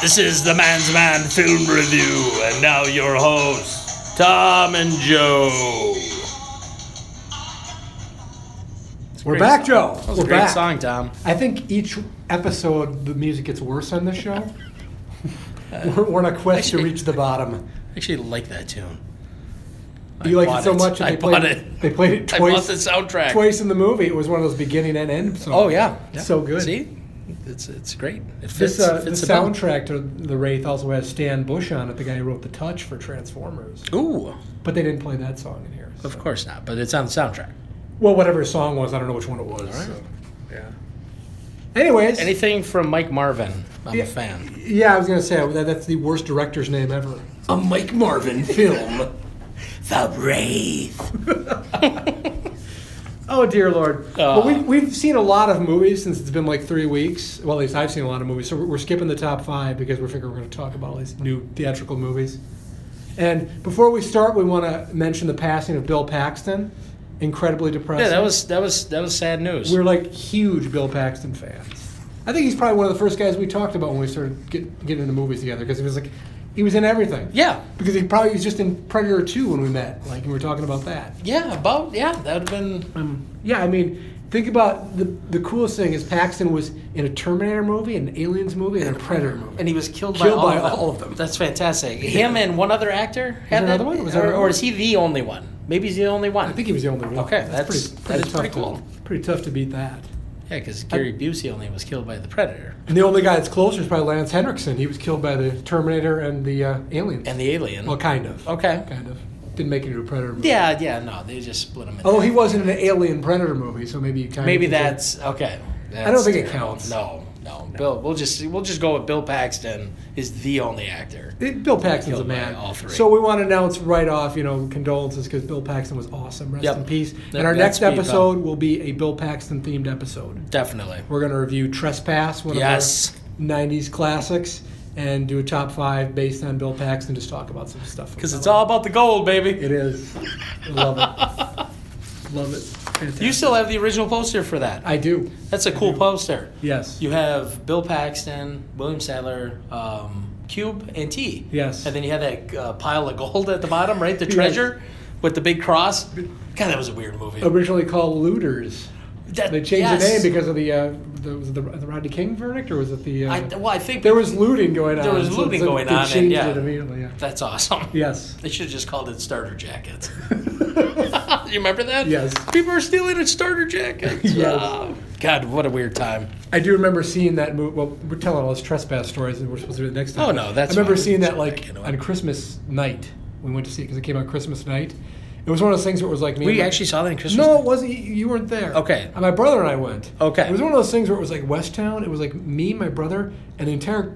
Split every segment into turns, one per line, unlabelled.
This is the Man's Man Film Review, and now your hosts, Tom and Joe.
We're back, Joe.
That was
We're
a great
back.
song, Tom.
I think each episode the music gets worse on this show. we're, we're on a quest
actually-
to reach the bottom.
I actually like that tune.
You
I
liked it so
bought
much that
I
they played
bought it.
They played it
I bought the
twice.
soundtrack.
Twice in the movie, it was one of those beginning and end songs.
Oh yeah. yeah.
so good.
See, it's it's great. It fits.
This uh, the
fits the bill.
soundtrack to The Wraith also has Stan Bush on it, the guy who wrote The Touch for Transformers.
Ooh,
But they didn't play that song in here. so-
of course not. But it's on the soundtrack.
Well, whatever his song was, I don't know which one it was. so, yeah. Anyways,
Anything from Mike Marvin? I'm
Yeah.
a fan.
yeah, I was gonna say that, that's the worst director's name ever.
A Mike Marvin film. the Wraith.
Oh dear lord!
Ah.
But we, we've seen a lot of movies since it's been like three weeks. Well, at least I've seen a lot of movies. So we're we're skipping the top five because we're figuring we're going to talk about all these new theatrical movies. And before we start, we want to mention the passing of Bill Paxton. Incredibly depressing.
Yeah, that was that was that was sad news.
We're like huge Bill Paxton fans. I think he's probably one of the first guys we talked about when we started get, getting into movies together because he was like, he was in everything.
yeah,
Because he probably was just in Predator 2 when we met, like, and we were talking about that.
yeah, about yeah. That'd have been
Um, yeah, I mean, think about the the coolest thing is Paxton was in a Terminator movie, an Aliens movie, and a Predator movie.
and he was killed,
Killed
by,
by
all, of
all of
them.
them.
That's fantastic. Him and one other actor
there
had that?
another one? Was
or,
there another
or
one?
is he the only one? Maybe he's the only one.
I think he was the only one.
Okay, that's- that is
tough
pretty cool.
To, pretty tough to beat that.
yeah, because Gary Busey only was killed by the Predator
And the only guy that's closer is probably Lance Henriksen. He was killed by the Terminator and the uh, Aliens.
and the Alien.
well, kind of.
Okay.
Kind of. Didn't make it into a Predator movie.
Yeah, yeah, no, they just split them. In
Although Oh, he wasn't in an Alien Predator movie, so maybe you kind
Maybe
of. consider-
that's okay. That's
don't think it
terrible.
counts.
No, no, Bill. We'll just we'll just go with Bill Paxton is the only actor.
It- Bill Paxton's a
Killed by
man.
all three.
So we want to announce right off, you know, condolences because Bill Paxton was awesome. Rest
Yep.
in peace.
Yep,
And our next
Godspeed, pal.
episode will be a Bill Paxton themed episode.
Definitely.
We're going to review Trespass, one
Yes.
of our 90s classics, and do a top five based on Bill Paxton. Just talk about some stuff.
Because it's all about the gold, baby.
It is. I love it. love it. Fantastic.
You still have the original poster for that.
I do.
That's a cool poster.
Yes.
You have Bill Paxton, William Sadler, um, Cube, and T.
Yes.
And then you had that uh, pile of gold at the bottom, right? The
Yes.
treasure with the big cross. God, that was a weird movie.
Originally called Looters.
That-
Uh, They changed
yes.
the name because of the, uh, the, was it the, the Rodney King verdict, or was it the. Uh,
I, well, I think
There was looting going on.
There was
so-
looting
so
going
they
on, and
changed
yeah.
it immediately. Yeah.
That's awesome.
Yes.
They should have just called it starter jackets. you remember that?
Yes.
People are stealing a starter jacket.
Yes.
Oh, God, what a weird time.
I do remember seeing that movie. Well, we're telling all those trespass stories, and we're supposed to do it next time.
Oh, no, that's
I remember
fine.
seeing that
Back
like
into it.
on Christmas night. We went to see it because it came out Christmas night. It was one of those things where it was like me. and
We
my-
actually saw that in Christmas.
No, it wasn't. You you weren't there.
Okay.
And my brother and I went.
Okay.
It was one of those things where it was like West Town. It was like me, my brother, and the entire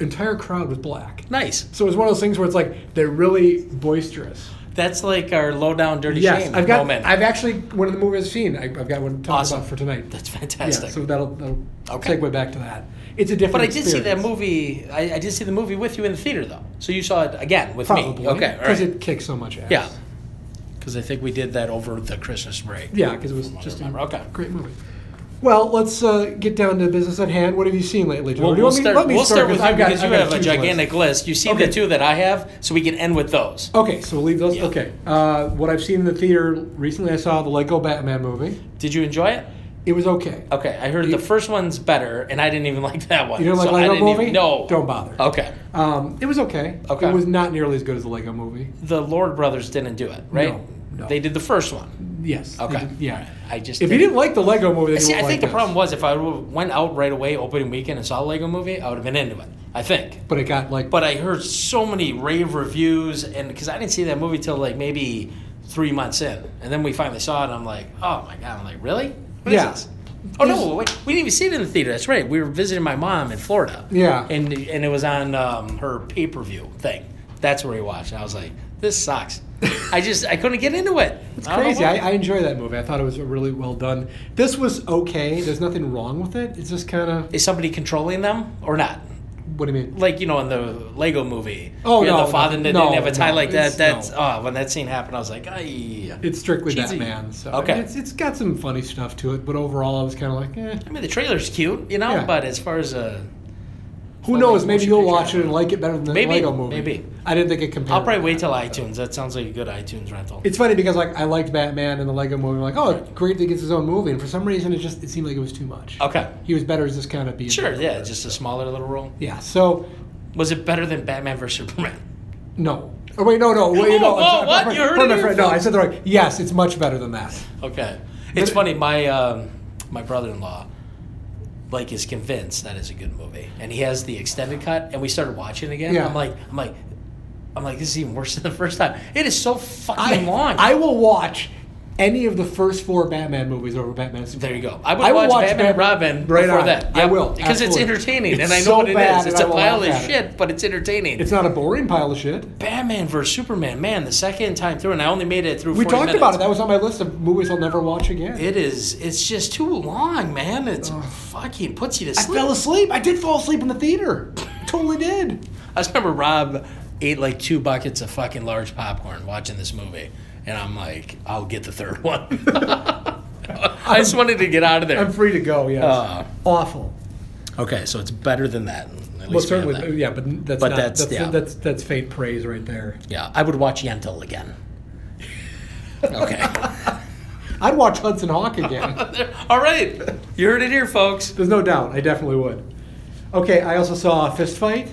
entire crowd was black.
Nice.
So it was one of those things where it's like they're really boisterous.
That's like our low down dirty shame
I've got.
moment.
I've actually one of the movies I've seen. I, I've got one to talk
Awesome.
about for tonight.
That's
Yeah,
fantastic.
so that'll, that'll
Okay.
segue back to that. It's a different.
but I did see that
experience.
movie. I, I did see the movie with you in the theater, though. So you saw it again with
Probably.
me. Okay, all
Because
right.
it kicks so much ass.
yeah. Because I think we did that over the Christmas break.
Yeah, because it was
I
just
remember.
a
Okay.
great movie. Well, let's uh, get down to business at hand. What have you seen lately, Joe?
We'll,
Do you
we'll
want me-
start,
let me
we'll start with
'cause
you
I've got-
because you
I've got
have a
huge list.
gigantic list. You see the
Okay.
two that I have, so we can end with those.
Okay, so we'll leave those.
Yeah.
Okay. Uh, what I've seen in the theater recently, I saw the Lego Batman movie.
Did you enjoy it?
It was okay.
Okay, I heard
You-
the first one's better, and I didn't even like that one.
You didn't like
so I
Lego
didn't
movie?
Even, no.
Don't bother.
Okay.
Um, it was okay.
Okay.
It was not nearly as good as the Lego movie.
The Lord Brothers didn't do it, right?
No, no.
They did the first one.
Yes. they
Okay.
did- yeah.
I just.
If you didn't like the Lego movie, then you
See, I
won't
think
like
the
this.
problem was if I would've went out right away opening weekend and saw a Lego movie, I would have been into it. I think.
But it got like
But I heard so many rave reviews, and because I didn't see that movie till like maybe three months in, and then we finally saw it, and I'm like, oh my god, I'm like, really? What is
Yeah.
this? Oh no,
There's-
wait, we didn't even see it in the theater. That's right. We were visiting my mom in Florida.
Yeah.
and and it was on um, her pay per view thing. That's where we watched. And I was like, this sucks. I just I couldn't get into it. It's
crazy. I, I enjoy that movie. I thought it was really well done. This was okay. There's nothing wrong with it. It's just kind of
Is somebody controlling them or not?
what do you mean?
Like you know in the Lego movie.
Oh,
you had
no,
the father
no,
that
no,
didn't have a tie
no,
like
it's-
that. That's
no.
oh when that scene happened, I was like, ay.
It's strictly
Cheesy.
Batman. So
Okay.
It's, it's got some funny stuff to it, but overall, I was kind of like, eh.
I mean, the trailer's cute, you know,
Yeah.
but as far as a
Who
I'll
knows?
make a
Maybe
motion
you'll
picture.
watch it and like it better than the
Maybe,
Lego movie.
maybe.
I didn't think it compared.
I'll probably wait till iTunes. That sounds like a good iTunes rental.
It's funny because like I liked Batman and the Lego movie. I'm like, oh, great that he gets his own movie. And for some reason, it just it seemed like it was too much.
okay.
He was better as this kind of being.
Sure, yeah, just a smaller little role.
Yeah. So
Was it better than Batman vs Superman?
no. Oh wait, no, no, wait,
Whoa,
no.
whoa,
I'm sorry.
what?
Pardon-
You heard
pardon
it
my
here
friend. No, I
first.
said the right. Yes, it's much better than that.
Okay. It's funny, my um, my brother in law like is convinced that is a good movie. And he has the extended cut and we started watching it again.
Yeah.
I'm like I'm like I'm like, this is even worse than the first time. It is so fucking
I,
long.
I will watch any of the first four Batman movies over Batman. and Superman.
there you go. I would
I will
watch,
watch
Batman and
Batman
Robin
right
before
on.
that.
I will,
Because it's
absolutely.
entertaining
It's
and I know
so
what it
bad
is. It's
that
a
I will
pile
laugh
of
at it.
shit, but it's entertaining.
It's not a boring pile of shit.
Batman versus Superman, man, the second time through, and I only made it through.
We
40
talked
minutes.
about it. That was on my list of movies I'll never watch again.
It is. It's just too long, man. It's fucking puts you to
I
sleep.
fell asleep. I did fall asleep in the theater. totally did.
I just remember Rob ate like two buckets of fucking large popcorn watching this movie, and I'm like, I'll get the third one. I just wanted to get out of
I'm
there.
free to go. Yes.
Uh,
Awful.
okay, so it's better than that. At least
Well,
have
certainly,
that.
yeah, but that's
But
not,
that's-
that's, that's,
yeah.
that's faint praise right there.
Yeah, I would watch Yentl again. Okay.
I'd watch Hudson Hawk again.
All right. You heard it here, folks.
There's no doubt. I definitely would. Okay, I also saw a fist fight.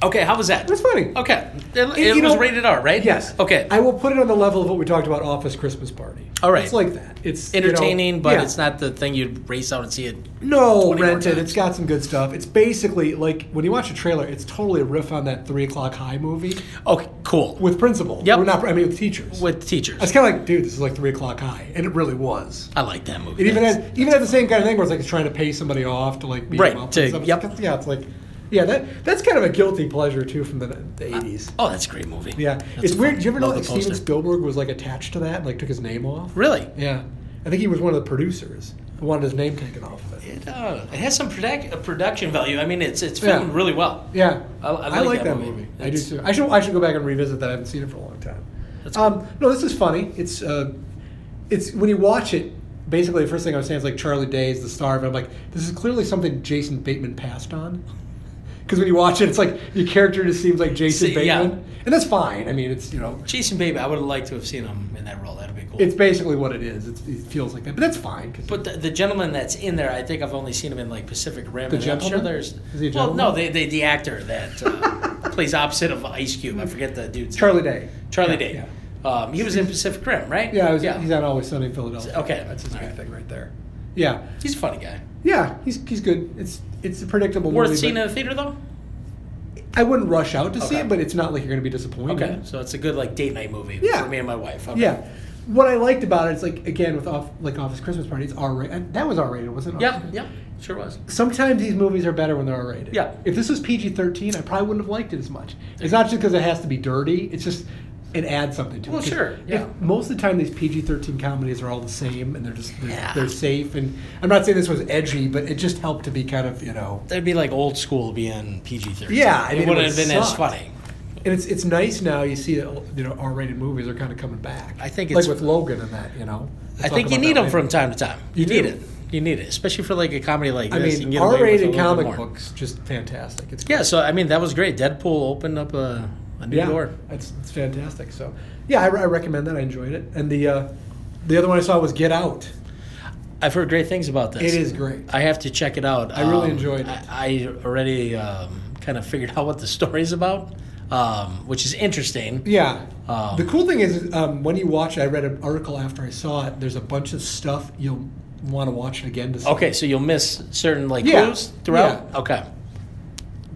Okay, how was that?
It was funny.
Okay. It,
You
it was
know-
rated R, right?
Yes.
Okay.
I will put it on the level of what we talked about Office Christmas Party.
All right.
It's like that. It's you know,
entertaining, but
yeah.
it's not the thing you'd race out and see it.
No,
20 more
rented.
times.
It's got some good stuff. It's basically like when you watch a trailer, it's totally a riff on that three o'clock high movie
Okay, cool. With,
with principal.
Yep.
We're not. I mean, with teachers.
teachers,
I was kind of like, dude, this is like three o'clock high, and it really was.
I like that movie.
It even
That's-
had even had the same kind of thing where it's like it's trying to pay somebody off to like beat
Right,
them up.
to-
and stuff. It's
yep.
like- yeah, it's like, yeah, that that's kind of a guilty pleasure too from the the eighties.
oh, that's a great movie.
yeah,
That's
it's
a
weird.
fun-
Do you ever know
love
that
the
Steven
poster.
Spielberg was like attached to that, and like took his name off?
Really?
Yeah, I think he was one of the producers who wanted his name taken off of it.
It, uh, it has some produc- uh, production value. I mean, it's it's
Yeah.
filmed really well.
Yeah,
I- I like that movie.
I do
It's-
too. I should I should go back and revisit that. I haven't seen it for a long time.
That's
Um, no, this is funny. It's uh, it's when you watch it. Basically, the first thing I was saying is like Charlie Day is the star, but I'm like, this is clearly something Jason Bateman passed on. Because when you watch it, it's like your character just seems like Jason
See, yeah.
Bateman, and that's fine. I mean, it's you know,
Jason Baby, I would have liked to have seen him in that role. That'd be cool.
it's basically what it is. It's, it feels like that, but that's fine. 'cause-
but the, the gentleman that's in there, I think I've only seen him in like Pacific Rim.
The
and I'm sure
gentleman?
there's.
Is he a
well, no,
gentleman?
they, they, the actor that uh, plays opposite of Ice Cube. I forget the dude's name.
Charlie Day.
Charlie
Yeah,
Day. Um, he was in Pacific Rim, right?
Yeah, I was, he's on Always Sunny in Philadelphia.
Okay,
that's his
all
big
right.
thing right there. Yeah,
He's a funny guy.
yeah, he's he's good. It's it's a predictable
Worth
movie.
seeing
but
in the theater though.
I wouldn't rush out to see
Okay.
it, but it's not like you're going to be disappointed.
Okay, so it's a good like date night movie
Mm-hmm. Yeah.
for me and my wife. Okay.
Yeah. What I liked about it is like again with off like Office Christmas Party, it's R rated. That was R rated, wasn't it?
yeah, yeah, sure was.
Sometimes these movies are better when they're R rated.
Yeah.
If this was PG thirteen, I probably wouldn't have liked it as much. It's not just because it has to be dirty. It's just it adds something to
Well,
it. 'Cause
sure,
if-
yeah.
most of the time, these PG thirteen comedies are all the same, and they're just they're,
Yeah.
they're safe. And I'm not saying this was edgy, but it just helped to be kind of you know.
That'd be like old school being PG thirteen.
Yeah, I mean,
it
it
wouldn't have
would've
been as
sucked.
funny.
And it's it's nice now you see that you know R rated movies are kind of coming back.
I think
like
it's-
with Logan and that you know. We'll
I
talk
think you
about
need
that
them
later.
from time to time.
You
You need
do.
it. You need it, especially for like a comedy like
I
this. you can
mean,
get away with a
R-rated
little bit
comic
more.
books, just fantastic. It's
Yeah, so I mean, that was great. Deadpool opened up a, a new
yeah,
door.
It's, it's fantastic. So, yeah, I, I recommend that. I enjoyed it. And the uh, the other one I saw was Get Out.
I've heard great things about this.
It is great.
I have to check it out. Um,
I really enjoyed it.
I, I already um, kind of figured out what the story's about, um, which is interesting.
Yeah.
Um,
the cool thing is um, when you watch it, I read an article after I saw it. There's a bunch of stuff you'll want to watch it again to see
Okay, so you'll miss certain like
Yeah,
clues throughout.
yeah.
Okay.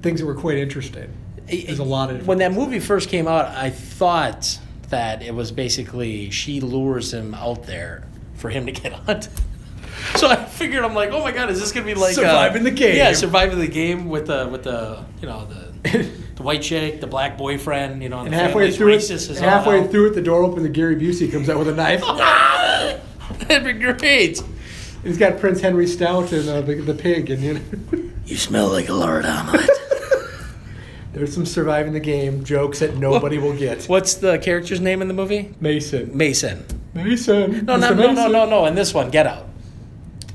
things that were quite interesting. There's a lot of
when that movie first came out, I thought that it was basically she lures him out there for him to get on. so I figured I'm like, oh my god, is this gonna be like uh,
Surviving the game.
Yeah, surviving the game with the with the you know the the white chick, the black boyfriend, you know,
And
the
halfway
family's
through
racist
it,
as all
halfway
hell.
through it, the door opens and Gary Busey comes out with a knife.
That'd be great.
He's got Prince Henry Stout and uh, the, the pig, and you know.
You smell like a lard omelet.
There's some surviving the game jokes that nobody will get.
What's the character's name in the movie?
Mason.
Mason.
Mason.
No,
Mr.
no, no,
Mason.
no, no, no. In this one, Get Out.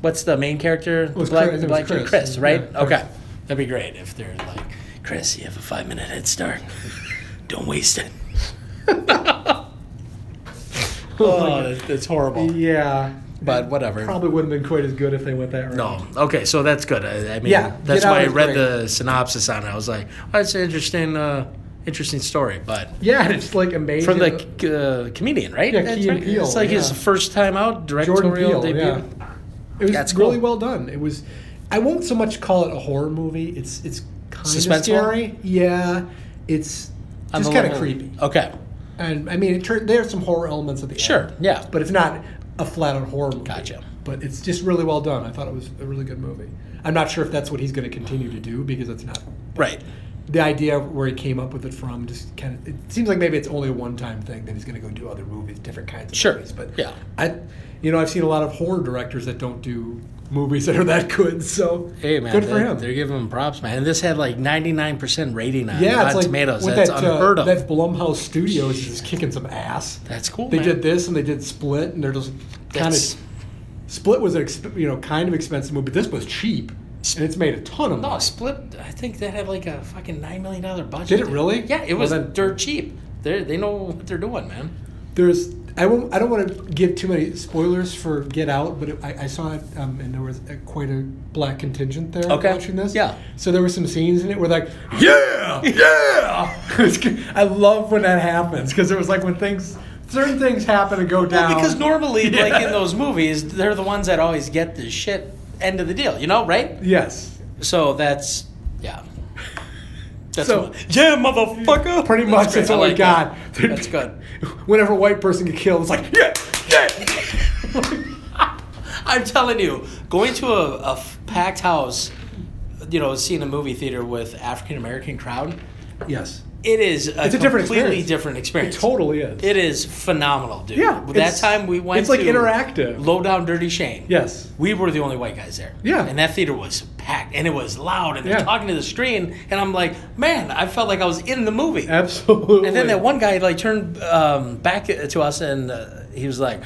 What's the main character? The
was
black,
Chris-
the
it was
black
Chris.
Chris. Chris, right?
Yeah, Chris.
okay, that'd be great if they're like Chris, you have a five minute head start. Don't waste it. oh, that's, that's horrible.
Yeah.
But whatever.
Probably wouldn't have been quite as good if they went that route.
No. Okay, so that's good. I, I mean,
Yeah,
that's
Get Out
why I
was
read
great.
the synopsis on it. I was like, oh, that's an interesting, uh, interesting story. But
Yeah, and it's like amazing.
from the uh, comedian, right?
Yeah,
That's
Key and
right.
Peele,
It's like his
yeah.
first time out,
Jordan Peele.
directorial debut.
Yeah. It was
That's
really
cool.
well done. It was. I won't so much call it a horror movie. It's it's kind
Suspenseful?
of scary. Yeah, it's
On
just
the
kind of
level-
creepy.
Okay,
And I mean, it turned, there are some horror elements at the
sure,
end.
yeah.
but it's not a flat out horror movie.
Gotcha.
But it's just really well done. I thought it was a really good movie. I'm not sure if that's what he's going to continue to do because it's not
right.
the idea of where he came up with it from. Just kind of, it seems like maybe it's only a one-time thing that he's going to go do other movies, different kinds of
Sure.
movies. But
Yeah.
I, you know, I've seen a lot of horror directors that don't do movies that are that good. So
Hey man,
good for
they,
him.
They're giving him props, man. And this had like 99% rating on
yeah,
Rotten
it's like
Tomatoes.
with
That's
that, uh,
unheard of.
That Blumhouse Studios is just kicking some ass.
That's cool.
They
man.
did this and they did Split, and they're just kind
That's-
of Split was an exp- you know kind of expensive movie, but this was cheap, and it's made a ton of money.
No, Split. I think that had like a fucking nine million dollar budget.
Did it really?
Yeah, it
Well,
was
then-
dirt cheap. They they know what they're doing, man.
There's I won't I don't want to give too many spoilers for Get Out, but it, I, I saw it um, and there was a, quite a black contingent there
Okay.
watching this.
Yeah.
So there were some scenes in it where like yeah yeah. It's g- I love when that happens because it was like when things certain things happen and go down.
Well, because normally, like in those movies, they're the ones that always get the shit end of the deal. You know, right?
yes,
So that's yeah. That's
So-
what- yeah, motherfucker.
pretty much
great.
that's
I
all we
like
got.
that. That's good.
Whenever a white person get killed, it's like yeah yeah.
I'm telling you, going to a, a f- packed house, you know, seeing a movie theater with African American crowd,
Yes,
it is a,
It's a different
completely
experience.
different
it
experience.
totally is.
It is phenomenal, dude.
Yeah,
That
it's-
time we went
it's like
to
interactive.
Low Down Dirty Shame.
yes,
We were the only white guys there.
Yeah.
And that theater was packed and it was loud and they're
Yeah.
talking to the screen and I'm like, man, I felt like I was in the movie.
absolutely.
And then that one guy like turned um, back to us and uh, he was like,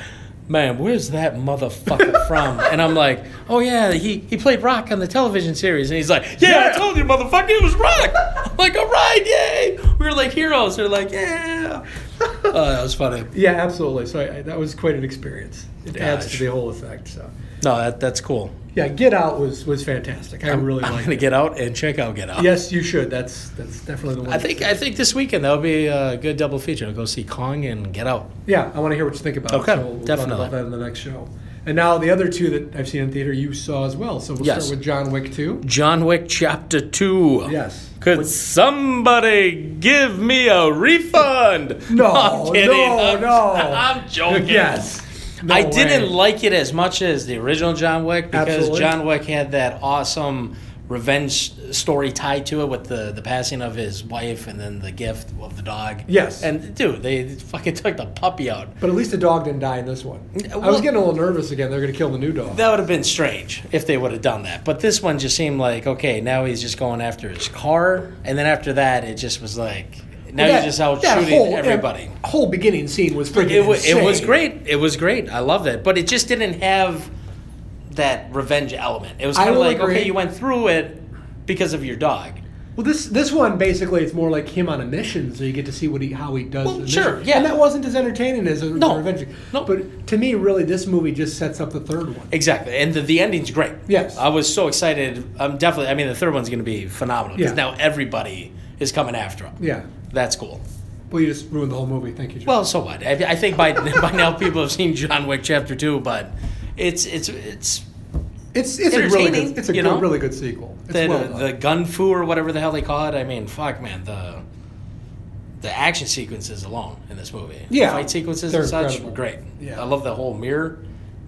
"Man, where's that motherfucker from?" and I'm like, "Oh yeah, he he played Rock on the television series." And he's like, "Yeah, I
Yeah.
told you, motherfucker, it was Rock." I'm like, "All right, yay!" We were like heroes. They're like, "Yeah." Oh, that was funny.
Yeah, absolutely. So I, I, that was quite an experience. It adds
Gosh.
to the whole effect. So
No, that, that's cool.
yeah, Get Out was was fantastic. I really
I'm
liked
gonna
it.
get out and check out Get Out.
Yes, you should. That's that's definitely the one.
I think I think this weekend that'll be a good double feature. I'll go see Kong and Get Out.
Yeah, I want to hear what you think about.
Okay,
it, so we'll
definitely.
Talk about that in the next show. And now the other two that I've seen in theater, you saw as well. So we'll
Yes.
start with John Wick two.
John Wick Chapter Two.
Yes.
Could somebody give me a refund?
No,
I'm kidding.
no,
I'm,
no.
I'm joking.
Yes. No
I didn't
way.
like it as much as the original John Wick because
Absolutely.
John Wick had that awesome revenge story tied to it with the, the passing of his wife and then the gift of the dog.
Yes.
And dude, they fucking took the puppy out.
But at least the dog didn't die in this one. I
well-
was getting a little nervous again. They're going to kill the new dog.
That would have been strange if they would have done that. But this one just seemed like okay, now he's just going after his car, and then after that, it just was like now
That-
he's just out
that
shooting
whole-
everybody.
That whole beginning scene was freaking
It, wa- it was
insane.
great. It was great. I love that. But it just didn't have that revenge element. It was
I
kind of
will
like okay,
agree.
you went through it because of your dog.
Well, this this one basically it's more like him on a mission, so you get to see what he how he does.
Well,
the
sure,
mission.
yeah.
And that wasn't as entertaining as a
No,
Revenge.
no.
But to me, really, this movie just sets up the third one.
Exactly, and the, the ending's great.
Yes.
I was so excited. I'm definitely. I mean, the third one's going to be phenomenal because
Yeah.
now everybody is coming after him.
Yeah.
That's cool.
Well, you just ruined the whole movie. Thank you. John.
Well, so what? I, I think by by now people have seen John Wick Chapter Two, but it's it's it's
it's it's a really
entertaining,
good, it's a
you
good,
know? uh,
really good sequel. It's
the
well done.
the gun foo or whatever the hell they call it. I mean, fuck, man, the the action sequences alone in this movie, The
Yeah.
fight sequences
They're
and such
incredible.
were great.
Yeah.
I love the whole mirror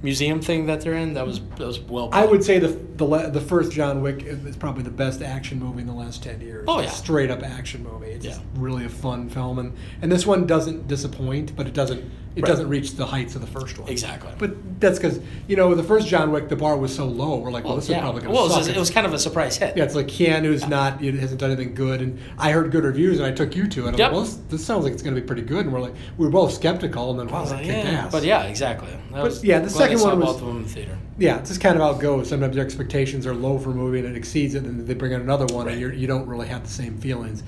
museum thing that they're in. That was that was well.
I
put.
would say the the la- the first John Wick is is probably the best action movie in the last ten years.
Oh,
It's a
yeah.
straight up action movie. It's
Yeah.
really a fun film, and and this one doesn't disappoint, but it doesn't it
Right.
doesn't reach the heights of the first one.
Exactly.
But that's because you know the first John Wick, the bar was so low. We're like, well, this is probably going to
well, it
suck.
was, it was kind of a surprise hit.
yeah, it's like Keanu's not it hasn't done anything good, and I heard good reviews, and I took you to it. I'm
Yep.
like, well, this, this sounds like it's going to be pretty good, and we're like, we were both skeptical, and then wow,
I was
that
like,
kicked
yeah.
ass.
But yeah, exactly. That was
yeah, the
glad I
second
saw
one was-
both of them in the theater.
yeah, it's just kind of how it goes. Sometimes your expectations are low for a movie and it exceeds it, and they bring out another one,
Right.
and you're, you don't really have the same feelings.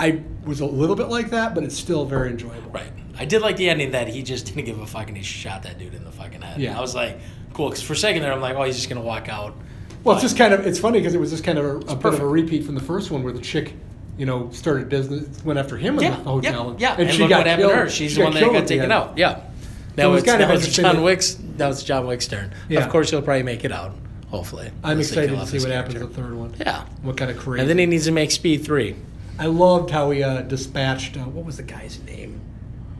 I was a little bit like that, but it's still very enjoyable.
Right. I did like the ending that he just didn't give a fuck and he shot that dude in the fucking head.
Yeah.
I was like, cool. 'cause for a second there, I'm like, oh, he's just gonna walk out.
Well, it's just kind of it's funny because it was just kind of a, a bit of
perfect.
a repeat from the first one where the chick, you know, started business, went after him in
Yeah,
the hotel,
yeah,
and,
yeah. And,
she
look
got
what happened
killed.
to her. She's
She
the one that
killed
got
at the
taken
end.
out. Yeah. Now
was
it's,
kind of
now it's
interesting
John
that-
Wick's. Now it's John Wick's turn.
Yeah.
Of course, he'll probably make it out. Hopefully.
I'm
unless they
excited
kill
to
off
see
his
what happens
character.
with the third one.
Yeah.
What kind of crazy?
And then he needs to make Speed three.
I loved how he uh, dispatched. Uh, what was the guy's name?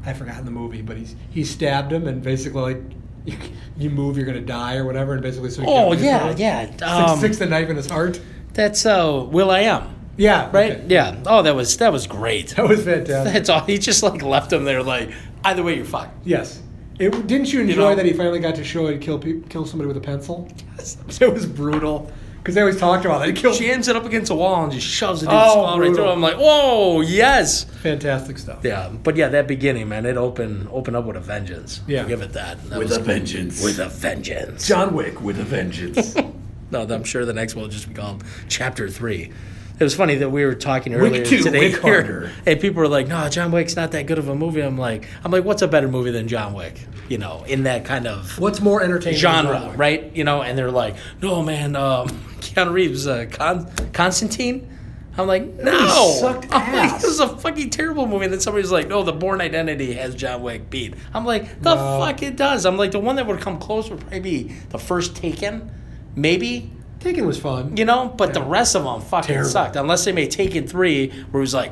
I forgot in the movie, but he's he stabbed him and basically like you, you move, you're gonna die or whatever, and basically so. he
Oh
can't
yeah,
move.
yeah.
Six,
Um,
sticks the knife in his heart.
That's uh, Will I Am,
Yeah,
right?
okay.
Yeah. Oh, that was that was great.
That was fantastic.
That's all. He just like left him there, like either way, you're fucked.
yes. It, didn't you enjoy
know-
that he finally got to show and kill pe- kill somebody with a pencil?
It was brutal.
Because they always talked about that. He killed
Jams it up against a wall and just shoves it in
Oh,
skull right
brutal.
through. I'm like, whoa, yes.
fantastic stuff.
Yeah, but yeah, that beginning, man, it opened opened up with a vengeance.
Yeah.
give it that. That
With
was
a vengeance.
With a vengeance.
John Wick with a vengeance.
No, I'm sure the next one will just be called Chapter Three. It was funny that we were talking
Wick
earlier
two,
today
Wick
here,
harder.
and people were like, "No, John Wick's not that good of a movie." I'm like, "I'm like, what's a better movie than John Wick?" You know, in that kind of
What's more entertaining? than John
genre,
Wick?
right? You know, and they're like, "No, man, um, Keanu Reeves, uh, Con- Constantine." I'm like, no.
sucked
I'm like,
ass.
this is a fucking terrible movie. And then somebody's like, no, The Born Identity has John Wick beat. I'm like, the
No.
fuck it does. I'm like, the one that would come close would probably be the first Taken, maybe.
Taken was fun.
You know, but the rest of them fucking
Terrible.
sucked. Unless they made Taken Three, where he's like,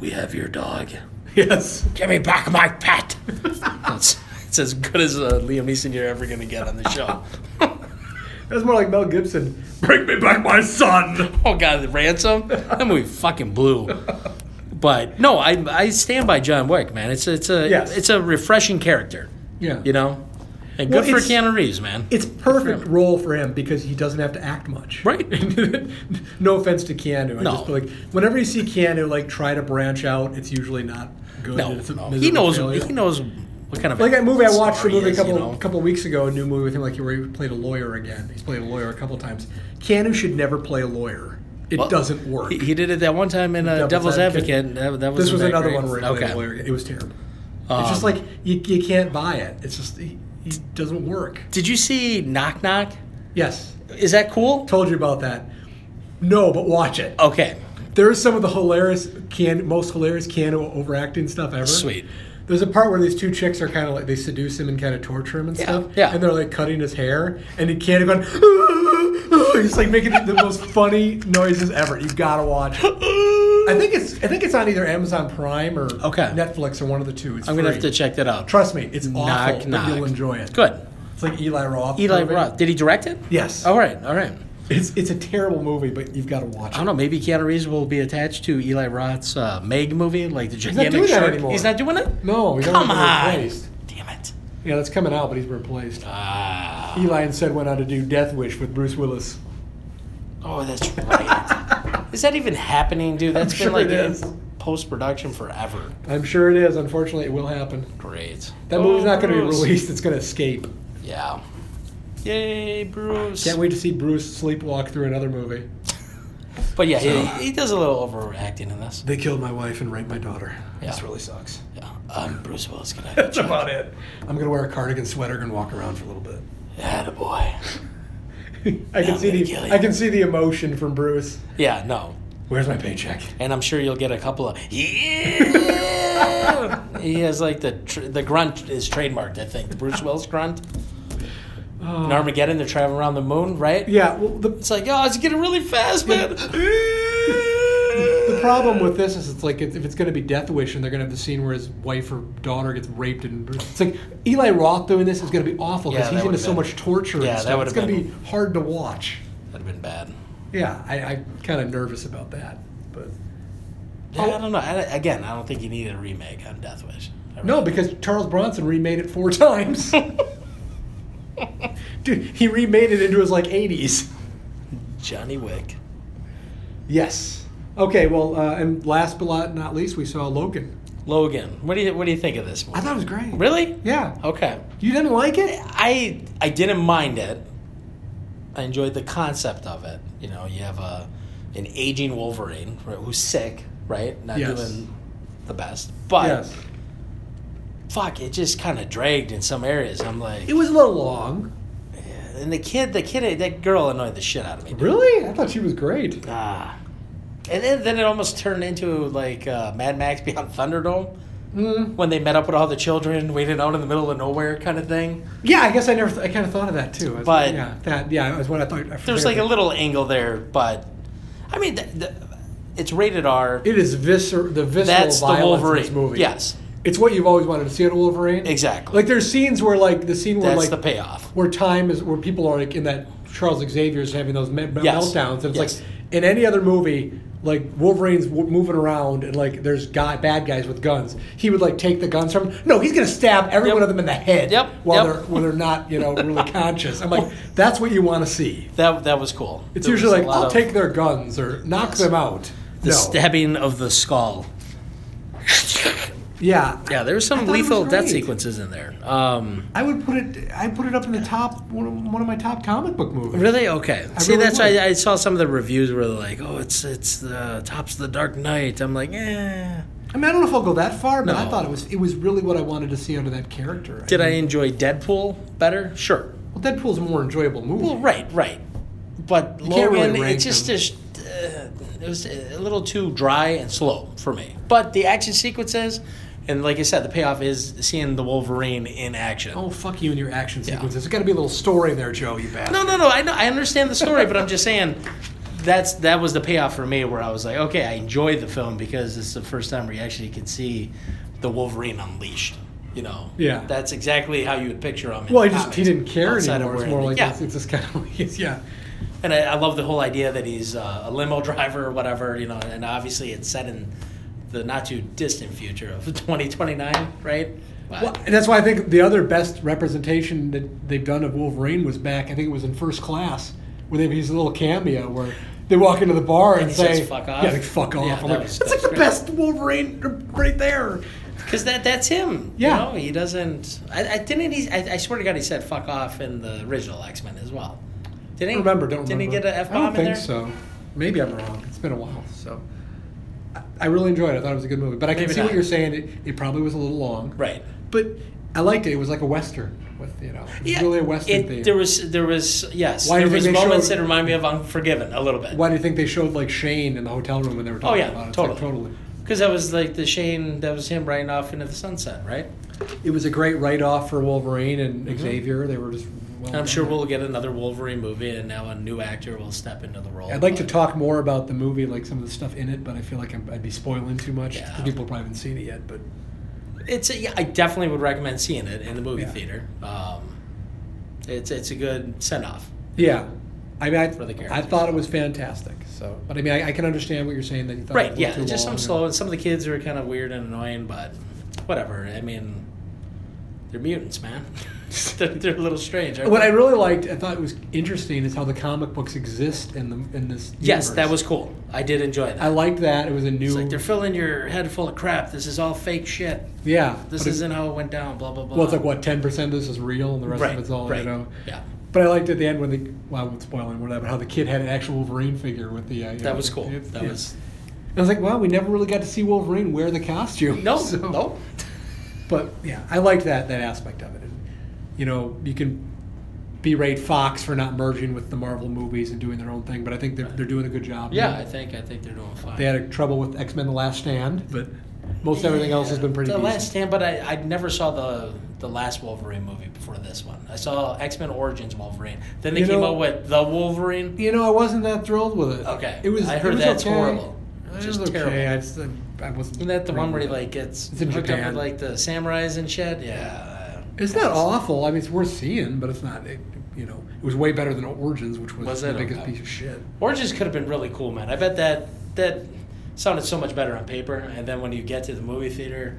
"We have your dog.
Yes.
Give me back my pet." it's, it's as good as uh, Liam Neeson you're ever gonna get on the show.
That was more like Mel Gibson.
Bring me back my son.
oh god, the ransom. That movie fucking blew. But no, I I stand by John Wick, man. It's it's a
Yes.
it's a refreshing character,
Yeah.
you know, and
Well,
good for
it's-
Keanu Reeves, man.
It's perfect role for him because he doesn't have to act much.
Right.
no offense to Keanu. I
No.
just feel like whenever you see Keanu like try to branch out, it's usually not good.
no,
and it's a
no. he
miserable
knows
failure.
he knows what kind of
Like that movie I watched the
star he
movie a
is, you
couple
know?
couple weeks ago, a new movie with him like where he played a lawyer again. He's played a lawyer a couple times. Keanu should never play a lawyer. It
Well,
doesn't work.
He, he did it that one time in uh, Devil's,
Devil's Advocate.
Advocate. and That, that was
this was another one where he played
okay. Um,
a lawyer. again. It was terrible. it's just like you, you can't buy it. It's just he, he doesn't work.
Did you see Knock Knock?
Yes.
Is that cool?
Told you about that. No, but watch it.
Okay,
There's some of the hilarious, can most hilarious Keanu overacting stuff ever.
Sweet.
There's a part where these two chicks are kind of like they seduce him and kind of torture him and stuff.
yeah.
And they're like cutting his hair, and he can't even. He's like making the most funny noises ever. You gotta watch. it. I think it's I think it's on either Amazon Prime or
Okay.
Netflix or one of the two. It's
I'm gonna have
free.
to check that out.
Trust me, it's
Knock,
awful,
knock.
but you'll enjoy it.
Good.
It's like Eli Roth.
Eli
movie.
Roth. Oh. Did he direct it?
Yes.
All right. All right.
It's it's a terrible movie, but you've got to watch
I
it.
don't know. Maybe Keanu Reeves will be attached to Eli Roth's uh, Meg movie, like the
not
gigantic
doing that
shark.
anymore.
He's not doing it.
No, he's
Come
already
on.
been replaced.
Damn it.
Yeah, that's coming out, but he's replaced.
Ah.
Eli instead went on to do Death Wish with Bruce Willis.
Oh, that's right. is that even happening, dude? That's
sure
been like
it
in
is.
post production forever.
I'm sure it is. Unfortunately, it will happen.
Great.
That
Oh,
movie's not going to be
Bruce.
released. It's going to escape.
Yeah. Yay, Bruce.
Can't wait to see Bruce sleepwalk through another movie.
But yeah, he, he does a little overacting in this.
They killed my wife and raped my daughter. This
Yeah.
really sucks.
Yeah. I'm Bruce Willis. Can I have
That's about it. I'm going to wear a cardigan sweater and walk around for a little bit.
a boy?
I can
I'm
see
gonna
the
kill you.
I can see the emotion from Bruce.
Yeah, no.
Where's my paycheck?
And I'm sure you'll get a couple of yeah. he has like the tr- the grunt is trademarked, I think. The Bruce Willis grunt. In Armageddon, they're traveling around the moon, right?
Oh. Yeah, well, the,
It's like, oh, it's getting really fast, man.
the
the
problem with this is it's like it's, if it's going to be Death Wish and they're going to have the scene where his wife or daughter gets raped and Bruce, it's like Eli Roth doing this is going to be awful
Yeah,
because
that
he's into
would've
so
been-
much torture.
Yeah,
and
that
stuff. It's
would've
going to
been-
be hard to watch.
That'd have been bad.
Yeah, I, I'm kind of nervous about that. But Oh.
Yeah, I don't know. I, again, I don't think you need a remake on Death Wish.
No, because Charles Bronson remade it four times. Dude, he remade it into his like 80s.
Johnny Wick.
Yes. Okay, well, uh, and last but not- not least, we saw Logan.
Logan. What do you what do you think of this movie?
I thought it was great.
really?
Yeah.
Okay.
You didn't like it?
I I didn't mind it. I enjoyed the concept of it. You know, you have a an aging Wolverine right, who's sick, right? Not
Yes.
doing the best. But
Yes.
fuck, it just kind of dragged in some areas. I'm like,
It was a little long.
and the kid, the kid, that girl annoyed the shit out of me. dude.
Really? I thought she was great.
Ah. And then, then it almost turned into like uh, Mad Max Beyond Thunderdome
Mm.
when they met up with all the children, waited out in the middle of nowhere kind of thing.
Yeah, I guess I never. Th- I kind of thought of that too. I was-
But-
yeah, that yeah was what I thought. I
There's like a little angle there, but I mean, th- th- it's rated R.
It is viscer- the visceral
That's the
violence in
Wolverine.
this movie.
Yes,
it's what you've always wanted to see in a Wolverine.
exactly.
Like there's scenes where like the scene where
That's
like
the payoff.
where time is where people are like in that Charles Xavier's having those me-
Yes.
meltdowns, and it's
Yes.
like in any other movie, like Wolverine's w- moving around and like there's guy bad guys with guns. He would like take the guns from. Him. No, he's gonna stab every
Yep.
one of them in the head.
Yep.
While
Yep.
they're when they're not you know really conscious. I'm like that's what you want to see.
That that was cool.
It's
There was
usually
a
like
lot
I'll
of
take their guns or knock
Yes.
them out.
the
no.
stabbing of the skull.
Yeah.
Yeah, there were some
thought it was
lethal death
great.
sequences in there. Um,
I would put it. I put it up in the top one of, one of my top comic book movies.
Really? Okay. See,
really
that's why
would.
I, I saw some of the reviews were like, "Oh, it's it's the tops of the Dark Knight." I'm like, eh.
I mean, I don't know if I'll go that far, but I
No.
thought it was it was really what I wanted to see under that character.
Did I enjoy Deadpool better? Sure.
Well, Deadpool's a more enjoyable movie.
Well, right, right. But
can't really
Logan, it
rank
just
them.
just uh, it was a little too dry and slow for me. But the action sequences, and like I said, the payoff is seeing the Wolverine in action.
Oh fuck you and your action sequences. There's got to be a little story there, Joe. You bad.
No, no, no. I know, I understand the story, but I'm just saying that's that was the payoff for me, where I was like, okay, I enjoyed the film because it's the first time where you actually could see the Wolverine unleashed. You know,
Yeah.
that's exactly how you would picture him. in
Well, he
the
just he
comics,
didn't care
outside of
anymore. It's
wearing
more
the-
like
yeah,
it's, it's just kind of like it's, yeah.
and I, I love the whole idea that he's uh, a limo driver or whatever. You know, and obviously it's set in the not too distant future of 2029, right? But-
Well, and that's why I think the other best representation that they've done of Wolverine was back. I think it was in First Class, where they have his little cameo where they walk into the bar and,
he
say,
says, "Fuck off."
"Yeah, like, fuck
Yeah,
off." I'm
that
like,
was-
that's like
that
the
was great.
best Wolverine right there.
Because that that's him.
Yeah.
You know, he doesn't. I, I didn't. He. I, I swear to God, he said "fuck off" in the original X Men as well. Didn't he?
I remember, don't
Didn't
remember.
he get an F
I
bomb
don't
in
think
there?
so. Maybe I'm wrong. It's been a while, so I, I really enjoyed it. I thought it was a good movie, but I can
Maybe
see what
not.
you're saying. It, it probably was a little long,
Right.
But I liked it. It was like a western with you know, it was really a western
it,
theme.
There was. There was. Yes.
Why do
there
you
was
think they
moments
showed-
that remind me of Unforgiven a little bit.
Why do you think they showed like Shane in the hotel room when they were
Oh
talking
yeah.
about it? It's like,
Totally. Because that was like the Shane. That was him riding off into the sunset, right?
It was a great write off for Wolverine and Xavier. They were just. Well
And Mm-hmm. I'm
done.
sure we'll get another Wolverine movie, and now a new actor will step into the role.
I'd like to
but-
talk more about the movie, like some of the stuff in it, but I feel like I'm, I'd be spoiling too much.
Yeah.
People probably haven't seen it yet, but
It's a, yeah, I definitely would recommend seeing it in the movie
Yeah.
theater. Um, it's it's a good send off.
Yeah. I mean, I,
For the
I
characters.
thought it was fantastic. So, but I mean, I, I can understand what you're saying that you thought. it
Right,
was
yeah,
too
it's just
long
some
or-
slow, and some of the kids are kind of weird and annoying, but whatever. I mean, they're mutants, man. they're, they're a little strange. aren't
What I
they?
really liked, I thought it was interesting, is how the comic books exist in the in this.
yes,
universe.
that was cool. I did enjoy that.
I liked that. It was a new.
it's like they're filling your head full of crap. This is all fake shit.
yeah.
This
but it-
isn't how it went down. Blah blah blah.
Well, it's like what ten percent of this is real, and the rest
Right,
of it's all
right.
you know.
Yeah,
But I liked at the end when the well, I won't spoil it, whatever. How the kid had an actual Wolverine figure with the. Uh, you know,
that was cool.
it-
That
yeah.
was
And I was like, wow, we never really got to see Wolverine wear the costume.
no,
So-
no.
But yeah, I liked that that aspect of it. And, you know, you can berate Fox for not merging with the Marvel movies and doing their own thing, but I think they're, they're doing a good job.
Yeah, I think I think they're doing fine.
they had trouble with X Men: The Last Stand, but most everything else has been pretty.
The
decent.
last stand, but I, I never saw the the last Wolverine movie before this one. I saw X Men Origins Wolverine. Then they
You
came
know-
out with the Wolverine.
You know, I wasn't that thrilled with it.
Okay,
it was.
I
it
heard
was
that's
okay.
horrible.
It
Just
was okay.
terrible.
I just, I wasn't.
Isn't that the one where he
thrilled with
like gets
It's in
hooked up
Japan.
with like the samurais and shit? Yeah.
it. It's not awful. I mean, it's worth seeing, but it's not. It, you know, it was way better than Origins, which was,
Was
the
it?
biggest
Okay.
piece of shit.
Origins could have been really cool, man. I bet that that sounded so much better on paper, and then when you get to the movie theater,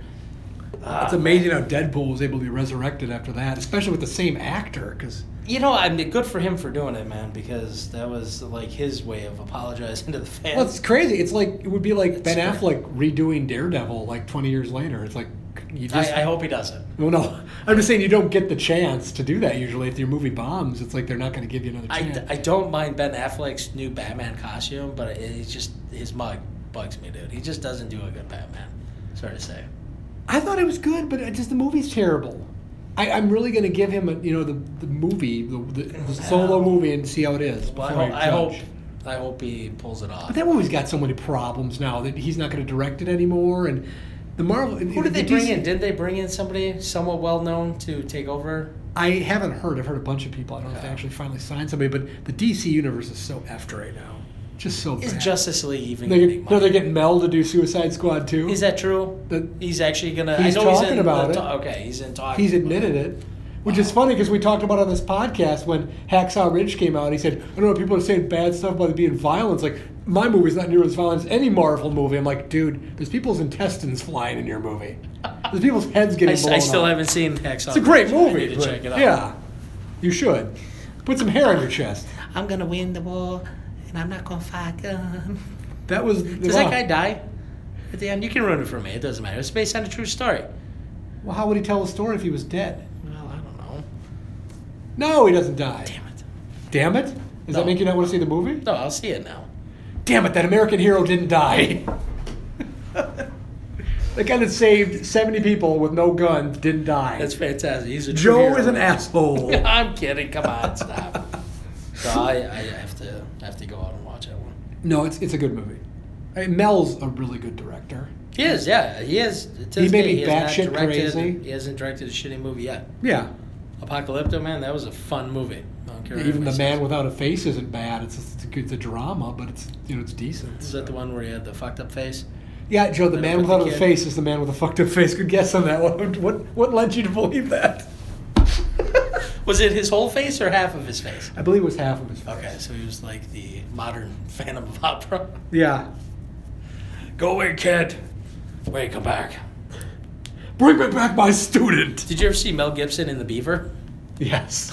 it's amazing how Deadpool was able to be resurrected after that, especially with the same actor. Because
You know, I mean, good for him for doing it, man, because that was like his way of apologizing to the fans.
well, it's crazy. It's like it would be like Ben
It's-
Affleck redoing Daredevil like 20 years later. It's like you just.
I, I hope he doesn't.
well, no, I'm just saying you don't get the chance to do that usually. If your movie bombs, it's like they're not going to give you another
I,
chance.
I don't mind Ben Affleck's new Batman costume, but it- it's just his mug bugs me, dude. He just doesn't do a good Batman. Sorry to say.
I thought it was good, but it just the movie's terrible. I, I'm really going to give him, a, you know, the, the movie, the, the, the solo movie, and see how it is.
Well, I,
before
hope, I hope
judge.
I hope he pulls it off.
But that movie's got so many problems now that he's not going to direct it anymore, and the Marvel.
Who did they bring in? Didn't they bring in somebody somewhat well known to take over?
I haven't heard. I've heard a bunch of people. I don't know if they actually finally signed somebody, but the DC universe is so effed right now. Just so
Is
bad.
Justice League even?
They,
getting
no,
money?
they're getting Mel to do Suicide Squad too.
Is that true?
The-
he's actually gonna.
He's
I know he's
talking
in
about
the,
it.
ta- Okay, he's in talk.
He's admitted it. Which is funny because we talked about it on this podcast when Hacksaw Ridge came out. He said, I don't know, people are saying bad stuff about it being violence. Like, my movie's not near as violent as any Marvel movie. I'm like, dude, there's people's intestines flying in your movie. There's people's heads
I,
getting
s-
blown
I still
off.
haven't seen Hacksaw.
It's a great
Ridge.
movie.
I need to
but-
check it out.
Yeah. You should. Put some hair on your chest.
I'm gonna win the war, and I'm not gonna fight. gun.
That was.
Does that guy die at the end? You can ruin it for me. It doesn't matter. It's based on a true story.
Well, how would he tell the story if he was dead?
Well, I don't know.
No, he doesn't die.
Damn it.
Damn it. Does
No.
that make you not want to see the movie?
No, I'll see it now.
damn it, that American hero didn't die. the guy that saved 70 people with no gun didn't die.
That's fantastic. He's a true
Joe
hero.
is an asshole.
I'm kidding. Come on, stop. so I, I have to I have to go out and watch that one.
no, it's, it's a good movie. I mean, Mel's a really good director.
He is, yeah, he is. To
He
this
may
day,
be
has not
batshit
directed-
crazy.
He hasn't directed a shitty movie yet.
Yeah.
Apocalypto, man, that was a fun movie. I don't care what
Even
anybody
The
says.
Man Without a Face isn't bad. It's, it's, a, good- it's a drama, but it's you know it's
Is
decent.
that the one where he had the fucked up face?
Yeah, Joe, The
Then
Man
with the
Without a
kid.
Face is the man with a fucked up face. Good guess on that one. What, what led you to believe that?
Was it his whole face or half of his face?
I believe it was half of his face.
Okay, so he was like the modern Phantom of Opera.
Yeah.
Go away, kid. Wait, come back.
Bring me back my student.
Did you ever see Mel Gibson in The Beaver?
Yes.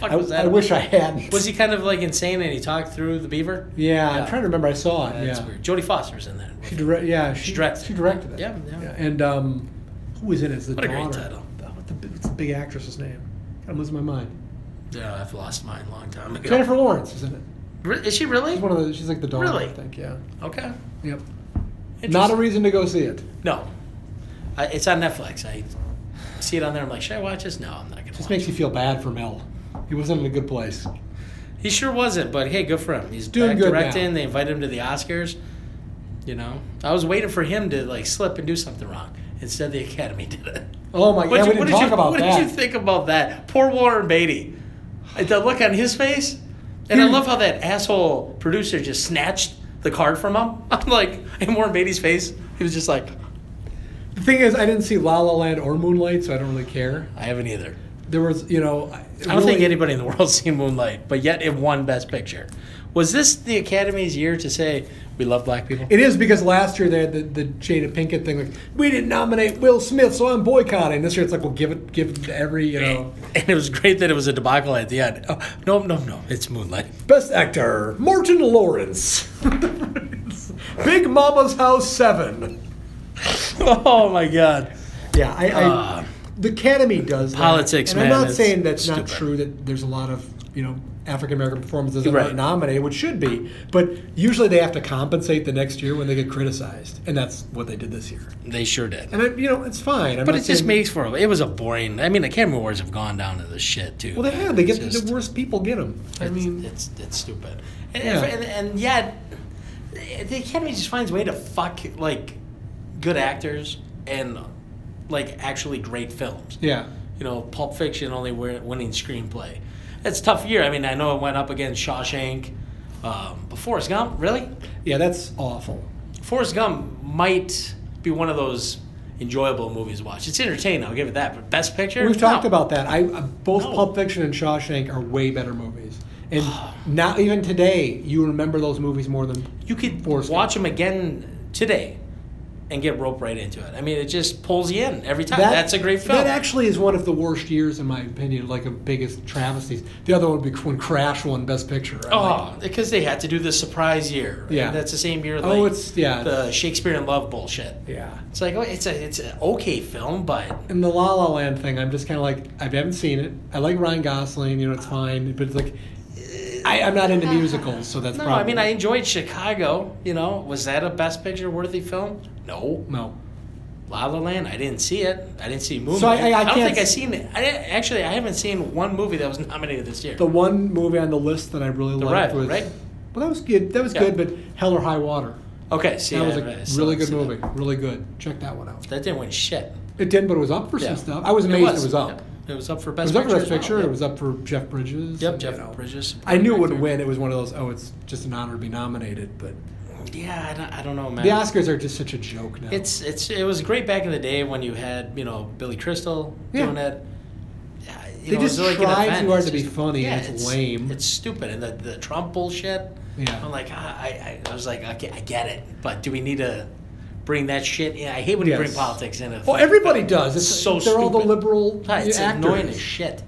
Fuck
I,
was that?
I wish I hadn't.
Was he kind of like insane and he talked through The Beaver?
Yeah,
Yeah.
I'm trying to remember. I saw it.
That's
yeah.
weird. Jodie Foster's in that.
She direct. Yeah, she,
directed.
She directed it.
Yeah, yeah.
And um, who was in it? It's the
What a
daughter.
great title.
Oh, what the, what's the big actress's name? I'm losing my mind.
Yeah, Oh, I've lost mine a long time ago.
Jennifer Lawrence is in it.
Re- Is she really?
She's one of the. She's like the daughter.
Really?
I think. Yeah.
Okay.
Yep. Not a reason to go see it.
No. I, it's on Netflix. I see it on there. I'm like, should I watch this? No, I'm not going to
Just
watch
makes you feel bad for Mel. He wasn't in a good place.
it. He sure wasn't, but hey, good for him. He's
Doing
back
good now.
directing. They invited him to the Oscars. You know, I was waiting for him to like slip and do something wrong. Instead, the Academy did it.
Oh my god,
What'd
we didn't
what
talk
you,
about
what
that.
did you think about that? Poor Warren Beatty. The look on his face. And I
Dude.
love how that asshole producer just snatched the card from him. I'm like, in Warren Beatty's face, he was just like,
The thing is, I didn't see La La Land or Moonlight, so I don't really care.
I haven't either.
There was, you know, I
I don't think anybody in the world's seen Moonlight, but yet it won Best Picture. Was this the Academy's year to say we love black people?
It is because last year they had the, the Jada Pinkett thing. Like, we didn't nominate Will Smith, so I'm boycotting. This year it's like, well, give it, give it to every, you know,
And it was great that it was a debacle at the end. Oh, no, no, no, it's Moonlight.
best actor, Martin Lawrence. Big Mama's House 7.
oh my God.
Yeah, I. I
Ah.
the Academy does that.
Politics,
and
man,
I'm not
it's
saying that's not
stupid.
true. That there's a lot of you know African American performances that
Right.
aren't nominated, which should be. But usually they have to compensate the next year when they get criticized, and that's what they did this year.
They sure did.
And I, you know, it's fine. I'm
But
not
it just
saying-
makes for a, it was a boring. I mean, the Academy Awards have gone down to the shit too.
Well, they have. They get the worst people get them. I mean,
it's it's stupid. And,
Yeah.
and, and yet, the Academy just finds a way to fuck like good actors and like actually great films.
yeah.
you know, Pulp Fiction only wi- winning screenplay. That's a tough year. I mean, I know it went up against Shawshank, um, but Forrest Gump, really?
Yeah, that's awful.
Forrest Gump might be one of those enjoyable movies to watch. It's entertaining, I'll give it that. But Best Picture,
We've talked
No.
about that. I uh, both
No.
Pulp Fiction and Shawshank are way better movies, and not even today you remember those movies more than
You could
Forrest
watch them again today, and get roped right into it. I mean, it just pulls you in every time.
That-
That's a great film.
That actually is one of the worst years, in my opinion, like a biggest travesties. The other one would be when Crash won Best Picture. I'm like,
Oh, because they had to do the surprise year. right?
Yeah.
that's the same year.
Oh,
like,
it's- yeah.
the Shakespeare in Love bullshit.
yeah.
It's like oh, it's a it's an okay film, but
And the La La Land thing, I'm just kind of like, I haven't seen it. I like Ryan Gosling, you know, it's fine, but it's like, I, I'm not into musicals, so that's
no.
probably.
I mean, I enjoyed Chicago. You know, was that a Best Picture worthy film? No.
no.
La La Land. I didn't see it. I didn't see Moonlight.
So I- I- I
don't
can't
think I
s-
seen it. I didn't, actually I haven't seen one movie that was nominated this year.
The one movie on the list that I really liked
Rival,
was.
right?
Well, that was good. That was
Yeah.
good, but Hell or High Water.
okay, see,
That
I-
was
I
a
saw-
really
see
good
that.
movie. Really good. Check that one out.
That didn't win shit.
It didn't, but it was up for
Yeah.
some stuff. I was amazed it was, up.
Yep. It was up for
It
Best
was up for
Picture.
Best
as
Picture.
well.
It was up for Jeff Bridges.
Yep,
and,
Jeff
you know.
Bridges.
I knew it would win. It was one of those. Oh, it's just an honor to be nominated. But
Yeah, I don't, I don't know, man.
the Oscars are just such a joke now.
It's it's it was great back in the day when you had you know Billy Crystal
Yeah.
doing it. Yeah, you
They
know, it was
just try
an event.
too hard
It's
to be
just-
funny, and it's lame.
It's stupid, and the, the Trump bullshit.
Yeah.
I'm like, ah, I, I I was like, okay, I get it, but do we need to bring that shit? in? I hate when you bring
Yes.
politics in.
well, everybody does. It's
so
they're all the
stupid.
liberal
It's
actors.
annoying as shit.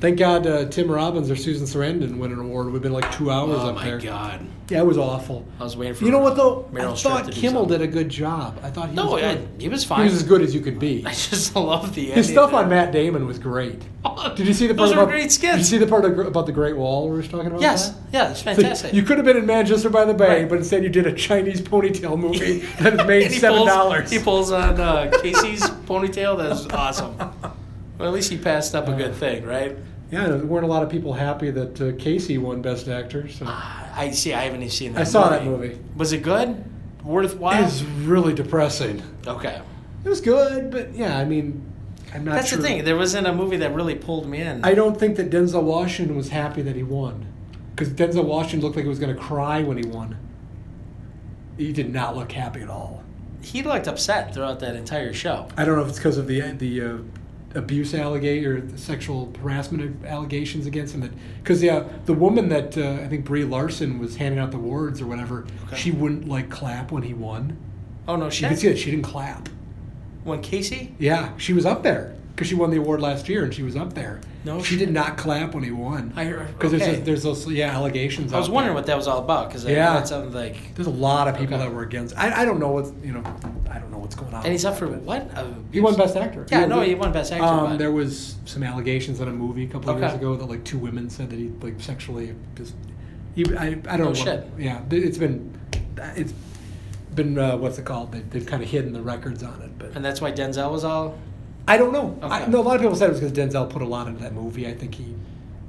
Thank God uh, Tim Robbins or Susan Sarandon win an award. We've been like two hours
Oh
up
my
there.
god,
Yeah, it was awful.
I was waiting for
You know what though?
Meryl
I
Streep
thought
to do
Kimmel
something.
did a good job. I thought he
No,
was
I,
good.
he was
he
fine.
was as good as you could be.
I just love the
His
ending
stuff on
there.
Matt Damon was great. Did you see the part
Those
about
were great
Did you
skits.
see the part ag- about the Great Wall we were talking about?
Yes,
that?
yeah, it's
So you-
fantastic.
you could have been in Manchester by the Bay,
Right.
but instead you did a Chinese ponytail movie that made
And he
seven
pulls-
dollars.
He pulls on uh, Casey's ponytail. That's awesome. Well, at least he passed up a good thing, right?
Yeah, there weren't a lot of people happy that uh, Casey won Best Actor. So
I see. I haven't even seen that.
I saw that movie.
Was it good?
it
Worthwhile?
was really depressing.
okay.
It was good, but yeah, I mean, I'm not.
That's
sure.
the thing. There wasn't a movie that really pulled me in.
I don't think that Denzel Washington was happy that he won, because Denzel Washington looked like he was going to cry when he won. He did not look happy at all.
he looked upset throughout that entire show.
I don't know if it's because of the the uh, abuse allegation or the sexual harassment allegations against him. That because yeah, the woman that uh, I think Brie Larson was handing out the awards or whatever,
Okay.
she wouldn't like clap when he won.
Oh no,
You can see
shit!
that she didn't clap.
When Casey?
Yeah, she was up there because she won the award last year and she was up there.
No
she did not clap when he won.
I heard.
Because
okay.
there's a, there's those yeah allegations.
I was
out
wondering
there.
what that was all about because
Yeah.
I heard something like.
There's a lot of people that were against. I, I don't know what's you know I don't know what's going on.
And he's
with
up for
that, but-
what? A-
He won Best Actor.
Yeah, no, he won Best Actor.
Um,
but-
there was some allegations in a movie a couple of
Okay.
years ago that like two women said that he like sexually just. He, I, I don't know. what-
shit.
Yeah, th- it's been, it's been uh, what's it called? They, they've kind of hidden the records on it, but
and that's why Denzel was all
I don't know. I,
Okay.
no, a lot of people said it was because Denzel put a lot into that movie. I think he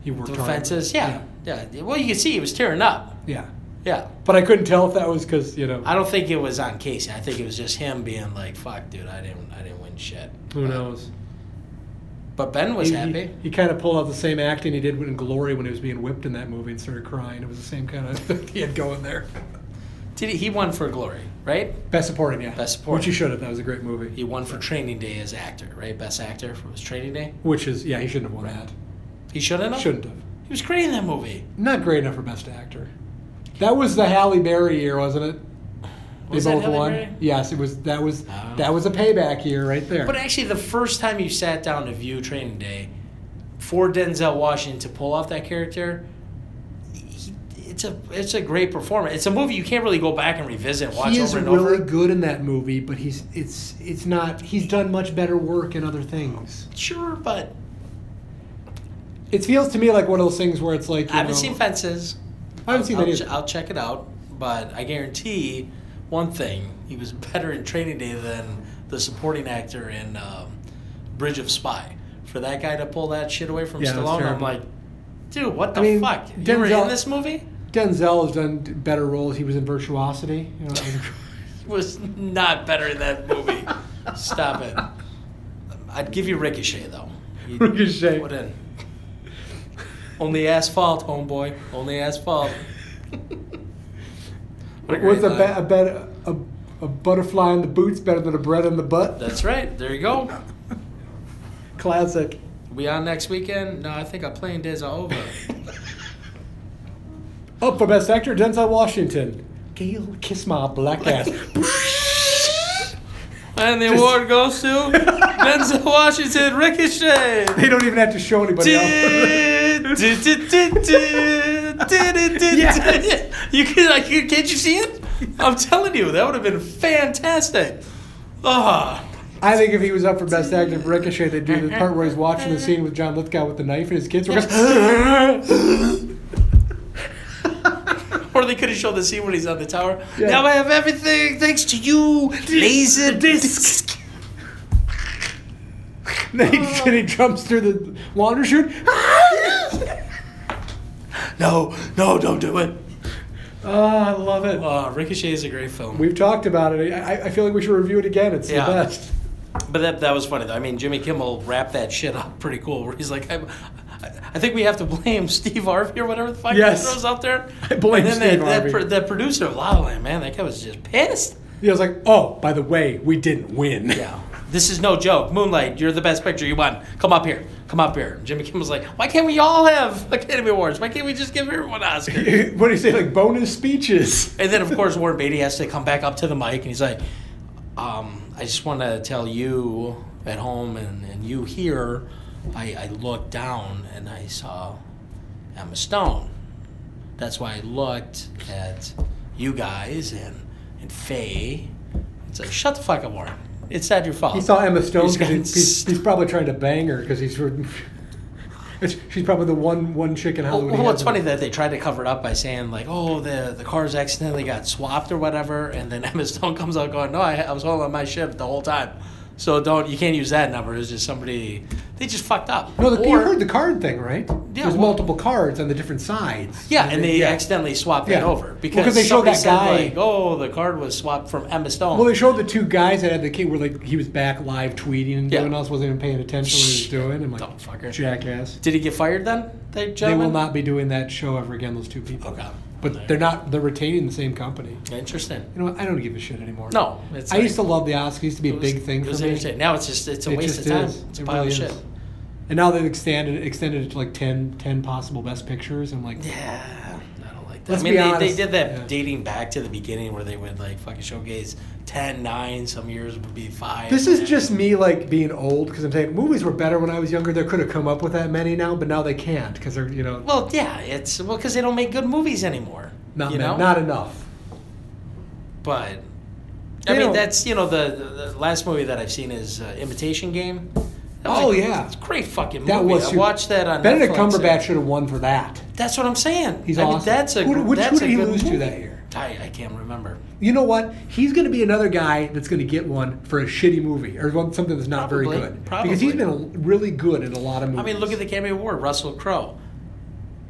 he worked
the
hard.
fences. Yeah. yeah, Well, you can see he was tearing up.
yeah, yeah.
Yeah.
But I couldn't tell if that was because you know
I don't think it was on Casey. I think it was just him being like, "Fuck, dude, I didn't, I didn't win shit."
who knows.
But Ben was
he,
happy.
He, kind of pulled out the same acting he did in Glory when he was being whipped in that movie and started crying. It was the same kind of thing he had going there.
Did he? He won for Glory, right?
Best supporting, yeah.
Best supporting.
Which he should have. That was a great movie.
He won for Training Day as actor, right? Best actor for his Training Day.
Which is, yeah, he shouldn't have won
He shouldn't
that.
have.
Shouldn't have.
He was great in that movie.
Not great enough for best actor. That was the Halle Berry year, wasn't it? They
Was that
both
Halle
won.
Berry?
Yes, it was. That was
Oh.
that was a payback year right there.
But actually, the first time you sat down to view Training Day, for Denzel Washington to pull off that character, he, it's a it's a great performance. It's a movie you can't really go back and revisit, and watch
he is
over and
really
over.
good in that movie, but he's it's it's not. He's done much better work in other things.
Sure, but
It feels to me like one of those things where it's like you
I haven't
know-
seen Fences.
I haven't seen
I'll,
that
ch-
either.
I'll check it out, but I guarantee one thing: he was better in Training Day than the supporting actor in um, Bridge of Spy. For that guy to pull that shit away from
Yeah, it was
Stallone, I'm
terrible.
like, dude, what the
mean,
fuck? You were
Denzel-
in this movie?
Denzel has done better roles. He was in Virtuosity. You know, that was a-
He was not better in that movie. Stop it. I'd give you Ricochet though. You
Ricochet.
Put in. Only asphalt, homeboy. Only asphalt. What a great
was a,
line.
be- a, better a, a butterfly in the boots better than a bread in the butt?
That's right. There you go.
Classic.
We on next weekend? No, I think our playing days are over.
Up for best actor, Denzel Washington. Gail, kiss my black ass.
And the award goes to Denzel Washington Ricochet.
They don't even have to show anybody else.
Yes. You can like you- can't you see it? I'm telling you, that would have been fantastic. Ah,
I think if he was up for Best Actor for Ricochet, they'd do the part where he's watching the scene with John Lithgow with the knife and his kids were going,
or they could have shown the scene when he's on the tower.
Yeah.
Now I have everything thanks to you, laser disc.
and he jumps through the water chute.
No, no, don't do it.
Oh, I love it.
Uh, Ricochet is a great film.
We've talked about it. I, I- I feel like we should review it again. It's
Yeah.
the best.
But that, that was funny though. I mean, Jimmy Kimmel wrapped that shit up pretty cool. Where he's like, I, I, I think we have to blame Steve Harvey or whatever the fuck
Yes.
he throws out there.
I blame
and then
Steve
that, that,
Harvey.
pro- that producer of La La Land, man, that guy was just pissed.
He was like, oh, by the way, we didn't win.
Yeah, this is no joke. Moonlight, you're the best picture. You won. Come up here. Come up here. Jimmy Kimmel's like, why can't we all have Academy Awards? Why can't we just give everyone an Oscar?
what do you say? Like bonus speeches.
And then, of course, Warren Beatty has to come back up to the mic and he's like, um, I just want to tell you at home and, and you here, I, I looked down and I saw Emma Stone. That's why I looked at you guys and, and Faye. It's like, shut the fuck up, Warren. It's not your fault.
He saw Emma Stone. 'cause
He's got-
he- he's, he's probably trying to bang her because he's. It's- She's probably the one one chick in
Well,
Hollywood. he
well,
has
it's
in-
funny that they tried to cover it up by saying like, "Oh, the the cars accidentally got swapped or whatever," and then Emma Stone comes out going, "No, I, I was holding on my ship the whole time." So don't you can't use that number. It's just somebody they just fucked up.
No, the, you
Or-
heard the card thing, right?
Yeah,
There's
well-
multiple cards on the different sides.
yeah, and they
Yeah.
accidentally swapped that
Yeah.
over
Well,
because
'cause they showed
somebody
that
said,
guy-
like, "Oh, the card was swapped from Emma Stone."
Well, they showed the two guys that had the kid where like he was back live tweeting and
Yeah.
no one else wasn't even paying attention to what he was doing. I'm like,
Dumb fucker.
jackass.
Did he get fired then? That
They
gentleman?
will not be doing that show ever again. Those two people.
Okay.
But they're not. They're retaining the same company.
Interesting.
You know, what? I don't give a shit anymore.
No, it's
I
like-
used to love the Oscars. It used to be a
It was-
big thing
It was
for me.
entertaining. Now it's just it's a
It
waste
just
of time.
is.
It's a
It
pile
really
of shit.
is. And now they've extended extended it to like 10, 10 possible best pictures. I'm like,
Yeah, I don't like that.
Let's
I mean,
be
they,
honest.
they did that
Yeah.
dating back to the beginning where they would like fucking showcase 10, 9, some years would be 5.
This is just me like being old because I'm saying movies were better when I was younger. They could have come up with that many now, but now they can't because they're you know
Well, yeah, it's well, because they don't make good movies anymore.
not
you
ma-
know?
not enough.
But
They
I mean,
don't-
that's you know the, the the last movie that I've seen is uh, Imitation Game. That was
Oh,
a-
yeah.
it's a great fucking movie.
That was
I
super-
watched that on
Benedict
Netflix.
Cumberbatch should have won for that.
That's what I'm saying.
He's
I mean,
awesome.
that's a
Who-
gr-
which- who
that's
did
a
he
good
lose to
movie.
that year?
I, I can't remember.
You know what? He's going to be another guy that's going to get one for a shitty movie or one, something that's not very
Probably.
good.
Probably.
Because he's been a- really good in a lot of movies.
I mean, look at the Academy Award. Russell Crowe,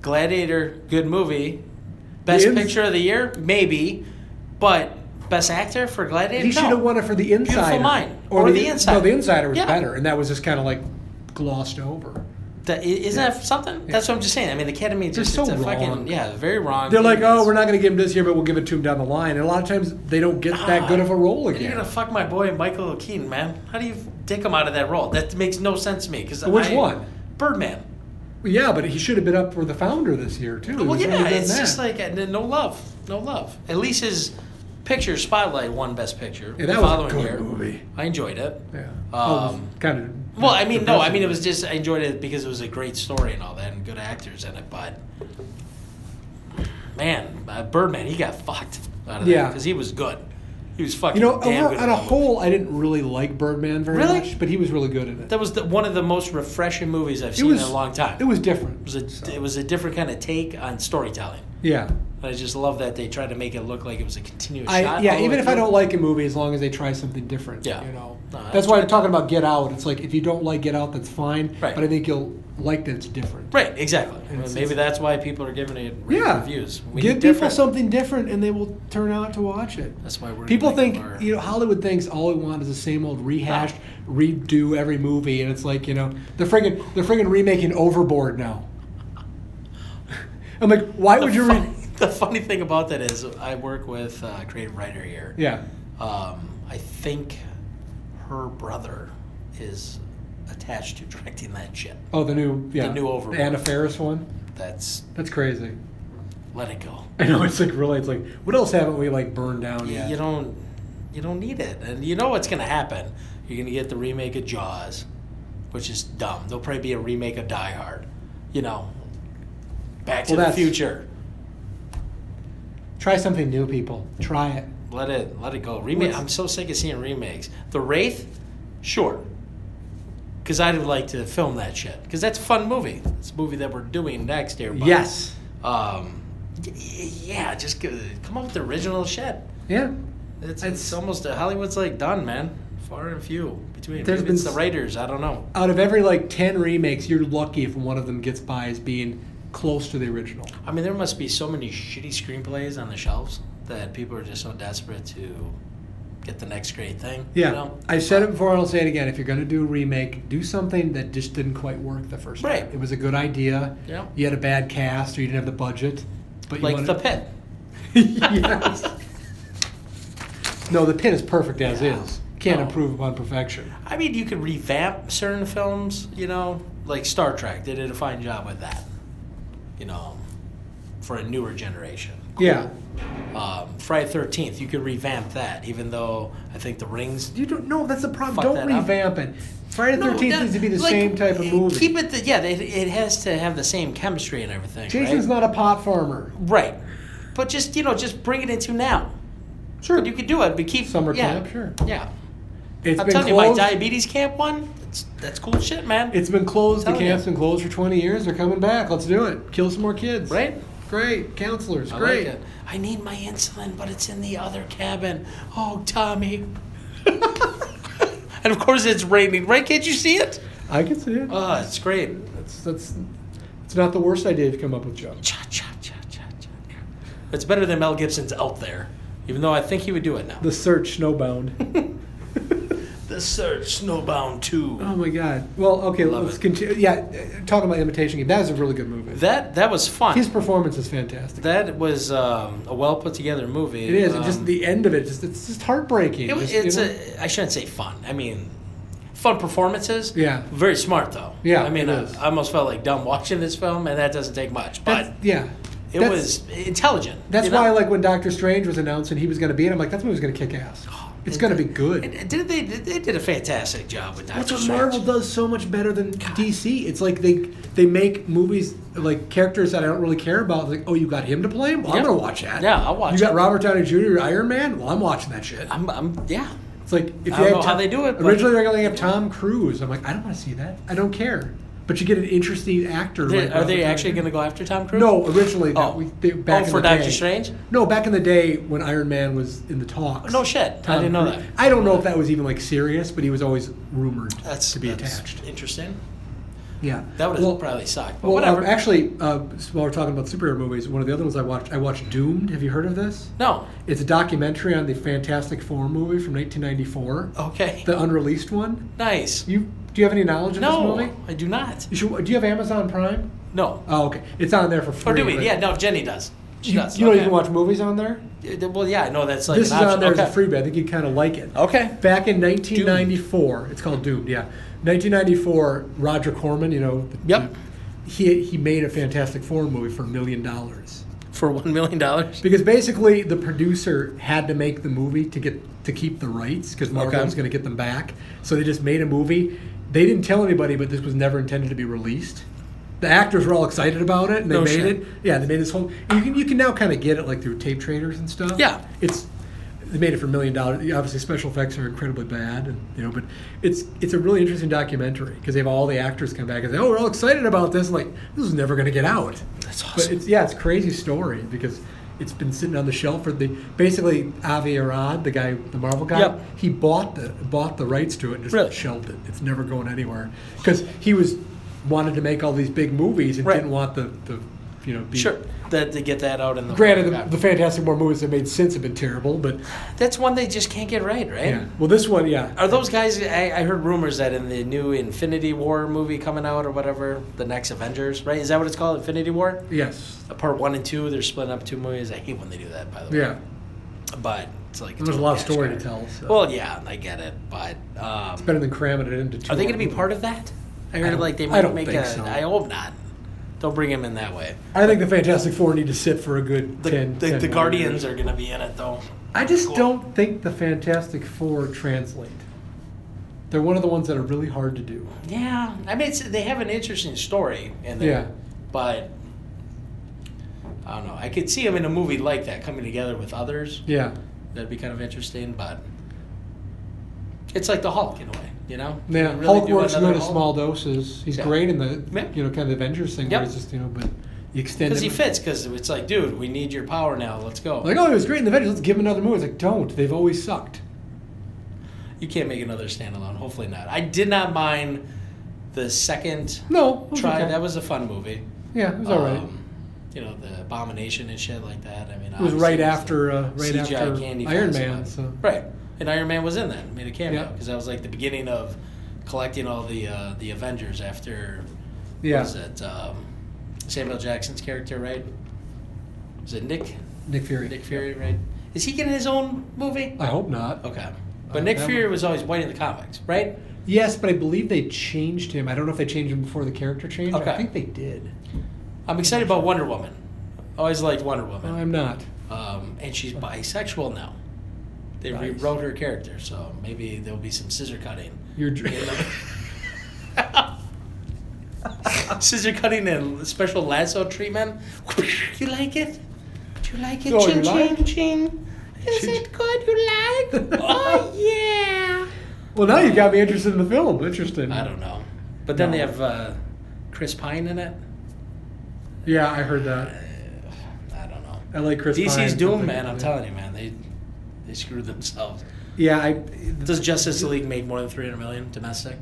Gladiator, good movie. Best
The ins-
picture of the year, maybe, but best actor for Gladiator.
he should have
No.
won it for The Insider.
Mind or The Insider.
No, The Insider was
Yeah.
better, and that was just kind of like glossed over.
That- i- isn't that something? That's what I'm just saying. I mean, the Academy is
They're
just
so
it's a fucking
wrong.
yeah, very wrong.
They're like,
It's-
oh, we're not going to give him this year, but we'll give it to him down the line. And a lot of times they don't get that good of a role
Ah, You're
again.
gonna fuck my boy Michael Keaton, man. How do you dick him out of that role? That makes no sense to me. Because
Which one?
Birdman.
Yeah, but he should have been up for the founder this year too.
Well,
He was
yeah,
really good in
it's
that.
just like uh, no love, no love. At least his picture spotlight won Best Picture.
Yeah,
the
that was a
following
good
year.
movie.
I enjoyed it.
yeah,
um,
kind of.
Well, I mean, no, I mean it was just I enjoyed it because it was a great story and all that, and good actors in it. But man, uh, Birdman, he got fucked out of
Yeah.
because he was good. He was fucking
You know,
damn
over, on
good. in
a
that movie.
whole, I didn't really like Birdman very
Really?
much, but he was really good in it.
that was the, one of the most refreshing movies I've
it
seen
was
in a long time.
It was different.
It was a, it was a different kind of take on storytelling.
yeah,
And I just love that they tried to make it look like it was a continuous
I,
shot. all
yeah.
the
Even
way
if I
through.
don't like a movie, as long as they try something different.
Yeah.
you know.
No,
that's,
that's
why I'm talking about Get Out. It's like if you don't like Get Out, that's fine.
Right.
But I think you'll like that it's different.
Right, exactly. Well,
it's-
Maybe that's why people are giving it rated
Yeah.
reviews.
Give
need
people
different-
something different, and they will turn out to watch it.
That's why we're
People
making
think
our-
you know Hollywood thinks all we want is the same old rehashed, redo every movie, and it's like you know they're friggin' they're friggin' remaking Overboard now. I'm like, why would you? Re-
Funny- the funny thing about that is, I work with a creative writer here.
yeah,
Um, I think her brother is attached to directing that shit.
oh the new yeah
new Overboard.
Anna Faris one.
That's
That's crazy.
let it go.
I know it's like really it's like what else haven't we like burned down
You-
yet?
You don't. you don't need it, and you know what's gonna happen. You're gonna get the remake of Jaws, which is dumb. There'll probably be a remake of Die Hard. You know, Back to
Well,
the
that's-
Future.
Try something new, people. Try it.
Let it let it go. Remake.
What's-
I'm so sick of seeing remakes. The Wraith, sure. Because I'd like to film that shit. Because that's a fun movie. It's a movie that we're doing next, everybody.
Yes.
Um, y- yeah, just go- come up with the original shit.
Yeah.
It's,
It's-
it's almost uh, Hollywood's like done, man. Far and few between.
There's
Maybe
been
it's the
s-
writers. I don't know.
Out of every like ten remakes, you're lucky if one of them gets by as being close to the original.
I mean, there must be so many shitty screenplays on the shelves that people are just so desperate to get the next great thing.
Yeah.
you know?
I said it before and I'll say it again. If you're gonna do a remake, do something that just didn't quite work the first time.
Right.
It was a good idea.
Yeah.
You had a bad cast or you didn't have the budget. But you
like
wanted-
the pit.
yes. No, the pin is perfect as
Yeah.
is. Can't
No.
improve upon perfection.
I mean, you could revamp certain films, you know, like Star Trek. They did a fine job with that, you know, for a newer generation.
Yeah.
Um, Friday Thirteenth, you could revamp that, even though I think The Rings.
You don't. No, that's the problem.
Fuck
don't
that up.
revamp it. Friday the
No,
Thirteenth
that-
needs to be the
like,
same type of movie.
Keep it, the, yeah. It, it has to have the same chemistry and everything.
Jason's
right?
not a pot farmer.
right, but just you know, just bring it into now.
Sure.
You could do it, but keep
Summer
yeah,
camp, sure.
Yeah,
It's
I'm
been
telling you,
closed.
my diabetes camp one. That's, that's cool shit, man.
it's been closed. The
Telling you.
camp's been closed for twenty years. They're coming back. Let's do it. Kill some more kids.
right.
Great. Counselors.
I
great.
Like it. I need my insulin, but it's in the other cabin. Oh, Tommy. and of course, it's raining. Right? Can't you see it?
I can see it.
Oh, it's great.
that's that's. It's not the worst idea you've come up with, Joe.
Cha cha cha cha cha. It's better than Mel Gibson's out there, even though I think he would do it now.
The search, snowbound.
The Search, Snowbound Two.
oh my God. Well, okay.
Love
let's
it.
continue. Yeah, uh, talking about imitation game. That is a really good movie.
That that was fun.
His performance is fantastic.
that was um, a well put together movie.
It is.
Um,
and just the end of it. Just it's just heartbreaking.
It was.
Just, you
It's
know?
a. I shouldn't say fun. I mean, fun performances.
Yeah.
Very smart though.
Yeah,
I mean,
it
I,
is.
I almost felt like dumb watching this film, and that doesn't take much. But
That's, yeah.
it
That's-
was intelligent.
That's
you know?
why, like, when Doctor Strange was announcing he was going to be in, I'm like, that movie's going to kick ass. It's going to be
And-
good.
and did they they did a fantastic job with
That's
Doctor
what
Strange.
Marvel does so much better than DC. It's like they they make movies like characters that I don't really care about. Like, oh, you got him to play? Well, I'm
Yeah.
going to watch that.
Yeah, I'll watch
You got
it.
Robert Downey Jr. Iron Man? Well, I'm watching that shit.
I'm, I'm yeah.
It's like if you
I don't
have
know how
Tom-
they do it, but-
Originally, they're going to have Tom Cruise. I'm like, I don't want to see that. I don't care. But you get an interesting actor.
They-
like
are they
Robert
actually
Downey Jr.
going to go after Tom Cruise?
No, originally, no,
Oh.
we, they, back
oh,
in
for
the
Doctor
day-
Strange. Oh,
No, back in the day when Iron Man was in the talks.
No shit. I didn't know that.
Cruise- I don't know if that was even like serious, but he was always rumored
That's
to be
that's
attached.
Interesting.
Yeah,
That would have
well,
probably sucked, but
well, um,
whatever.
actually, uh, while we're talking about superhero movies, one of the other ones I watched, I watched Doomed. Have you heard of this?
no.
It's a documentary on the Fantastic Four movie from 1994,
Oh. Okay.
the unreleased one.
nice.
You do you have any knowledge of
No,
this movie?
I do not.
You should, do you have Amazon Prime?
No.
Oh, okay. It's on there for free.
or Oh, do we?
but
Yeah. No, Jenny does. She
You,
does.
you know
okay.
you can watch movies on there.
Uh, Well, yeah, I know that's like
this is
an option.
on there
okay. Oh.
as a freebie. I think you'd kind of like it.
Okay.
Back in 1994, it's called Doomed. Yeah, 1994. Roger Corman, you know, the-
Yep.
he he made a Fantastic Four movie for a million dollars
For one million dollars.
because basically the producer had to make the movie to get to keep the rights because Marvel
Okay.
was going to get them back. So they just made a movie. They didn't tell anybody, but this was never intended to be released. The actors were all excited about it, and they
No
made
shit.
it. Yeah, they made this whole. You can you can now kind of get it like through tape traders and stuff.
Yeah.
it's they made it for a million dollars. Obviously, special effects are incredibly bad, and you know, but it's it's a really interesting documentary because they have all the actors come back and say, "Oh, we're all excited about this." like this is never going to get out.
That's
But it's yeah, it's a crazy story because it's been sitting on the shelf for the basically Avi Arad, the guy, the Marvel guy.
Yep.
He bought the bought the rights to it and just
Really?
shelved it. It's never going anywhere because he was wanted to make all these big movies and
Right.
didn't want the, the you know be,
Sure. That to get that out in the
Granted, the, the Fantastic Four movies that made since have been terrible, but
that's one they just can't get right, right?
yeah. Well, this one, yeah,
Are those guys? I, I heard rumors that in the new Infinity War movie coming out or whatever, the next Avengers, right? Is that what it's called, Infinity War?
yes,
Part one and two, they're splitting up two movies. I hate when they do that, by the way.
yeah.
But it's like it's
There's a lot of
cash
story to
grab.
tell. So.
Well, yeah, I get it, but um,
better than cramming it into. Two
are they going to be part of that? I
I
heard
don't-
like they
I
might
don't
make
think
a.
so.
I hope not. Don't bring him in that way.
I think the Fantastic Four need to sit for a good
The,
10,
the,
10
the
more years.
Guardians are going to be in it though.
I just
Cool.
don't think the Fantastic Four translate. They're one of the ones that are really hard to do.
Yeah, I mean, it's, they have an interesting story in there,
Yeah.
but I don't know. I could see them in a movie like that coming together with others.
Yeah.
That'd be kind of interesting, but it's like the Hulk in a way, you know?
Yeah,
You really
Hulk
do
works
another
good at
Hulk.
small doses. He's
Yeah.
great in the
Yeah.
you know kind of Avengers thing.
Yep.
Where it's just you know, but you extend
Because he
him-
fits, because it's like, dude, we need your power now. Let's go.
Like oh, he was great in the Avengers. Let's give him another movie. It's like don't. They've always sucked.
you can't make another standalone. Hopefully not. I did not mind the second
No. it was
try.
okay.
That was a fun movie.
yeah, it was all right.
Um, you know, the abomination and shit like that. I mean,
It was
obviously
right
the
after uh, right
CGI
after
candy
Iron
flies
Man.
about.
So
Right, and Iron Man was in that made a cameo
Yeah.
because that was like the beginning of collecting all the uh, the Avengers after what
yeah,
was it um, Samuel Jackson's character, right? Was it Nick
Nick Fury.
Nick Fury, right? Is he getting his own movie?
I hope not.
Okay,
Uh,
but Nick
that
Fury
would-
was always white in the comics, right?
Yes, but I believe they changed him. I don't know if they changed him before the character changed. I
Okay.
think they did.
I'm excited about Wonder Woman. Always liked Wonder Woman.
I'm not.
um, and she's bisexual now. They
Nice.
rewrote her character, so maybe there'll be some scissor cutting.
You're dr-
scissor cutting and special lasso treatment. you like it? Do you like it?
Oh, you
ching,
like
ching, ching. Is
Ching,
it good? You like? oh yeah.
well, now you got me interested in the film. Interesting.
I don't know, but then
No.
they have uh, Chris Pine in it.
Yeah, I heard that.
I don't know.
I like Chris.
DC's
Pine.
doing, man. I'm telling you, man. They they screwed themselves.
Yeah, I.
Does Justice League make more than 300 million domestic?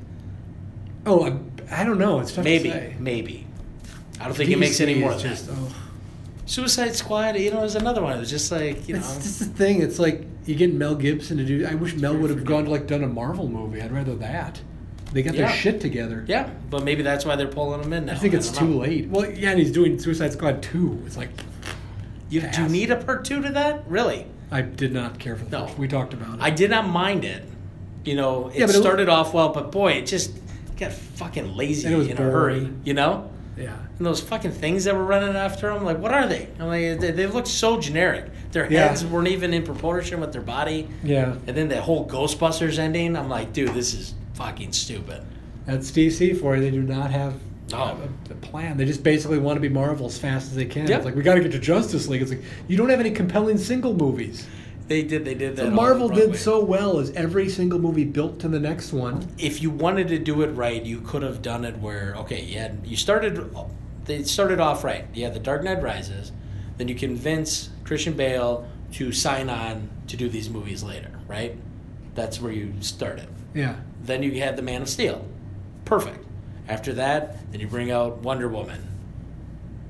Oh, I, I don't know. It's tough
Maybe,
to say.
maybe. I don't think it makes
DC
any more
is
than
just,
that.
oh.
Suicide Squad, you know, is another one. It was just like, you know,
It's just the thing. It's like you get Mel Gibson to do. I wish Mel would have gone to like done a Marvel movie. I'd rather that. They got
Yeah.
their shit together.
yeah. But maybe that's why they're pulling them in now.
I think it's
don't
too
know.
late. Well, yeah, and he's doing Suicide Squad two. It's like
You do you
Ass.
need a part two to that, really.
I did not care for the
No.
first. We talked about it.
I did not mind it. You know, it
Yeah, but it-
started off well, but boy, it just got fucking lazy
And it was
in a hurry.
boring.
You know,
yeah.
and those fucking things that were running after them, like, what are they? I'm like, they, they looked so generic. Their
Yeah.
heads weren't even in proportion with their body.
Yeah.
And then that whole Ghostbusters ending, I'm like, dude, this is fucking stupid.
That's DC for you. They do not have
No.
a, a plan. They just basically want to be Marvel as fast as they can.
Yeah.
It's like we got to get to Justice League. It's like you don't have any compelling single movies.
They did. They did that. all
Marvel
the
did
wrong way.
so well is every single movie built to the next one.
If you wanted to do it right, you could have done it where okay, you had you started. They started off right. You had the Dark Knight Rises, then you convince Christian Bale to sign on to do these movies later. Right. That's where you started.
Yeah.
Then you had the Man of Steel. Perfect. After that, then you bring out Wonder Woman.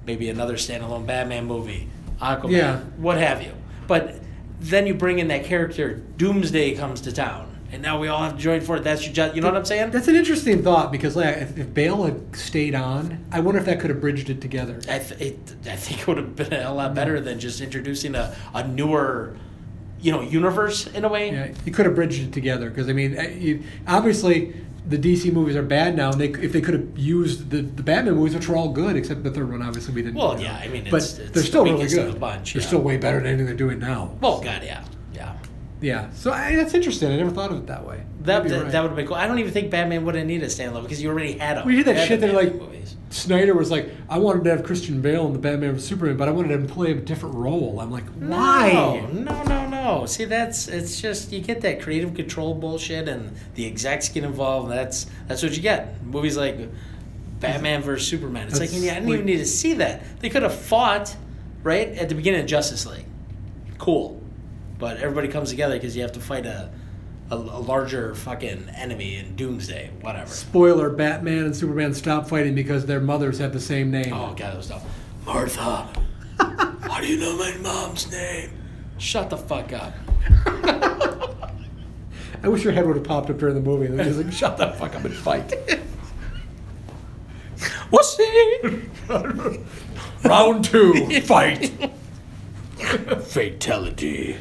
Maybe another standalone Batman movie. Aquaman.
Yeah.
What have you. But then you bring in that character, Doomsday comes to town. And now we all have to join for it. That's your ju- you know what I'm saying?
That's an interesting thought because like, if, if Bale had stayed on, I wonder if that could have bridged it together.
I, th- it, I think it would have been a lot better than just introducing a, a newer, you know, universe in a way.
Yeah, you could have bridged it together because I mean, uh, you, obviously the DC movies are bad now, and they if they could have used the, the Batman movies, which are all good, except the third one obviously we didn't.
Well,
you know.
yeah, I mean,
but
it's- it's
they're still
the
really
weakest of
good.
the bunch,
they're
yeah.
still way better than anything they're doing now.
Well, God, yeah. Yeah.
yeah, so I, that's interesting. I never thought of it that way.
That,
Maybe you're
that,
right.
that would have been cool. I don't even think Batman would have needed a standalone because you already had him.
We did that
You had
shit
the
that, like-
Batman movies.
Snyder was like, I wanted to have Christian Bale in the Batman vs Superman, but I wanted him to play a different role. I'm like, why?
No, no, no, no. See, that's it's just you get that creative control bullshit, and the execs get involved. and That's that's what you get. Movies like Batman versus Superman. It's like
That's
yeah, I didn't even
like-
need to see that. They could have fought right at the beginning of Justice League. Cool, but everybody comes together because you have to fight a, a a larger fucking enemy in Doomsday, whatever.
Spoiler: Batman and Superman stop fighting because their mothers have the same name.
Oh god, that was tough. Martha, how do you know my mom's name? Shut the fuck up.
I wish your head would have popped up during the movie. It was like, shut the fuck up and fight.
What's it?
Round two, fight.
Fatality.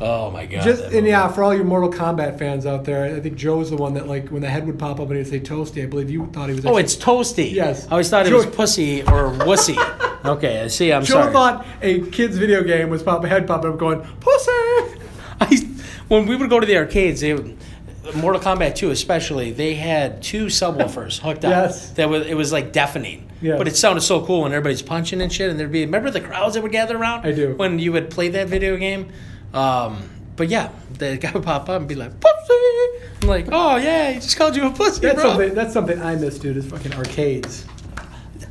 Oh my god.
Just
that
and
movie.
yeah, for all you Mortal Kombat fans out there, I think Joe was the one that like when the head would pop up and he'd say "toasty." I believe you thought he was.
Oh,
actually-
it's toasty.
Yes.
I always thought it was
Joe-
pussy or wussy. okay, I see. I'm
Joe
sorry.
thought a kid's video game was pop head popping up going "pussy."
when we would go to the arcades, they would. Mortal Kombat 2, especially, they had two subwoofers hooked up.
Yes.
That was it was like deafening.
Yes.
But it sounded so cool when everybody's punching and shit, and there'd be remember the crowds that would gather around.
I do.
When you would play that video game, um, but yeah, the guy would pop up and be like, "Pussy," I'm like, "Oh yeah, he just called you a pussy,
That's
bro."
something. That's something I miss, dude. Is fucking arcades.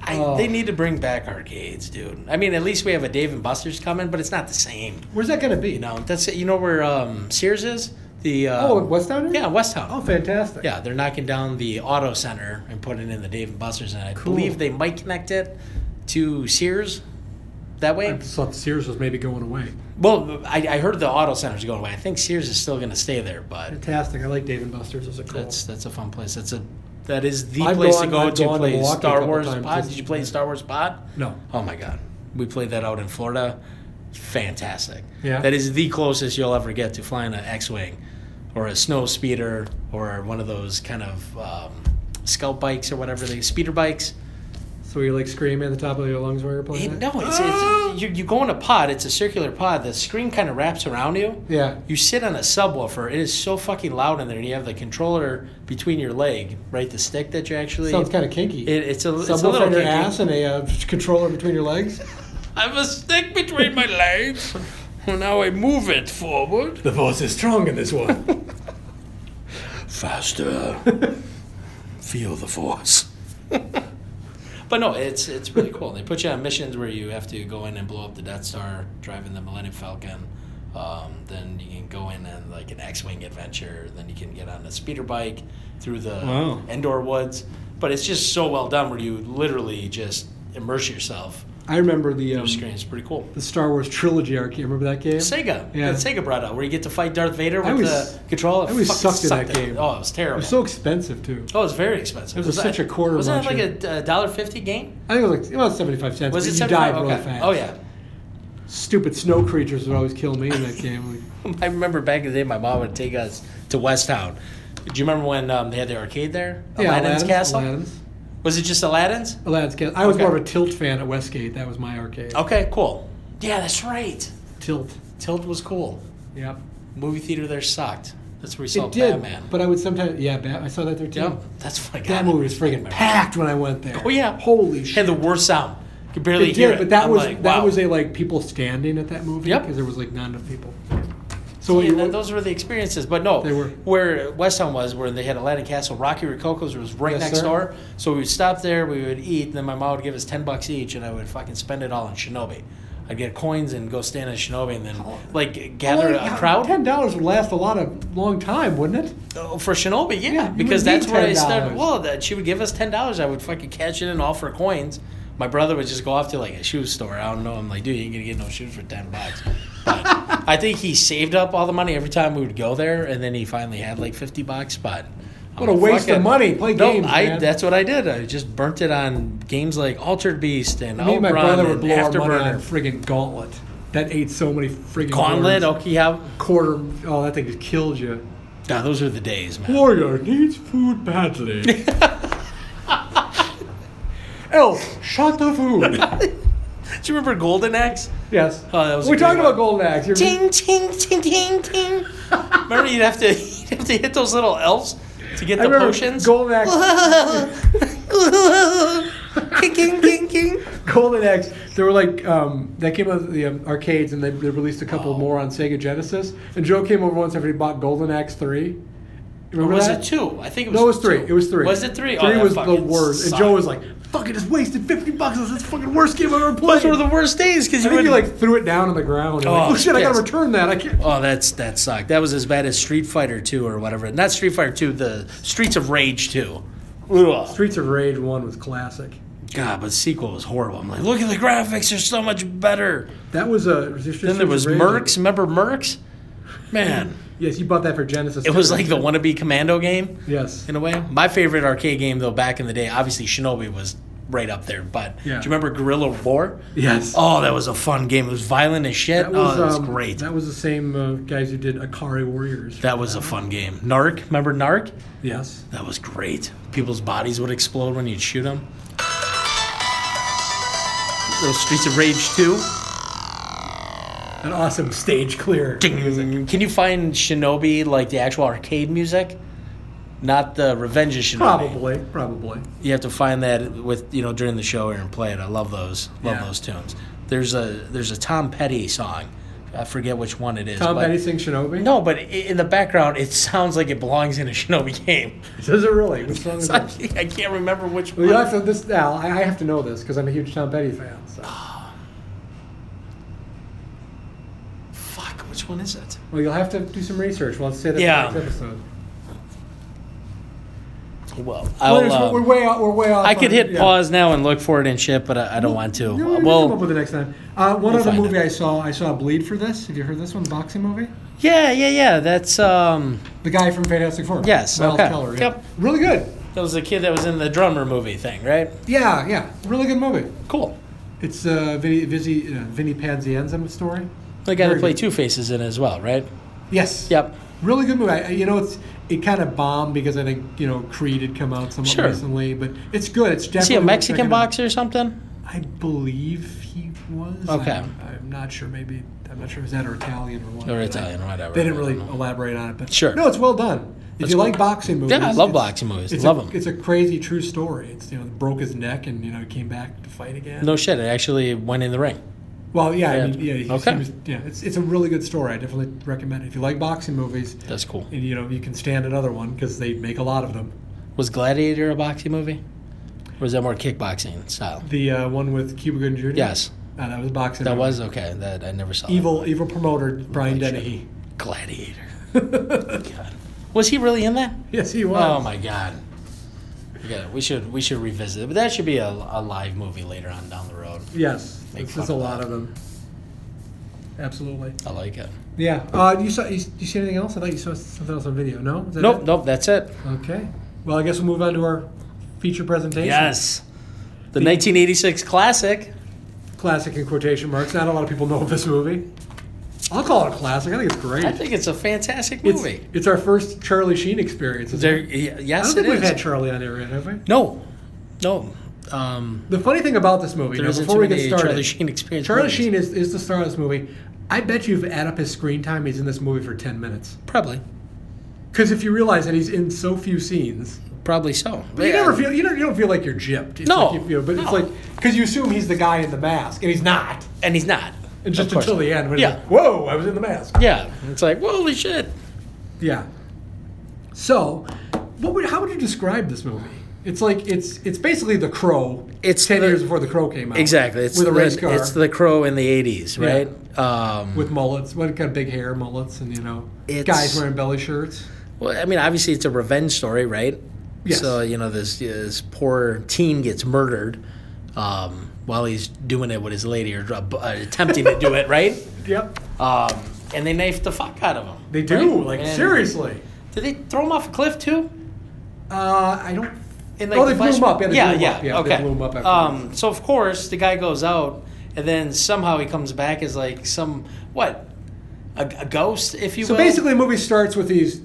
I,
Oh.
They need to bring back arcades, dude. I mean, at least we have a Dave and Buster's coming, but it's not the same.
Where's that gonna be?
You know, that's it. You know where um, Sears is? The uh,
Oh, in West Down here?
Yeah, West Town.
Oh, fantastic.
Yeah, they're knocking down the auto center and putting in the Dave and Buster's, and I believe they might connect it to Sears that way.
I thought Sears was maybe going away.
well, I, I heard the auto center's going away. I think Sears is still going to stay there, but
Fantastic. I like Dave and Buster's. Those are cool.
that's that's a fun place. That's a that is the
I've
place
gone-
to go
I've
to
gone to
play
Milwaukee a
Star
couple
Wars
times.
Pod. Did you play Star Wars Pod?
no.
Oh my god, we played that out in Florida. Fantastic.
Yeah.
That is the closest you'll ever get to flying an X-wing, or a snow speeder, or one of those kind of um, scout bikes or whatever they speeder bikes.
So you're like screaming at the top of your lungs while you're playing?
It-
that?
no, it's, it's you, you go in a pod. It's a circular pod. The screen kind of wraps around you.
Yeah.
You sit on a subwoofer. It is so fucking loud in there. And you have the controller between your leg, right? The stick that you actually
Sounds kind of kinky.
It, it's a it's a
Subwoofer
little
in your
kinky.
ass and a uh, controller between your legs.
I have a stick between my legs. and Now I move it forward.
The force is strong in this one.
Faster. Feel the force.
But no, it's it's really cool. They put you on missions where you have to go in and blow up the Death Star, driving the Millennium Falcon. Um, then you can go in and like an X-wing adventure. Then you can get on a speeder bike through the
Wow.
Endor woods. But it's just so well done where you literally just immerse yourself.
I remember the
The
um,
screen is pretty cool.
the Star Wars trilogy arcade. Remember that game? Yeah.
Sega, yeah, Sega brought out where you get to fight Darth Vader with
I always-
the controller.
I always
Fucking
sucked at that
it.
game.
Oh, it was
It
terrible.
was so expensive too.
oh, it was very expensive.
It was such a quarter
Wasn't
muncher.
it like a dollar fifty game?
I think it was like about seventy-five cents.
Was
but
it
you
seventy-five?
died really
Okay.
fast.
Oh yeah.
Stupid snow creatures would always kill me in that game. Like,
I remember back in the day, my mom would take us to West Town. Do you remember when um, they had the arcade there? Aladdin's Castle?
Aladdin's.
Was it just Aladdin's?
Aladdin's Castle. I was
Okay. Oh.
more of a Tilt fan at Westgate. That was my arcade.
Okay, cool. Yeah, that's right.
Tilt.
Tilt was cool.
Yep.
Movie theater there sucked. That's where we saw
it did.
Batman.
But I would sometimes. Yeah, Bat, I saw that there too.
yep, that's my
That movie was friggin' packed when I went there.
Oh, yeah.
Holy shit.
Had the worst sound. Could barely
it
hear
did,
it.
but that
I'm
was
like,
that
wow.
was a like people standing at that movie
Yep.
because there was like not enough people. So
Yeah,
you
th-
went-
those were the experiences, but no,
They were.
where West Town was, where they had Aladdin Castle, Rocky Rococo's was right
Yes,
next
sir.
door. So we would stop there, we would eat, and then my mom would give us ten bucks each, and I would fucking spend it all on Shinobi. I'd get coins and go stand in Shinobi, and then like gather
Only-
a crowd
Ten dollars would last a lot of long time, wouldn't it?
Oh, for Shinobi. Yeah,
Yeah, you
because
would need
that's where I
$10.
started. Well, that she would give us ten dollars, I would fucking cash it in all for coins. My brother would just go off to like a shoe store. I don't know. I'm like, dude, you ain't gonna get no shoes for ten bucks. But I think he saved up all the money every time we would go there, and then he finally had like fifty bucks. But
What a waste of money. Play
no,
games,
Oh, I,
man.
That's what I did. I just burnt it on games like Altered Beast and
Me and my
Outrun
brother would
and
blow our money on
Afterburner,
friggin' Gauntlet. That ate so many friggin'
Gauntlet,
quarters.
Okihau.
quarter. Oh, that thing just killed you.
Nah, those were the days, man.
Warrior needs food badly.
Elf, shot the food.
Do you remember Golden Axe?
yes.
Oh, that was a
We're
great
talking
one.
about Golden Axe. You're-
ting ting ting ting ting. remember, you'd have to you'd have to hit those little elves to get
I
the
remember
potions.
Golden Axe.
king king king king.
Golden Axe. There were like um, that came out of the um, arcades, and they, they released a couple more on Sega Genesis. And Joe came over once after he bought Golden Axe three.
Or
Remember
was
that?
it two? I think it was.
No, it was three.
two.
It was three.
Was it three? Oh,
Three
that
was the
fucking
worst. And
sucked.
Joe was like, "Fuck! I just wasted fifty bucks. This is the fucking worst game I've ever played."
Those were the worst days because
I
you
think
would
he like threw it down on the ground. And oh, like,
Oh,
oh shit! I gotta
yes.
return that. I can't.
Oh, that's that sucked. That was as bad as Street Fighter Two or whatever. Not Street Fighter Two, the Streets of Rage Two. Ugh.
Streets of Rage one was classic.
God, but sequel was horrible. I'm like, look at the graphics; they're so much better.
That was a.
Then there was Mercs. Remember Mercs? Man,
Yes, you bought that for Genesis.
it was
too.
like the wannabe commando game.
yes.
in a way. My favorite arcade game though back in the day, obviously Shinobi was right up there, but
Yeah.
do you remember Guerrilla War?
Yes.
Oh, that was a fun game. It was violent as shit. oh, that was
um,
great. That,
That was the same uh, guys who did Akari Warriors.
was a fun game. Narc, remember Narc?
yes.
That was great. People's bodies would explode when you'd shoot them. Little Streets of Rage 2.
an awesome stage clear.
Ding. Can you find Shinobi like the actual arcade music? Not the Revenge of Shinobi.
Probably, probably.
You have to find that with you know during the show here and play it. I love those. Love
Yeah.
those tunes. There's a there's a Tom Petty song. I forget which one it is.
Tom
but-
Petty sing Shinobi?
No, but i- in the background it sounds like it belongs in a Shinobi game.
Does it really? Which song is
So I,
it?
can't, I can't remember which
Well,
one.
you have to, this, Al, I I have to know this because I'm a huge Tom Petty fan. So.
Fuck, which one is it?
Well, you'll have to do some research. We'll say that
Yeah.
for the next episode.
Well,
Well,
I'll,
there's-
um,
we're way off. We're way off.
I could
on-
hit
yeah.
pause now and look for it and shit, but I, I don't want to. Uh,
No, we'll,
well,
come up with it next time. Uh, one
we'll
other
find
movie
it.
I saw, I saw Bleed for this. Have you heard this one? Boxing movie.
yeah, yeah, yeah. That's um.
The guy from Fantastic Four.
Yes,
Miles
okay.
Teller, yeah.
Yep.
Really good.
That was the kid that was in the drummer movie thing, right?
Yeah, yeah. Really good movie.
Cool.
It's uh, Vinny, Vizzy, uh, Vinny Panzienza story.
The guy
Very
that played
good.
Two Faces in it as well, right?
Yes.
Yep.
Really good movie. I, I- you know, it's it kind of bombed because I think you know Creed had come out somewhat
Sure.
recently, but it's good. It's definitely
Is he a
worth
Mexican
checking out.
boxer or something?
I believe he was.
Okay.
I'm, I'm not sure. Maybe I'm not sure. if it's that or Italian or what?
Or
but I-
Italian, whatever.
They didn't
I
really
don't know.
elaborate on it, but
Sure.
No, it's well done. If
That's
you
cool.
like boxing movies,
Yeah, I love
it's-
boxing movies.
It's
Love
a,
'em.
It's a crazy true story. It's you know broke his neck and you know came back to fight again.
No shit. It actually went in the ring.
Well, yeah,
Yeah.
I mean, yeah, he,
Okay.
he was, yeah. It's it's a really good story. I definitely recommend it. If you like boxing movies,
That's cool.
and you know you can stand another one because they make a lot of them.
Was Gladiator a boxing movie? Or was that more kickboxing style?
The uh, one with Cuba Gooding Jr.
Yes.
Uh, that was boxing.
That
movie.
was okay. That I never saw. that.
evil E- evil promoter Brian
Holy
Dennehy.
shit. Gladiator. God. Was he really in that?
Yes, he was.
Oh my god. We, gotta, we should we should revisit it, but that should be a, a live movie later on down the road.
Yes,
Make
it's
fun
just a
of
lot
that.
of them. Absolutely.
I like it.
Yeah. Uh, you saw? You, you see anything else? I thought you saw something else on video. No. Is that
Nope,
it?
nope, that's it.
Okay. Well, I guess we'll move on to our feature presentation.
Yes. The 1986 classic.
Classic in quotation marks. Not a lot of people know of this movie. I'll call it a classic. I think it's great.
I think it's a fantastic
it's,
movie.
it's our first Charlie Sheen experience. isn't
There,
it?
y-
I don't
yes,
think
it
we've
is.
had Charlie on here yet, have we?
No, no. Um,
The funny thing about this movie,
there
now,
isn't
before
too
we get
many
started,
Charlie Sheen experience.
Charlie
movies.
Sheen is, is the star of this movie. I bet you if you add up his screen time, he's in this movie for 10 minutes.
probably,
Because if you realize that he's in so few scenes,
probably so.
but you never feel you don't, you don't feel like you're gypped. It's
No.
like you feel, but it's
No.
like because you assume he's the guy in the mask, and he's not.
and he's not.
And just
Of course
until the end, when he's
Yeah.
like, "Whoa, I was in the mask."
Yeah, it's like holy shit.
Yeah. So, what would how would you describe this movie? It's like it's it's basically The Crow.
It's
ten
the-
years before The Crow came out.
Exactly. It's
with a
the,
race car.
It's the Crow in the '80s,
Yeah.
right? Um,
with mullets. What kind of big hair, mullets, and you know,
It's-
guys wearing belly shirts.
Well, I mean, obviously, it's a revenge story, right?
Yes.
So you know, this this poor teen gets murdered um, while he's doing it with his lady or uh, attempting to do it, right?
Yep.
Um, and they knife the fuck out of him.
They do
right?
like
And-
seriously.
Did they throw him off a cliff too?
Uh, I don't.
In,
Oh, they
the
blew him up. Yeah, they
yeah,
blew him
yeah,
up. Yeah, they
okay.
blew him up afterwards.
um, so of course the guy goes out, and then somehow he comes back as like some what, a, a ghost, if you
So
will.
basically, the movie starts with these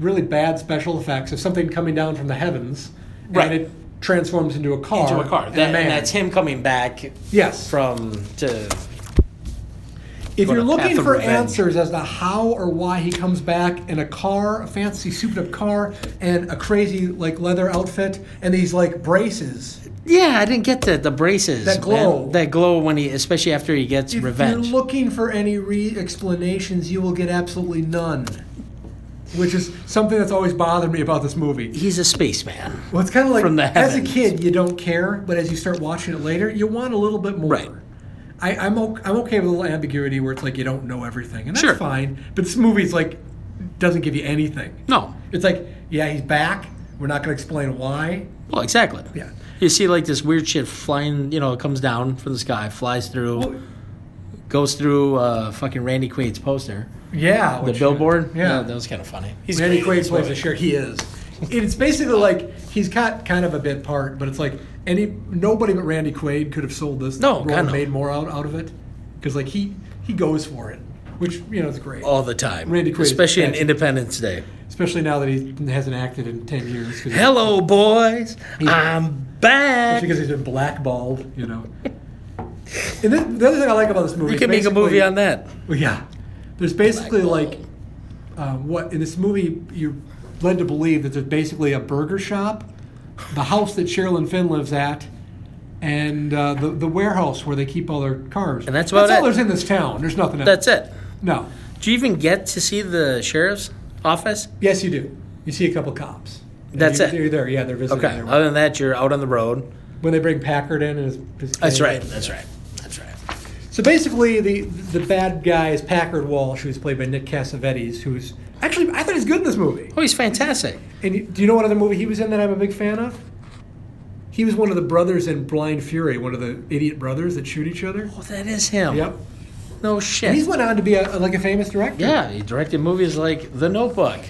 really bad special effects of something coming down from the heavens,
Right.
and it transforms into a car.
into a car.
and
That-
a man.
and that's him coming back
Yes.
from to
if
on
you're
a
looking
path of
for
revenge.
answers as to how or why he comes back in a car, a fancy souped-up car, and a crazy like leather outfit, and these like braces.
Yeah, I didn't get the the braces.
That glow.
man. That glow when he, especially after he gets
If
revenge.
you're looking for any re explanations, you will get absolutely none. Which is something that's always bothered me about this movie.
He's a spaceman.
Well, it's kind of like
From the
as a
heavens.
kid, you don't care, but as you start watching it later, you want a little bit more.
Right.
I, I'm, okay, I'm okay with a little ambiguity where it's like you don't know everything, and that's
Sure.
fine. But this movie's like doesn't give you anything.
No.
It's like, yeah, he's back. We're not going to explain why.
Well, exactly.
Yeah.
You see, like this weird shit flying. You know, it comes down from the sky, flies through,
Well-
goes through uh, fucking Randy Quaid's poster,
Yeah.
the
which-
billboard.
Yeah.
that was kind of funny. He's
Randy
great in
Quaid
this
plays
movie.
a shirt. He is. It's basically like he's got kind of a bit part, but it's like any nobody but Randy Quaid could have sold this.
No,
role
God,
and
no.
made more out, out of it because like he he goes for it, which you know is great,
all the time.
Randy Quaid is
especially in
fantastic.
Independence Day.
especially now that he hasn't acted in ten years. 'cause-
Hello, boys. I'm back.
because he's been blackballed, you know. And then, the other thing I like about this movie,
You
is
can make a
basically-
movie on that.
Well, yeah, there's basically like um, what in this movie you're led to believe that there's basically a burger shop, the house that Sherilyn Finn lives at, and uh, the the warehouse where they keep all their cars.
And that's about
all
it.
there's in this town. There's nothing else.
That's it.
no.
Do you even get to see the sheriff's office?
Yes, you do. You see a couple cops. And
That's
you,
it.
You're there. Yeah, they're visiting.
Okay. Uh,
there.
Other than that, you're out on the road.
When they bring Packard in, and his, his
That's
kid.
right. That's right. That's right.
So basically, the the bad guy is Packard Walsh, who's played by Nick Cassavetes, who's actually I thought he's good in this movie.
Oh, he's fantastic.
And you, do you know what other movie he was in that I'm a big fan of? He was one of the brothers in Blind Fury, one of the idiot brothers that shoot each other.
Oh, that is him.
Yep.
No
And
shit.
he's went on to be a, like a famous director.
yeah, he directed movies like The Notebook.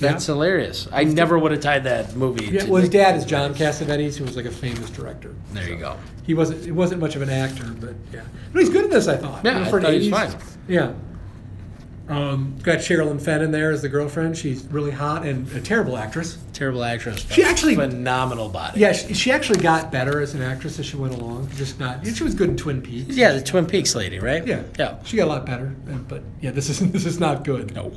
That's
yeah.
hilarious. I never would have tied that movie.
Yeah,
to
well, his
Nick-
dad is John Cassavetes, who was like a famous director.
There you go.
He wasn't he wasn't much of an actor, but yeah. But he's good in this, I thought.
Yeah,
You know,
I
for an
thought he
80s
was fine.
Yeah. Um, got Sherilyn Fenn in there as the girlfriend. She's really hot and a terrible actress.
Terrible actress.
She actually-
phenomenal body.
Yeah, she, she actually got better as an actress as she went along. Just not. She was good in Twin Peaks.
Yeah, the Twin Peaks lady, right?
Yeah,
Yeah.
She got a lot better, uh, but yeah, this is this is not good.
No.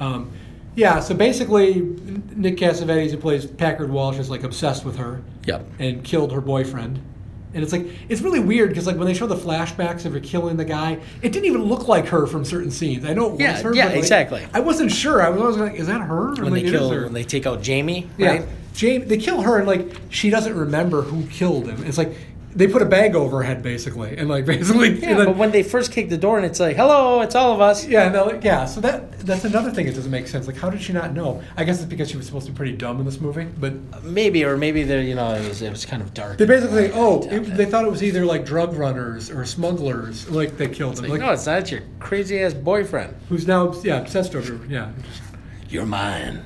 Um, yeah. So basically, N- Nick Cassavetes, who plays Packard Walsh, is like obsessed with her
Yep.
and killed her boyfriend. And it's like it's really weird because like when they show the flashbacks of her killing the guy, it didn't even look like her from certain scenes. I know it
Yeah,
was her.
yeah,
but, like,
exactly.
I wasn't sure. I was always like, is that her? I'm like,
When they
"It is
kill,
her."
when they take out Jamie,
Yeah.
right?
James, they kill her, and like she doesn't remember who killed him. It's like they put a bag over her head, basically, and like basically.
Yeah,
and then-
but when they first kick the door and it's like, "Hello, it's all of us."
yeah, no, like, yeah. So that that's another thing. It doesn't make sense. Like, how did she not know? I guess it's because she was supposed to be pretty dumb in this movie. But
Maybe or maybe they're you know it was, it was kind of dark.
they basically, oh, it, they thought it was either like drug runners or smugglers, like they killed them, like
no, it's not it's your crazy ass boyfriend.
who's now yeah obsessed over her. yeah.
You're mine,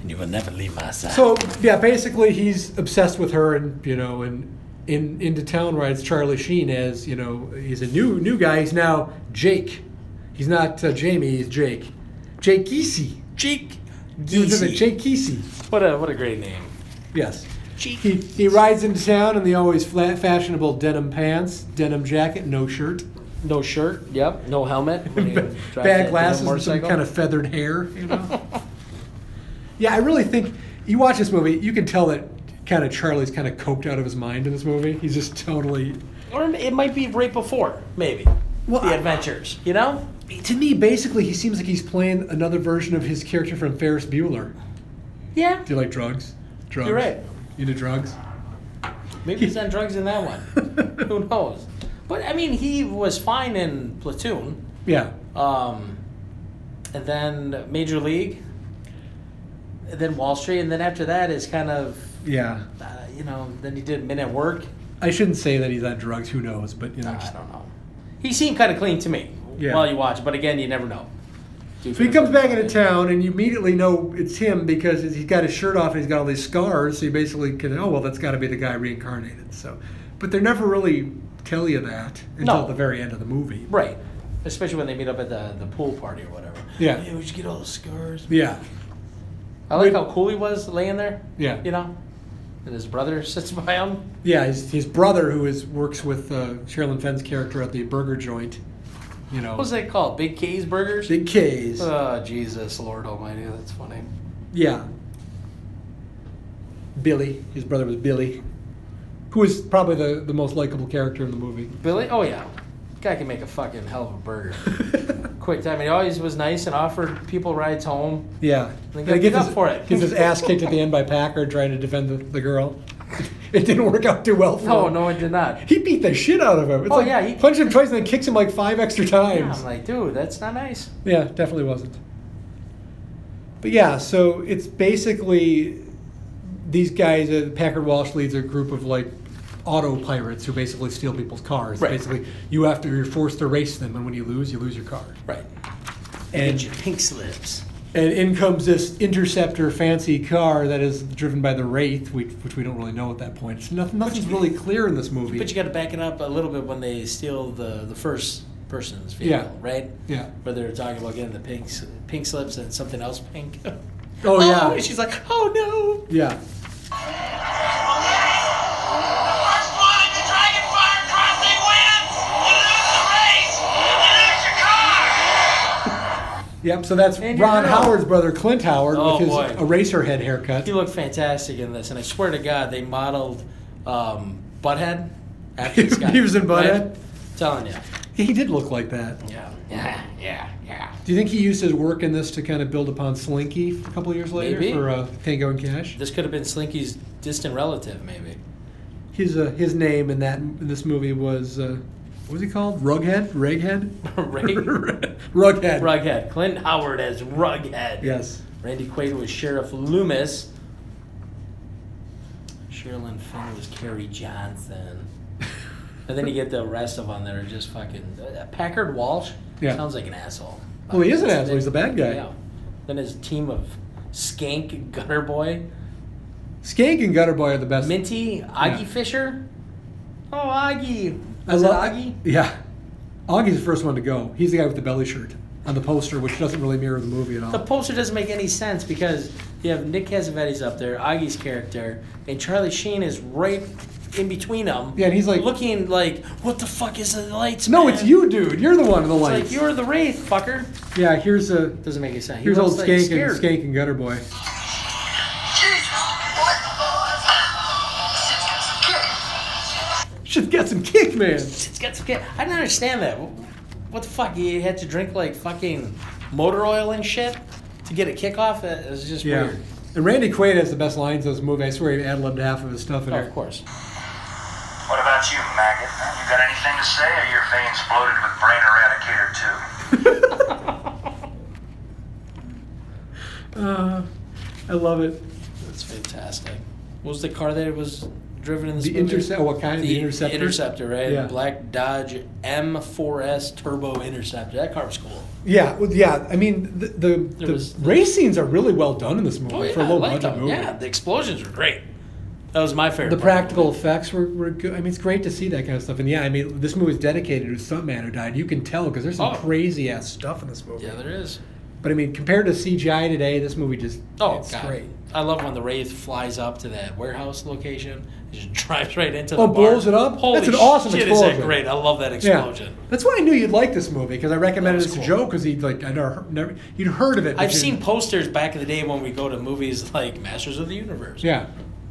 and you will never leave my side.
So yeah, basically he's obsessed with her, and you know, and in into town rides Charlie Sheen as you know he's a new new guy. He's now Jake. He's not uh, Jamie. He's Jake. Jake Kesey.
Cheek,
He was in it, Jake Kesey.
What a what a great name.
Yes. He, he rides into town in the always flat, fashionable denim pants, denim jacket, no shirt,
No shirt. Yep. No helmet. when you drive that
bad
damn
glasses, and some
motorcycle.
kind of feathered hair. You know. yeah, I really think you watch this movie, you can tell that kind of Charlie's kind of coked out of his mind in this movie. He's just totally.
Or it might be right before, maybe.
Well,
the
I-
adventures, you know?
To me, basically, he seems like he's playing another version of his character from Ferris Bueller.
Yeah.
Do you like drugs? Drugs.
You're right.
You into drugs?
Maybe he's on drugs in that one. Who knows? But I mean, he was fine in Platoon.
Yeah.
Um, and then Major League. And then Wall Street, and then after that is kind of,
Yeah.
uh, you know, then he did Men at Work.
I shouldn't say that he's on drugs. Who knows? But you know,
I
just-
don't know. He seemed kind of clean to me
Yeah.
while you watch, but again, you never know.
So he comes back into town, and you immediately know it's him because he's got his shirt off and he's got all these scars. So you basically can, oh, well, that's got to be the guy reincarnated. So, but they never really tell you that until
No.
the very end of the movie.
Right. Especially when they meet up at the, the pool party or whatever.
Yeah.
Hey, we should get all the scars.
Yeah,
I like how cool he was laying there.
Yeah.
You know? And his brother sits by him.
yeah. His, his brother, who is works with uh, Sherilyn Fenn's character at the burger joint, you know,
What was that called? Big K's Burgers?
Big K's.
Oh, Jesus, Lord Almighty. That's funny.
yeah, Billy. His brother was Billy, who is probably the the most likable character in the movie.
Billy? Oh, yeah. Guy can make a fucking hell of a burger. Quick time. He always was nice and offered people rides home.
Yeah.
They
And
got
he
beat
gets
up
his-
for it.
Gets his ass kicked at the end by Packard trying to defend the, the girl. It didn't work out too well for
No,
him.
no, it did not.
He beat the shit out of him. It's
Oh,
like,
yeah, he-
punched him twice and then kicks him like five extra
Yeah,
times.
I'm like, dude, that's not nice.
Yeah, definitely wasn't. But yeah, so it's basically these guys. Uh, Packard Walsh leads a group of like auto pirates who basically steal people's cars.
Right.
Basically, you have to you're forced to race them, and when you lose, you lose your car.
Right.
And
Get your pink slips.
and in comes this interceptor fancy car that is driven by the Wraith, which, which we don't really know at that point. It's nothing, nothing's really clear in this movie.
But you got to back it up a little bit when they steal the, the first person's vehicle,
Yeah.
right?
yeah.
Where they're talking about getting the pink s- pink slips and something else pink. Oh,
Oh,
and
yeah.
she's like, oh
Yeah.
First one to Dragon Fire Crossing!
Yep. So that's
And your
Ron
girl.
Howard's brother, Clint Howard,
Oh,
with his
boy.
eraser head haircut.
He looked fantastic in this, and I swear to God, they modeled um, Butthead after this guy.
He was in Butthead?
Telling you.
He did look like that.
Yeah. Yeah. Yeah. Yeah.
Do you think he used his work in this to kind of build upon Slinky a couple of years later
Maybe.
for uh, Tango and Cash?
This could have been Slinky's distant relative, maybe.
His uh, his name in that in this movie was uh, what was he called? Rughead, Raghead,
Ray-
Rughead.
Rughead. Clint Howard as Rughead.
Yes.
Randy Quaid was Sheriff Loomis. Sherilyn Finn was Carrie Johnson. And then you get the rest of them that are just fucking. Uh, Packard Walsh
Yeah.
sounds like an asshole.
Well, he is an
Then-
asshole. He's the bad guy.
Yeah. Then his team of Skank, Gutter Boy,
Skank and Gutterboy are the best.
Minty, Augie Fisher. Oh, Augie.
I
Was it
love-
Augie?
Yeah. Augie's the first one to go. He's the guy with the belly shirt on the poster, which doesn't really mirror the movie at all.
The poster doesn't make any sense because you have Nick Cassavetes up there, Augie's character, and Charlie Sheen is right in between them.
Yeah, and he's like-
looking like, what the fuck is the lights?
no,
man?"
it's you, dude. You're the one in the
It's
lights.
like you're the wraith, fucker.
yeah, here's a
Doesn't make any sense. He
here's
looks
old
like
Skank
scared.
and Skank and Gutterboy. Shit got some kick, man.
It's got some. I didn't understand that. What the fuck? He had to drink like fucking motor oil and shit to get a kick off. It was just
Yeah.
weird.
And Randy Quaid has the best lines in this movie. I swear he ad libbed half of his stuff in
Oh,
there.
of course.
What about you, maggot? You got anything to say, or your veins bloated with brain eradicator too?
Uh, I love it.
That's fantastic. What was the car that it was driven in this
The
movie?
Intercept- what kind? The Interceptor?
Interceptor, right?
Yeah.
Black Dodge M4S Turbo Interceptor. That car was cool.
Yeah, well, yeah. I mean, the the, the
was-
race scenes are really well done in this movie for a
Oh, I
low
liked
budget
them.
movie.
Yeah, the explosions were great. That was my favorite.
The
part.
practical effects were, were good. I mean, it's great to see that kind of stuff. And yeah, I mean, this movie's dedicated to some man who died. You can tell because there's some
Oh.
crazy ass stuff in this movie.
Yeah, there is.
But I mean, compared to CGI today, this movie just
Oh,
it's
God.
great.
I love when the Wraith flies up to that warehouse location. and just drives right into
Oh,
the bar.
blows it up?
Holy
That's an awesome
shit, Is
explosion.
that great? I love that
Yeah,
explosion.
that's why I knew you'd like this movie because I recommended
That
it
was
to
cool.
Joe because he'd like I never, never you'd heard of it. but
I've
you-
seen posters back in the day when we go to movies like Masters of the Universe.
yeah,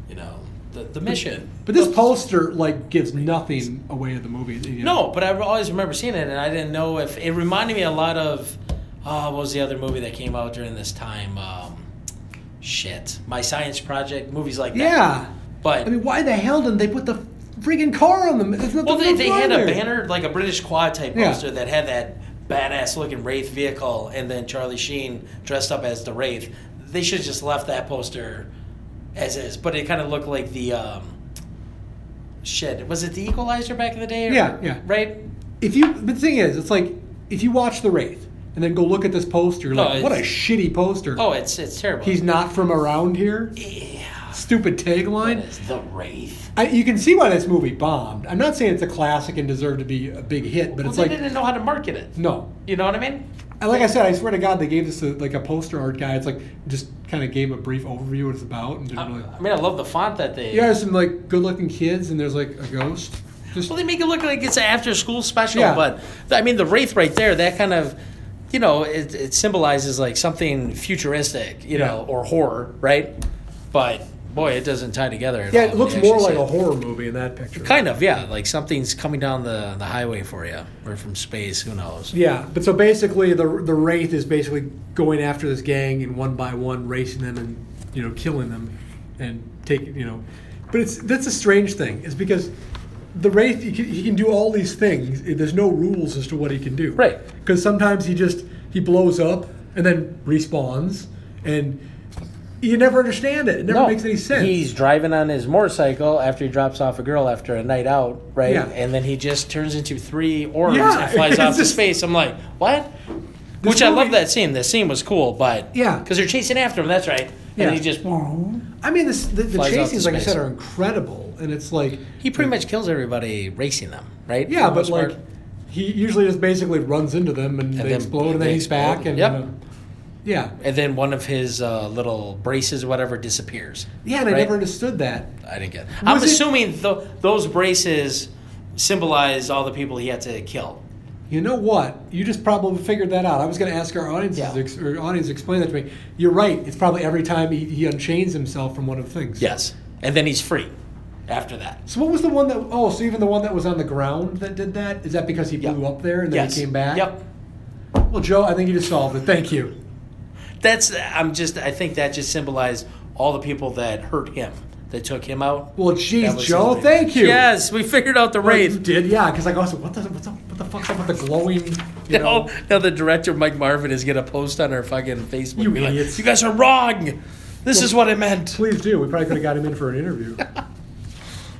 You know, the, the mission.
but this poster like gives nothing away of the movie. you know?
No, but I always remember seeing it, and I didn't know if it reminded me a lot of uh, what was the other movie that came out during this time? Um, shit, My Science Project movies like that.
Yeah,
but
I mean, why the hell didn't they put the friggin' car on them? It's not
well,
the
they,
front
they had a
there.
banner like a British quad type
Yeah.
poster that had that badass looking Wraith vehicle, and then Charlie Sheen dressed up as the Wraith. They should have just left that poster as is, but it kind of looked like the um, shit. Was it the Equalizer back in the day? Or,
Yeah, yeah.
Right.
If you, but the thing is, it's like if you watch The Wraith and then go look at this poster, you're
No,
like, what a
Oh, it's-
shitty poster.
Oh, it's it's terrible.
he's not from around here.
yeah.
Stupid tagline.
It's the Wraith.
I, you can see why this movie bombed. I'm not saying it's a classic and deserved to be a big hit, but
Well,
it's
they
like
didn't know how to market it.
no.
You know what I mean?
And Like I said, I swear to God, they gave this to like a poster art guy. It's like just kind of gave a brief overview of what it's about and
I,
didn't really.
I mean, I love the font that they.
Oh, Yeah, there's some like good-looking kids and there's like a ghost. Just
Well, they make it look like it's an after-school special,
Yeah.
but I mean, the Wraith right there, that kind of, you know, it, it symbolizes like something futuristic, you know, or horror, right? But boy, it doesn't tie together. at
yeah,
all
it
when
looks
you actually
more
see
like
it.
a horror movie in that picture.
Kind of, yeah. Like something's coming down the, the highway for you, or from space. Who knows?
Yeah, but so basically, the the wraith is basically going after this gang and one by one racing them and you know killing them and taking you know, but it's that's a strange thing is because the wraith he can, he can do all these things. There's no rules as to what he can do.
Right.
Because sometimes he just he blows up and then respawns and. You never understand it. It never makes any sense.
He's driving on his motorcycle after he drops off a girl after a night out, right?
Yeah.
And then he just turns into three orbs
Yeah,
and flies
it's
off to
just-
space. I'm like, what? Which I
movie-
love that scene. That scene was cool, but
Yeah.
because they're chasing after him. That's right.
Yeah.
And he just
I mean, this, the, the
Flies off to
chases, like I
space.
said, are incredible, and it's like
he pretty much kills everybody racing them, right?
Yeah,
For the
but
most
like
part.
he usually just basically runs into them and, they
then
explode and
they
then he's back
explode.
and
Yep.
uh, yeah,
and then one of his uh, little braces, or whatever, disappears.
yeah. And I
Right.
never understood that.
I didn't get. It. I'm
Was it-
assuming tho- those braces symbolize all the people he had to kill.
You know what? You just probably figured that out. I was going to ask our audience,
Yeah.
ex- or audience, explain that to me. You're right. It's probably every time he, he unchains himself from one of the things.
Yes. And then he's free after that.
So what was the one that? Oh, so even the one that was on the ground that did that? Is that because he
Yep.
blew up there and then
Yes.
he came back?
Yep.
Well, Joe, I think you just solved it. Thank you.
That's I'm just I think that just symbolized all the people that hurt him that took him out.
Well,
That
geez,
was
Joe,
his-
thank you.
Yes, we figured out the
Well, you
wraith.
did, yeah. Because like, also, what the what's up, what the fuck's up with the glowing? You know,
Now, now the director Mike Marvin is gonna post on our fucking Facebook.
You
be like,
idiots.
you guys are wrong. This is what I meant.
please do. We probably could have got him in for an interview.
Um,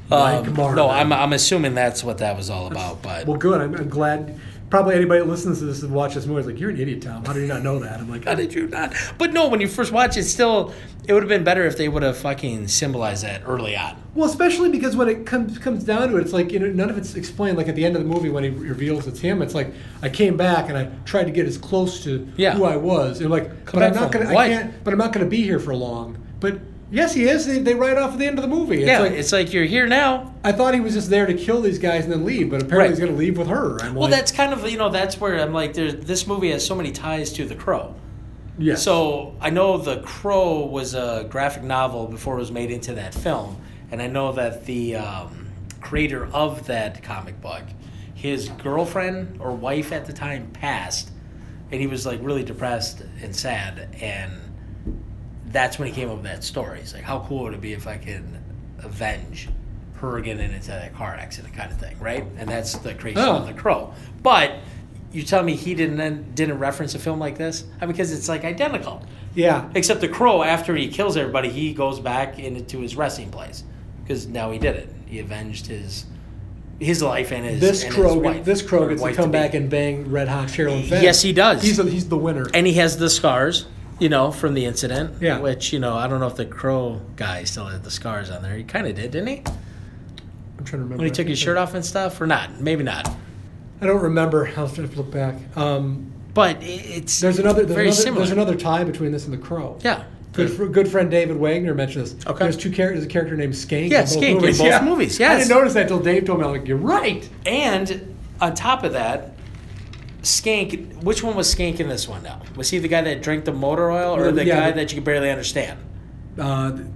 Mike Marvin.
No, I'm I'm assuming that's what that was all about. But
Well, good. I'm, I'm glad. Probably anybody that listens to this and watches this movie is like, "You're an idiot, Tom. How do you not know that?" I'm like,
how did you not? But no, when you first watch it, still it would have been better if they would have fucking symbolized that early on.
Well, especially because when it comes comes down to it, it's like you know none of it's explained. Like at the end of the movie, when he reveals it's him, it's like I came back and I tried to get as close to
Yeah.
who I was, and like, but
back
I'm not
for
gonna,
what?
I can't, but I'm not gonna be here for long. But yes, he is. They, they write off at the end of the movie. It's
yeah,
like
it's like you're here now.
I thought he was just there to kill these guys and then leave, but apparently
Right.
he's gonna leave with her. I'm
Well,
like,
that's kind of you know that's where I'm like, there's this movie has so many ties to The Crow.
yeah.
So I know The Crow was a graphic novel before it was made into that film, and I know that the um, creator of that comic book, his girlfriend or wife at the time passed, and he was like really depressed and sad, and that's when he came up with that story. He's like, how cool would it be if I could avenge her getting into that car accident kind of thing, right? And that's the creation
Oh.
of The Crow, but. You tell me he didn't didn't reference a film like this? I mean, because it's like identical.
yeah.
Except the crow, after he kills everybody, he goes back into his resting place because now he did it. He avenged his his life and his
This
and his
crow,
wife,
this crow
or
gets to
wife
come
be.
back and bang Red Hot Sherilyn Fenn.
Yes, he does.
He's the, he's the winner.
and he has the scars, you know, from the incident.
Yeah.
Which you know, I don't know if the crow guy still had the scars on there. He kind of did, didn't he?
I'm trying to remember
When he took his shirt off and stuff, or not? Maybe not.
I don't remember. I'll have to look back. Um,
But i- it's
There's another. There's,
very
another
similar.
there's another tie between this and the Crow.
yeah.
Good, fr- good friend David Wagner mentioned this.
Okay.
There's two characters. There's a character named Skank.
Yeah, Skank in both movies,
I
yes.
didn't notice that till Dave told me. I'm like, you're right.
And on top of that, Skank. Which one was Skank in this one? Now was he the guy that drank the motor oil, or the
Yeah,
guy
the-
that you could barely understand?
Uh, th-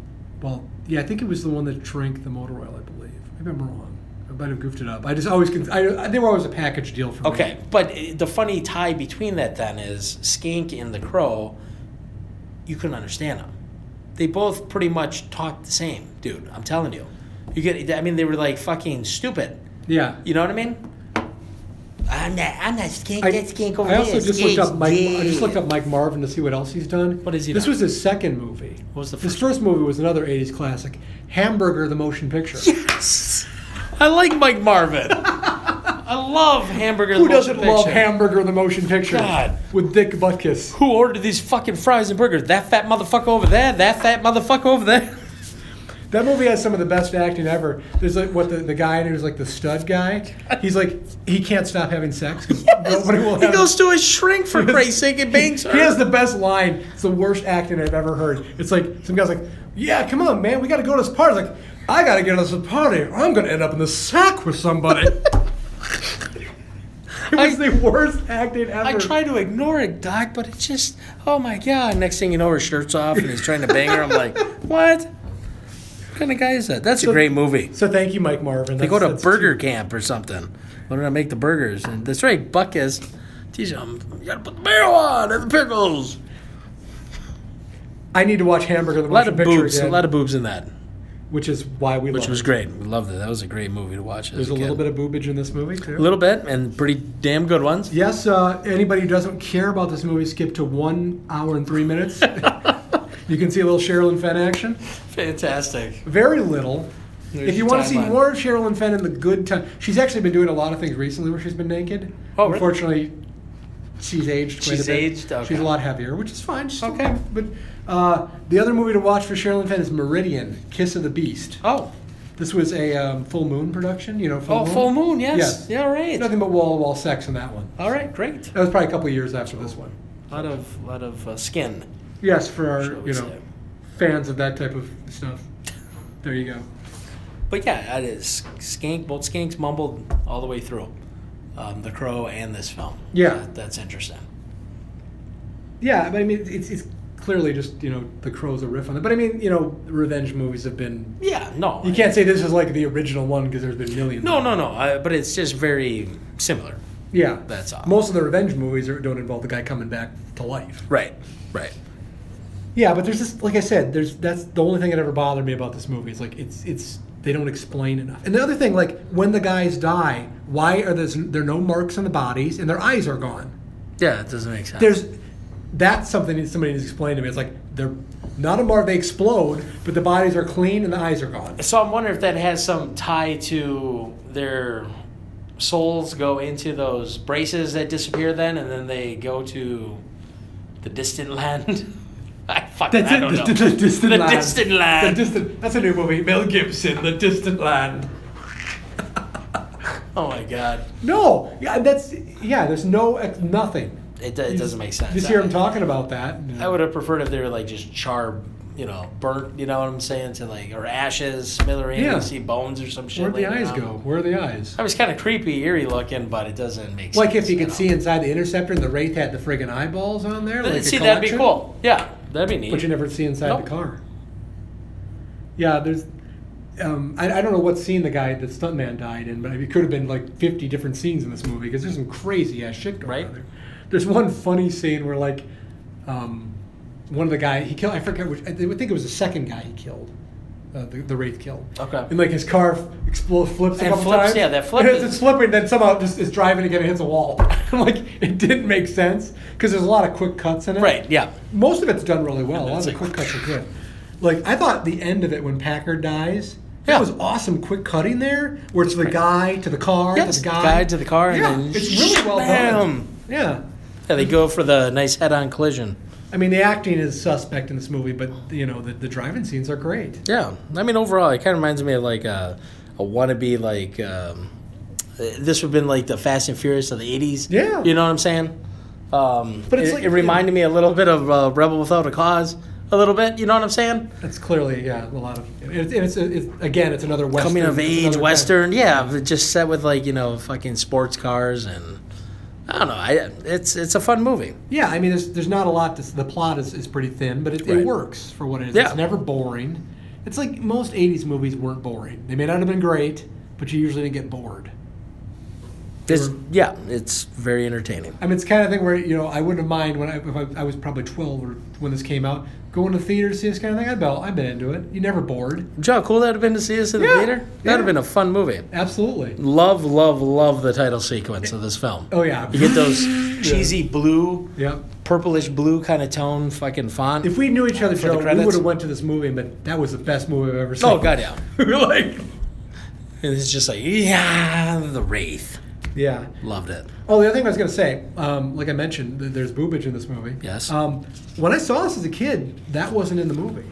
well, yeah, I think it was the one that drank the motor oil. I believe. Maybe I'm wrong. I might have goofed it up. I just always. Con- I, I- they were always a package deal for me.
Okay, but uh, the funny tie between that then is Skank and the Crow. You couldn't understand them. They both pretty much talked the same, dude. I'm telling you. You get. I mean, they were like fucking stupid.
Yeah.
You know what I mean? I'm not. I'm not Skank.
I,
that Skank over
I also
here.
just looked
Skank's
up Mike. I
gay.
just looked up Mike Marvin to see what else he's done.
What has he
This
done?
was his second movie.
What was the
His
first?
first movie was another '80s classic, Hamburger, the motion picture.
Yes. I like Mike Marvin. I love hamburger.
Who
the motion
doesn't love
picture.
Hamburger the Motion Picture?
God.
With Dick Butkus.
Who ordered these fucking fries and burgers? That fat motherfucker over there. That fat motherfucker over there.
That movie has some of the best acting ever. There's like what the, the guy who's like the stud guy. He's like he can't stop having sex. 'cause Nobody will
He
have-
goes to his shrink for Christ's sake and bangs her.
He has the best line. It's the worst acting I've ever heard. It's like some guy's like, "Yeah, come on, man, we got to go to this party." It's like, "I got to get to this party, or I'm gonna end up in the sack with somebody." it was
I-
the worst acting ever.
I try to ignore it, Doc, but it's just, oh my God. Next thing you know, her shirt's off and he's trying to bang her. I'm like, what? What kind of guy is that? That's a great movie.
So thank you, Mike Marvin.
They go to burger camp or something. Learn how to make the burgers. And that's right, Buck is teach them, you gotta put the barrel on and the pickles.
I need to watch Hamburger the
A lot
Motion
of
Picture
boobs, a
again,
lot of boobs in that,
which is why we
which
love
was
it.
great. We loved it. That was a great movie to watch.
There's a little bit of boobage in this movie too.
a little bit, and pretty damn good ones.
Yes, uh, anybody who doesn't care about this movie, skip to one hour and three minutes. you can see a little Sherilyn Fenn action.
Fantastic.
Very little.
There's
if you
your
want to see
timeline.
more of Sherilyn Fenn in the good time, she's actually been doing a lot of things recently where she's been naked.
Oh, really?
Unfortunately, she's aged. Quite
She's
a bit.
aged? Okay.
She's a lot heavier, which is fine. She's
Okay.
okay. But uh, the other movie to watch for Sherilyn Fenn is Meridian: Kiss of the Beast.
Oh,
This was a um, full moon production. You know, full
oh,
moon.
full moon. Yes.
Mm-hmm. Yes.
Yeah. Right.
Nothing but wall to wall sex in that one.
All right. Great.
That was probably a couple of years after this one.
A lot of lot of uh, skin.
Yes, for our
shall we
you know
say.
fans of that type of stuff. There you go.
But yeah, that is skank. Both skanks mumbled all the way through. um, The Crow and this film.
Yeah.
That- that's interesting.
Yeah, but I mean, it's, it's clearly just you know the crow's a riff on it. But I mean, you know, revenge movies have been.
Yeah, no,
You can't say this is like the original one because there's been millions.
No, no, no. Uh, but it's just very similar.
Yeah,
That's all.
Most of the revenge movies are, don't involve the guy coming back to life.
Right. Right.
Yeah, but there's this. Like I said, there's that's the only thing that ever bothered me about this movie. It's like it's it's they don't explain enough. And the other thing, like when the guys die, why are there's there are no marks on the bodies and their eyes are gone?
Yeah, it doesn't make sense.
There's that's something that somebody needs to explain to me. It's like they're not a mark. They explode, but the bodies are clean and the eyes are gone.
so I'm wondering if that has some tie to their souls go into those braces that disappear then, and then they go to the distant land. I fucking
That's
I
it,
don't
the,
know.
the distant
The
land.
distant land.
The distant. That's a new movie. Mel Gibson. The distant land.
oh my god,
No, yeah, that's yeah. There's no ex- nothing.
it, do- it doesn't make sense.
Just hear
I-
him talking about that.
I would have preferred if they were like just char, you know, burnt. You know what I'm saying? To like or ashes, smithereens,
Yeah.
see bones or some shit.
Where'd the
laying
eyes
around.
go? Where are the eyes?
I was kind of creepy, eerie looking, but it doesn't make sense.
Like if you
at
could
all.
see inside the interceptor, and the wraith had the friggin' eyeballs on there. Like a
see, that'd be
collection,
cool. Yeah, that'd be neat.
But you never see inside
Nope.
the car. Yeah, there's. Um, I, I don't know what scene the guy, the stuntman, died in, but it could have been like 50 different scenes in this movie because there's some crazy ass shit going
Right.
on there. There's one funny scene where like, um, one of the guy he killed. I forget which. I think it was the second guy he killed. Uh, the, the wraith killed.
Okay.
And like his car f- explodes, flips a
And
couple
flips,
times.
yeah, that flip
And as
is-
it's flipping, then somehow just is driving again and hits a wall. I'm like, it didn't make sense because there's a lot of quick cuts in it.
right? Yeah.
Most of it's done really well. A lot of
It's
the
like-
quick cuts are good. Like I thought the end of it when Packard dies,
Yeah.
that was awesome quick cutting there, where it's the guy to the car,
Yes,
to
the
the guy.
guy to the car and
Yeah,
then
it's really well
shabam.
done. Yeah.
Yeah, they go for the nice head-on collision.
I mean the acting is suspect in this movie, but you know, the, the driving scenes are great.
Yeah, I mean overall, it kind of reminds me of like a, a wannabe like um, this would have been like the Fast and Furious of the '80s.
Yeah.
you know what I'm saying. Um, but
But it's
it,
like-
it reminded me a little bit of uh, Rebel Without a Cause, a little bit. You know what I'm saying?
That's clearly, yeah, a lot of and it's, and it's, it's again it's another Western.
Coming of
it's
age
another-
Western. Yeah, but just set with like you know fucking sports cars and I don't know. I, it's it's a fun movie.
Yeah, I mean there's there's not a lot to, s- the plot is, is pretty thin, but it,
Right.
it works for what it is.
Yeah.
It's never boring. It's like most eighties movies weren't boring. They may not have been great, but you usually didn't get bored.
It's,
Mm-hmm.
yeah, it's very entertaining.
I mean, it's the kind of thing where you know I wouldn't mind when I, if I, I was probably twelve or when this came out, going to the theater to see this kind of thing. I've been I've been into it. You're never bored.
Joe, how cool that'd have been to see us in the
Yeah,
theater. That'd have
yeah.
been a fun movie.
Absolutely.
Love, love, love the title sequence of this film.
Oh yeah.
You get those cheesy blue,
Yep.
purplish blue kind of tone fucking font.
If we knew each other,
the
Joe, we
credits?
would have went to this movie, but that was the best movie I've ever seen.
oh god, yeah.
we were like,
And it's just like yeah, the wraith.
yeah.
Loved it.
Oh, the other thing I was going to say, um, like I mentioned, th- there's boobage in this movie.
Yes.
Um, when I saw this as a kid, that wasn't in the movie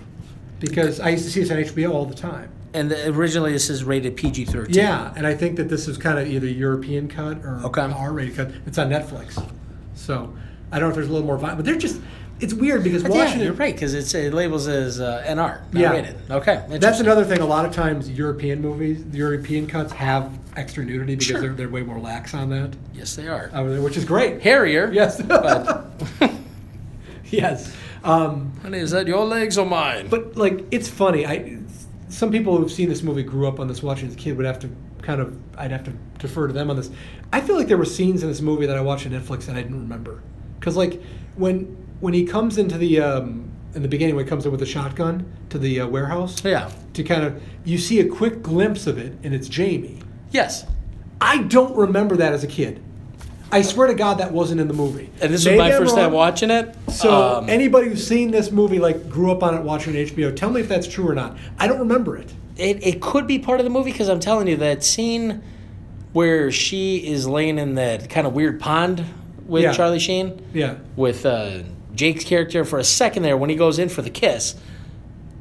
because I used to see this on HBO all the time.
And originally this is rated PG thirteen.
Yeah, and I think that this is kind of either European cut or
Okay.
R-rated cut. It's on Netflix, so I don't know if there's a little more violence, but they're just. It's weird because
yeah,
watching
you're
it.
right because it's it labels as uh, NR, not
Yeah.
rated. Okay,
That's
interesting.
another thing. A lot of times, European movies, the European cuts have extra nudity because
Sure.
they're, they're way more lax on that,
yes, they are
uh, which is great.
hairier.
Yes.
but
yes. Um,
honey, is that your legs or mine?
But like, it's funny. I some people who've seen this movie grew up on this watching as a kid would have to kind of I'd have to defer to them on this. I feel like there were scenes in this movie that I watched on Netflix that I didn't remember because like when when he comes into the um, in the beginning when he comes in with a shotgun to the uh, warehouse
yeah.
to kind of you see a quick glimpse of it and it's Jamie.
Yes.
I don't remember that as a kid. I swear to God that wasn't in the movie.
And this
Maybe
was my
I'm
first
wrong.
time watching it.
So
Um,
anybody who's seen this movie, like grew up on it watching HBO, tell me if that's true or not. I don't remember it.
it, it could be part of the movie because I'm telling you that scene where she is laying in that kind of weird pond with
Yeah.
Charlie Sheen
Yeah.
with uh, Jake's character for a second there when he goes in for the kiss.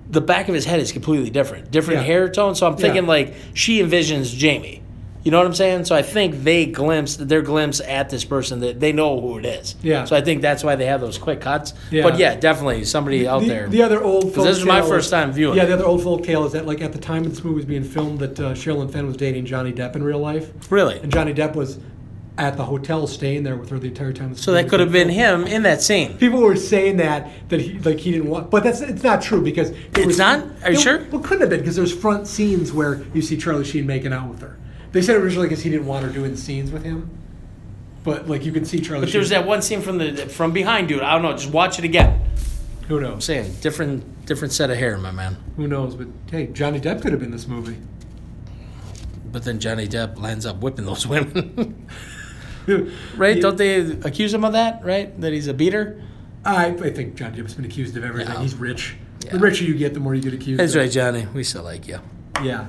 The back of his head is completely different, different
Yeah.
hair tone. So I'm thinking
Yeah.
like she envisions Jamie. You know what I'm saying? So I think they glimpse their glimpse at this person that they know who it is.
Yeah.
So I think that's why they have those quick cuts.
Yeah.
But yeah, definitely somebody out
the,
there.
the other old
because this is my
tale
first time viewing.
Yeah,
it.
the other old folk tale is that like at the time this movie was being filmed, that uh, Sherilyn Fenn was dating Johnny Depp in real life,
really.
and Johnny Depp was at the hotel, staying there with her the entire time.
So that could have been him in that scene.
People were saying that that he like he didn't want, but that's it's not true because
It's not? Are you
it-
sure?
Well, it couldn't have been because there's front scenes where you see Charlie Sheen making out with her. They said originally because he didn't want her doing scenes with him, but like you can see Charlie.
But there's
Sheen.
that one scene from the from behind, dude. I don't know. Just watch it again.
who knows?
Saying different different set of hair, my man.
Who knows? But hey, Johnny Depp could have been in this movie.
But then Johnny Depp ends up whipping those women, right?
Yeah.
Don't they accuse him of that? Right? That he's a beater.
I, I think Johnny Depp's been accused of everything.
Yeah.
He's rich.
Yeah.
The richer you get, the more you get accused.
That's
of.
right, Johnny. We still like you,
Yeah.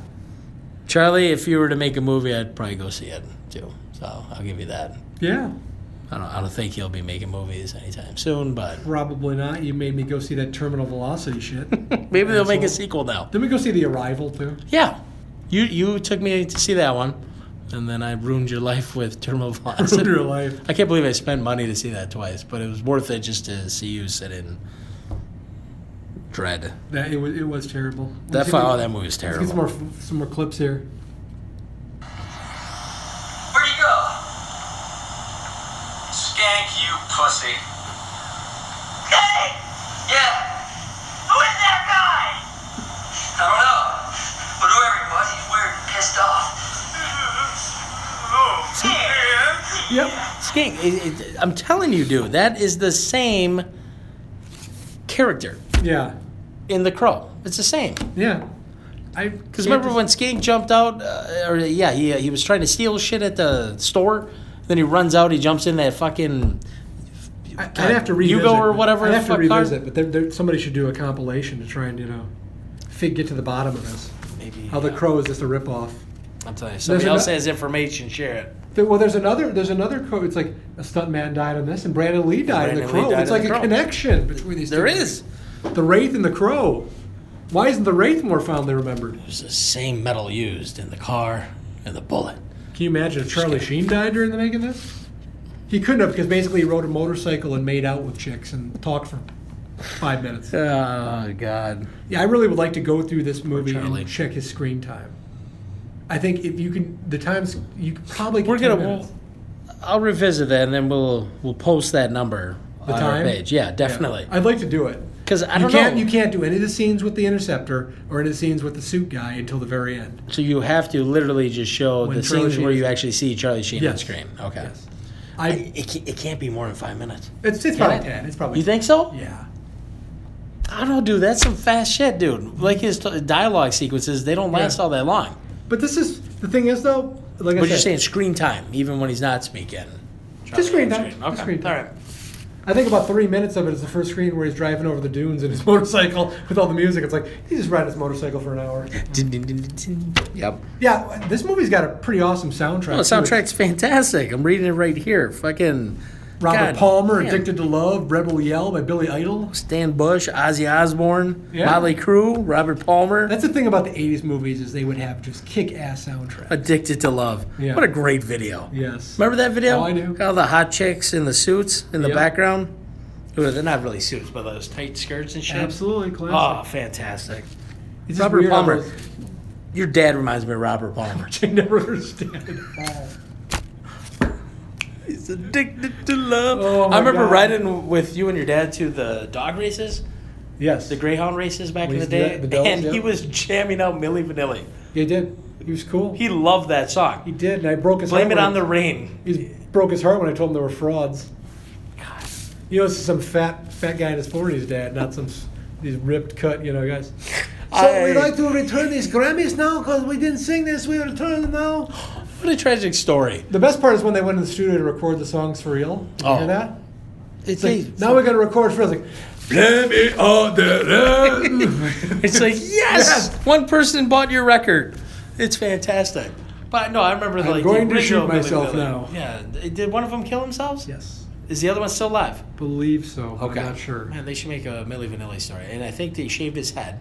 Charlie. If you were to make a movie, I'd probably go see it too. So I'll give you that.
Yeah.
I don't. I don't think he'll be making movies anytime soon. But
Probably not. You made me go see that Terminal Velocity shit. Didn't
maybe they'll make a
Asshole.
sequel now.
we go see The Arrival too?
Yeah, you you took me to see that one, and then I ruined your life with Terminal Velocity.
Ruined your life.
I can't believe I spent money to see that twice, but it was worth it just to see you sit in dread.
That it was it was terrible.
That
Let's
fi-
get-
oh, that movie was
Let's get some
terrible.
more f- some more clips here.
Where'd you go? Skank, you pussy. Hey! Yeah! Who is that guy? I don't know. But whoever he was, he's weird and pissed off. Oh, man.
Yep.
Skink, it, it, I'm telling you, dude, that is the same character
Yeah.
in The Crow. It's the same.
Yeah. I
Because remember when Skink jumped out, uh, or yeah, he, he was trying to steal shit at the store. Then he runs out. He jumps in that fucking
I, I'd have to revisit.
Hugo or whatever
I'd
the
have to
fuck car-
revisit, but there, there, somebody should do a compilation to try and you know, fig get to the bottom of this.
maybe.
How The Crow is just a ripoff.
I'm telling you,
There's
somebody else
ano-
has information. Share it.
There, well, there's another there's another crow. It's like a stuntman died on this, and Brandon Lee died in The
Brandon Lee
Crow.
died
It's
in
like
The
a
Crow.
connection between these.
There
two.
is.
the Wraith and the Crow. Why isn't the Wraith more fondly remembered?
It was the same metal used in the car and the bullet.
Can you imagine if Charlie Sheen died during the making of this? He couldn't have because basically he rode a motorcycle and made out with chicks and talked for five minutes.
Oh God!
Yeah, I really would like to go through this movie
Charlie.
and check his screen time. I think if you can, the times you could probably get
We're
10
gonna.
minutes.
We'll, I'll revisit that and then we'll we'll post that number
The
on
time?
our page. Yeah, definitely.
I'd like to do it.
Because I
You
don't
can't
know.
you can't do any of the scenes with the interceptor or any of the scenes with the suit guy until the very end.
so you have to literally just show
When
the
Charlie
scenes where
Sheen-
you actually see Charlie Sheen on
Yes.
screen. Okay.
I
It, can't, it can't be more than five minutes.
it's, it's probably
it?
ten. It's probably
You think so?
yeah.
I don't know, dude. That's some fast shit, dude. Like his t- dialogue sequences, they don't last
Yeah.
all that long.
But this is the thing is though, like
But
I
you're
said,
saying screen time, even when he's not speaking.
Just screen time. Just
Okay.
screen time.
All right.
I think about three minutes of it is the first screen where he's driving over the dunes in his motorcycle with all the music. It's like he's just riding his motorcycle for an hour.
Yep.
Yeah, this movie's got a pretty awesome soundtrack.
Oh, the
too.
soundtrack's fantastic. I'm reading it right here. Fucking
Robert
God
Palmer,
damn.
Addicted to Love, Rebel Yell by Billy Idol.
Stan Bush, Ozzy Osbourne,
Yeah.
Motley Crue, Robert Palmer.
That's the thing about the '80s movies is they would have just kick-ass soundtracks.
Addicted to Love.
Yeah.
What a great video.
yes.
Remember that video?
Oh, I do.
All the hot chicks in the suits in the
Yep.
background. Well, they're not really suits, but those tight skirts and shit.
Absolutely classic.
Oh, fantastic.
It's just
Robert
weird how
Palmer.
those-
Your dad reminds me of Robert Palmer.
I never understand it at all.
He's addicted to love.
Oh, my
I remember
God.
riding with you and your dad to the dog races,
Yes.
the Greyhound races back
We
in the
used to do
day,
that, the dogs,
and he
yeah.
was jamming out Milli Vanilli.
He did. He was cool.
He loved that
He
song.
did, and I broke his
Blame
heart.
it on the
when-
rain.
He broke his heart when I told him there were frauds. You know, this is some fat, fat guy in his forties, Dad, not some s- these ripped cut, you know, guys. So
I-
we'd like to return these Grammys now because we didn't sing this. We return them now.
What a tragic story.
The best part is when they went in the studio to record the songs for real. Did you
Oh.
hear that?
It's
Like, now we're gonna record for real. It's like,
Blame it on the love.
It's like yes, one person bought your record. It's fantastic. But no, I remember
I'm
like
going
the
to shoot
original Milli
myself
Vanilli.
now.
Yeah, th- did one of them kill themselves?
yes,
Is the other one still alive?
believe so.
Okay.
I'm not sure.
Man, they should make a Milli Vanilli story. And I think they shaved his head,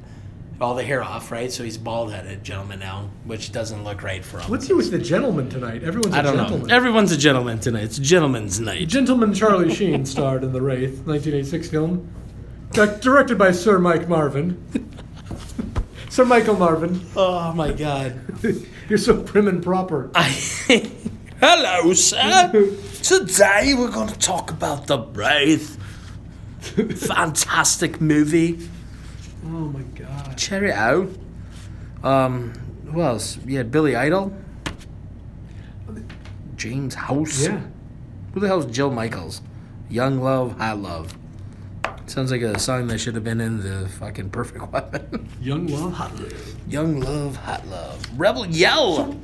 all the hair off, right? So he's bald headed gentleman now, which doesn't look right for him.
What's he with the gentleman tonight? Everyone's a
I don't
gentleman.
know. Everyone's a gentleman tonight. It's gentleman's night.
Gentleman Charlie Sheen starred in The Wraith, 1986 film, Di- directed by Sir Mike Marvin. Sir Michael Marvin,
Oh my god.
you're so prim and proper.
I
Hello, sir. Today we're going to talk about The Wraith. Fantastic movie.
Oh my god.
Cheerio. Um, who else? Yeah, Billy Idol. James House.
Yeah.
Who the hell's Jill Michaels? Young Love, High Love. Sounds like a song that should have been in the fucking Perfect Weapon.
Young Love Hot Live.
Young Love, Hot Love. Rebel Yell.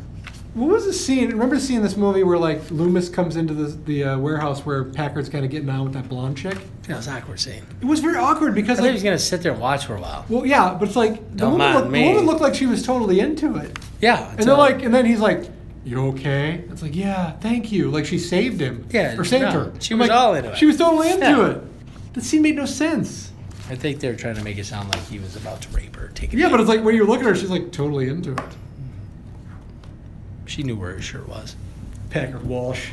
What was the scene? Remember seeing this movie where like Loomis comes into the, the uh, warehouse where Packard's kind of getting on with that blonde chick?
That was awkward scene.
It was very awkward because
I thought he
like
was gonna sit there and watch for a while.
Well, yeah, but it's like the
Don't
woman,
mind
looked, the
me.
woman looked like she was totally into it,
Yeah.
and they're like, and then he's like, "You okay?" It's like, "Yeah, thank you." Like she saved him,
Yeah,
or saved
no,
her.
she was all into it.
She was totally into
Yeah.
it. That scene made no sense.
I think they were trying to make it sound like he was about to rape her. Take it
Yeah, but it's like when you're looking at her, she's like totally into it.
she knew where his shirt was.
Packard Walsh.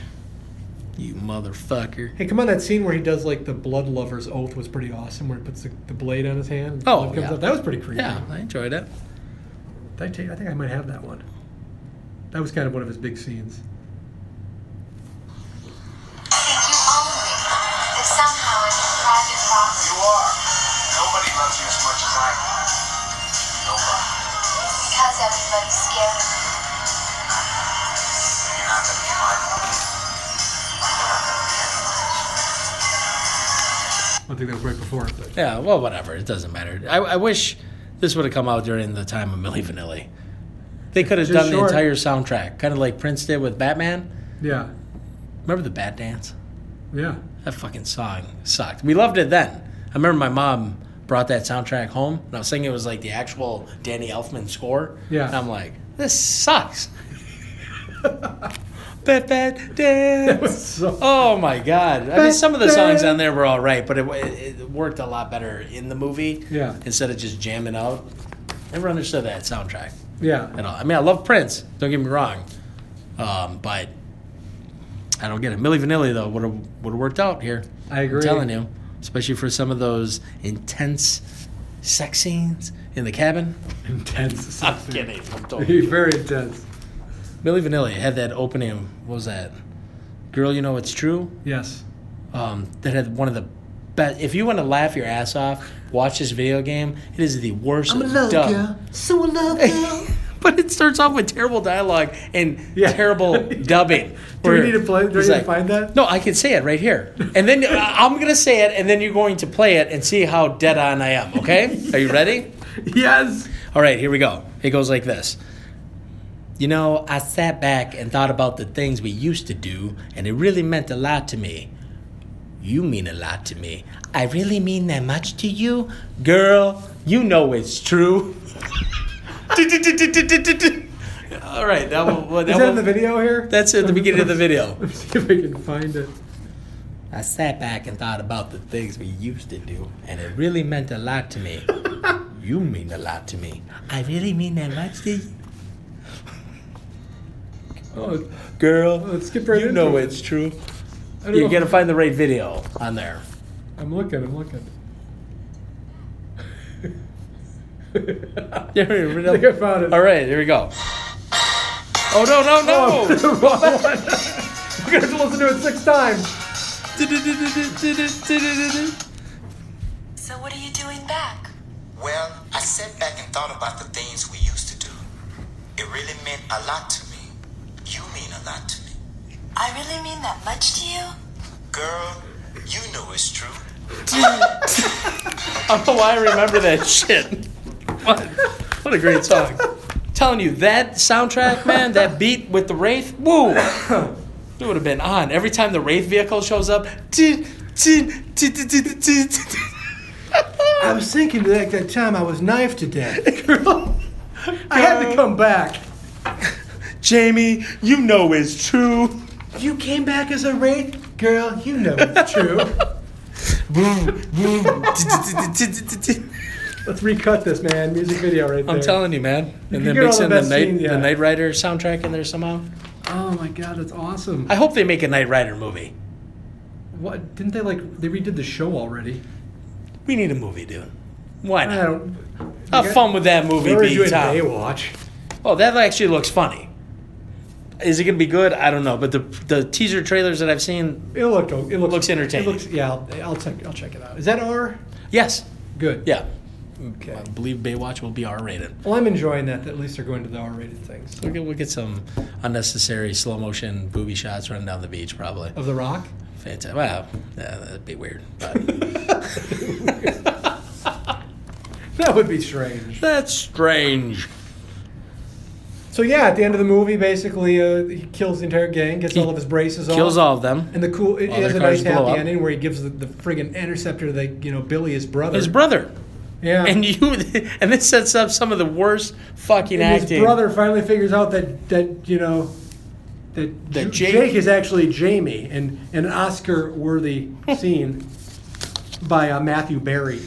You motherfucker.
Hey, come on, that scene where he does like the blood lover's oath was pretty awesome, where he puts the, the blade on his hand. and
Oh,
blood comes
yeah.
out. that was pretty creepy.
Yeah, I enjoyed it.
Did I, take, I think I might have that one. That was kind of one of his big scenes.
think you own me, that somehow it's a private property.
You are. Nobody loves you as much as I do. Nobody.
Because everybody's scared of you.
You're not gonna be my friend. You're not gonna be anyone's.
I think that was right before it, but
Yeah, well, whatever. It doesn't matter. I, I wish this would have come out during the time of Milli Vanilli. They could have
Just
done the
short.
entire soundtrack, kind of like Prince did with Batman.
yeah,
Remember the Bat Dance?
yeah.
That fucking song sucked. We loved it then. I remember my mom brought that soundtrack home, and I was thinking it was like the actual Danny Elfman score.
Yeah.
And I'm like, this sucks. Bat Bat Dance.
So
Oh my god! I mean, some of the
Bat
songs
Dance.
on there were all right, but it, it, it worked a lot better in the movie.
Yeah.
Instead of just jamming out. Never understood that soundtrack
yeah,
at all. I mean, I love Prince. Don't get me wrong, um, but I don't get it. Millie Vanilli though would have would have worked out here.
I agree.
I'm telling you, especially for some of those intense sex scenes in the cabin.
intense.
I'm kidding. I'm totally.
Very intense.
Millie Vanilli had that opening. What was that? Girl, you know it's true.
Yes.
um, that had one of the best. If you want to laugh your ass off, watch this video game. It is the worst. I'm dub.
so in love
But it starts off with terrible dialogue and
Yeah.
terrible dubbing.
Do we
where
need to play? Do we
it's
need to
like,
find that?
No, I can say it right here, and then I- I'm gonna say it, and then you're going to play it and see how dead on I am. Okay, are you ready?
Yes.
All right, here we go. It goes like this. You know, I sat back and thought about the things we used to do, and it really meant a lot to me. You mean a lot to me. I really mean that much to you? Girl, you know it's true. All right, that will.
Is
That
that in
will
the video here?
that's at the beginning of the video.
Let's see if we can find it.
I sat back and thought about the things we used to do, and it really meant a lot to me. you mean a lot to me. I really mean that much to you.
Oh,
Girl,
Let's skip right
you
into
know
it.
it's true.
I don't
You're
know.
gonna find the right video on there.
I'm looking. I'm looking.
Yeah, we-
I think I found it.
All right, here we go. Oh no no no!
Wrong one. We're gonna have to listen to it six times.
So what are you doing back?
Well, I sat back and thought about the things we used to do. It really meant a lot to me. You mean a lot to me.
I really mean that much to you?
Girl, you know it's true.
I don't know why Oh, I remember that shit. What? What a great song! telling you that soundtrack, man, that beat with the wraith, woo! It would have been on every time the wraith vehicle shows up.
I was thinking that that time I was knifed to death. I had to come back.
Jamie, you know it's true.
You came back as a wraith, girl. You know it's true. Let's recut this, man. Music video right there.
I'm telling you, man.
can
And then
get all
mix
the
in the
best
Night
scenes, yeah.
the Knight Rider soundtrack in there somehow.
Oh my god, that's awesome.
I hope they make a Knight Rider movie.
What didn't they like? They redid the show already.
We need a movie, dude. Why
I
not?
don't.
Have fun with that movie,
They were
B
doing
Tom.
Baywatch.
Oh, that actually looks funny. Is it going to be good? I don't know. But the the teaser trailers that I've seen,
It looked. o- It looks,
Looks entertaining.
It looks, yeah, I'll, I'll check. I'll check it out. Is that R?
yes,
Good.
yeah,
Okay.
I believe Baywatch will be R rated.
Well, I'm enjoying that. That at least they're going to the R-rated things.
We'll get, we'll get some unnecessary slow motion booby shots running down the beach, probably.
Of the Rock.
Fantastic. Wow, yeah, that'd be weird. But
That would be strange.
that's strange.
So yeah, at the end of the movie, basically, uh, he kills the entire gang, gets
He
all of his braces off,
Kills all of them.
And the cool, it
All
has
their
a nice
cars blow
happy
up.
ending where he gives the, the friggin' interceptor, the you know Billy, his brother.
His brother.
Yeah.
And you and this sets up some of the worst fucking
And
acting.
his brother finally figures out that that you know that,
That
J-
Jake-
Jake is actually Jamie, and, and an Oscar-worthy scene by uh, Matthew Barry.
Hey,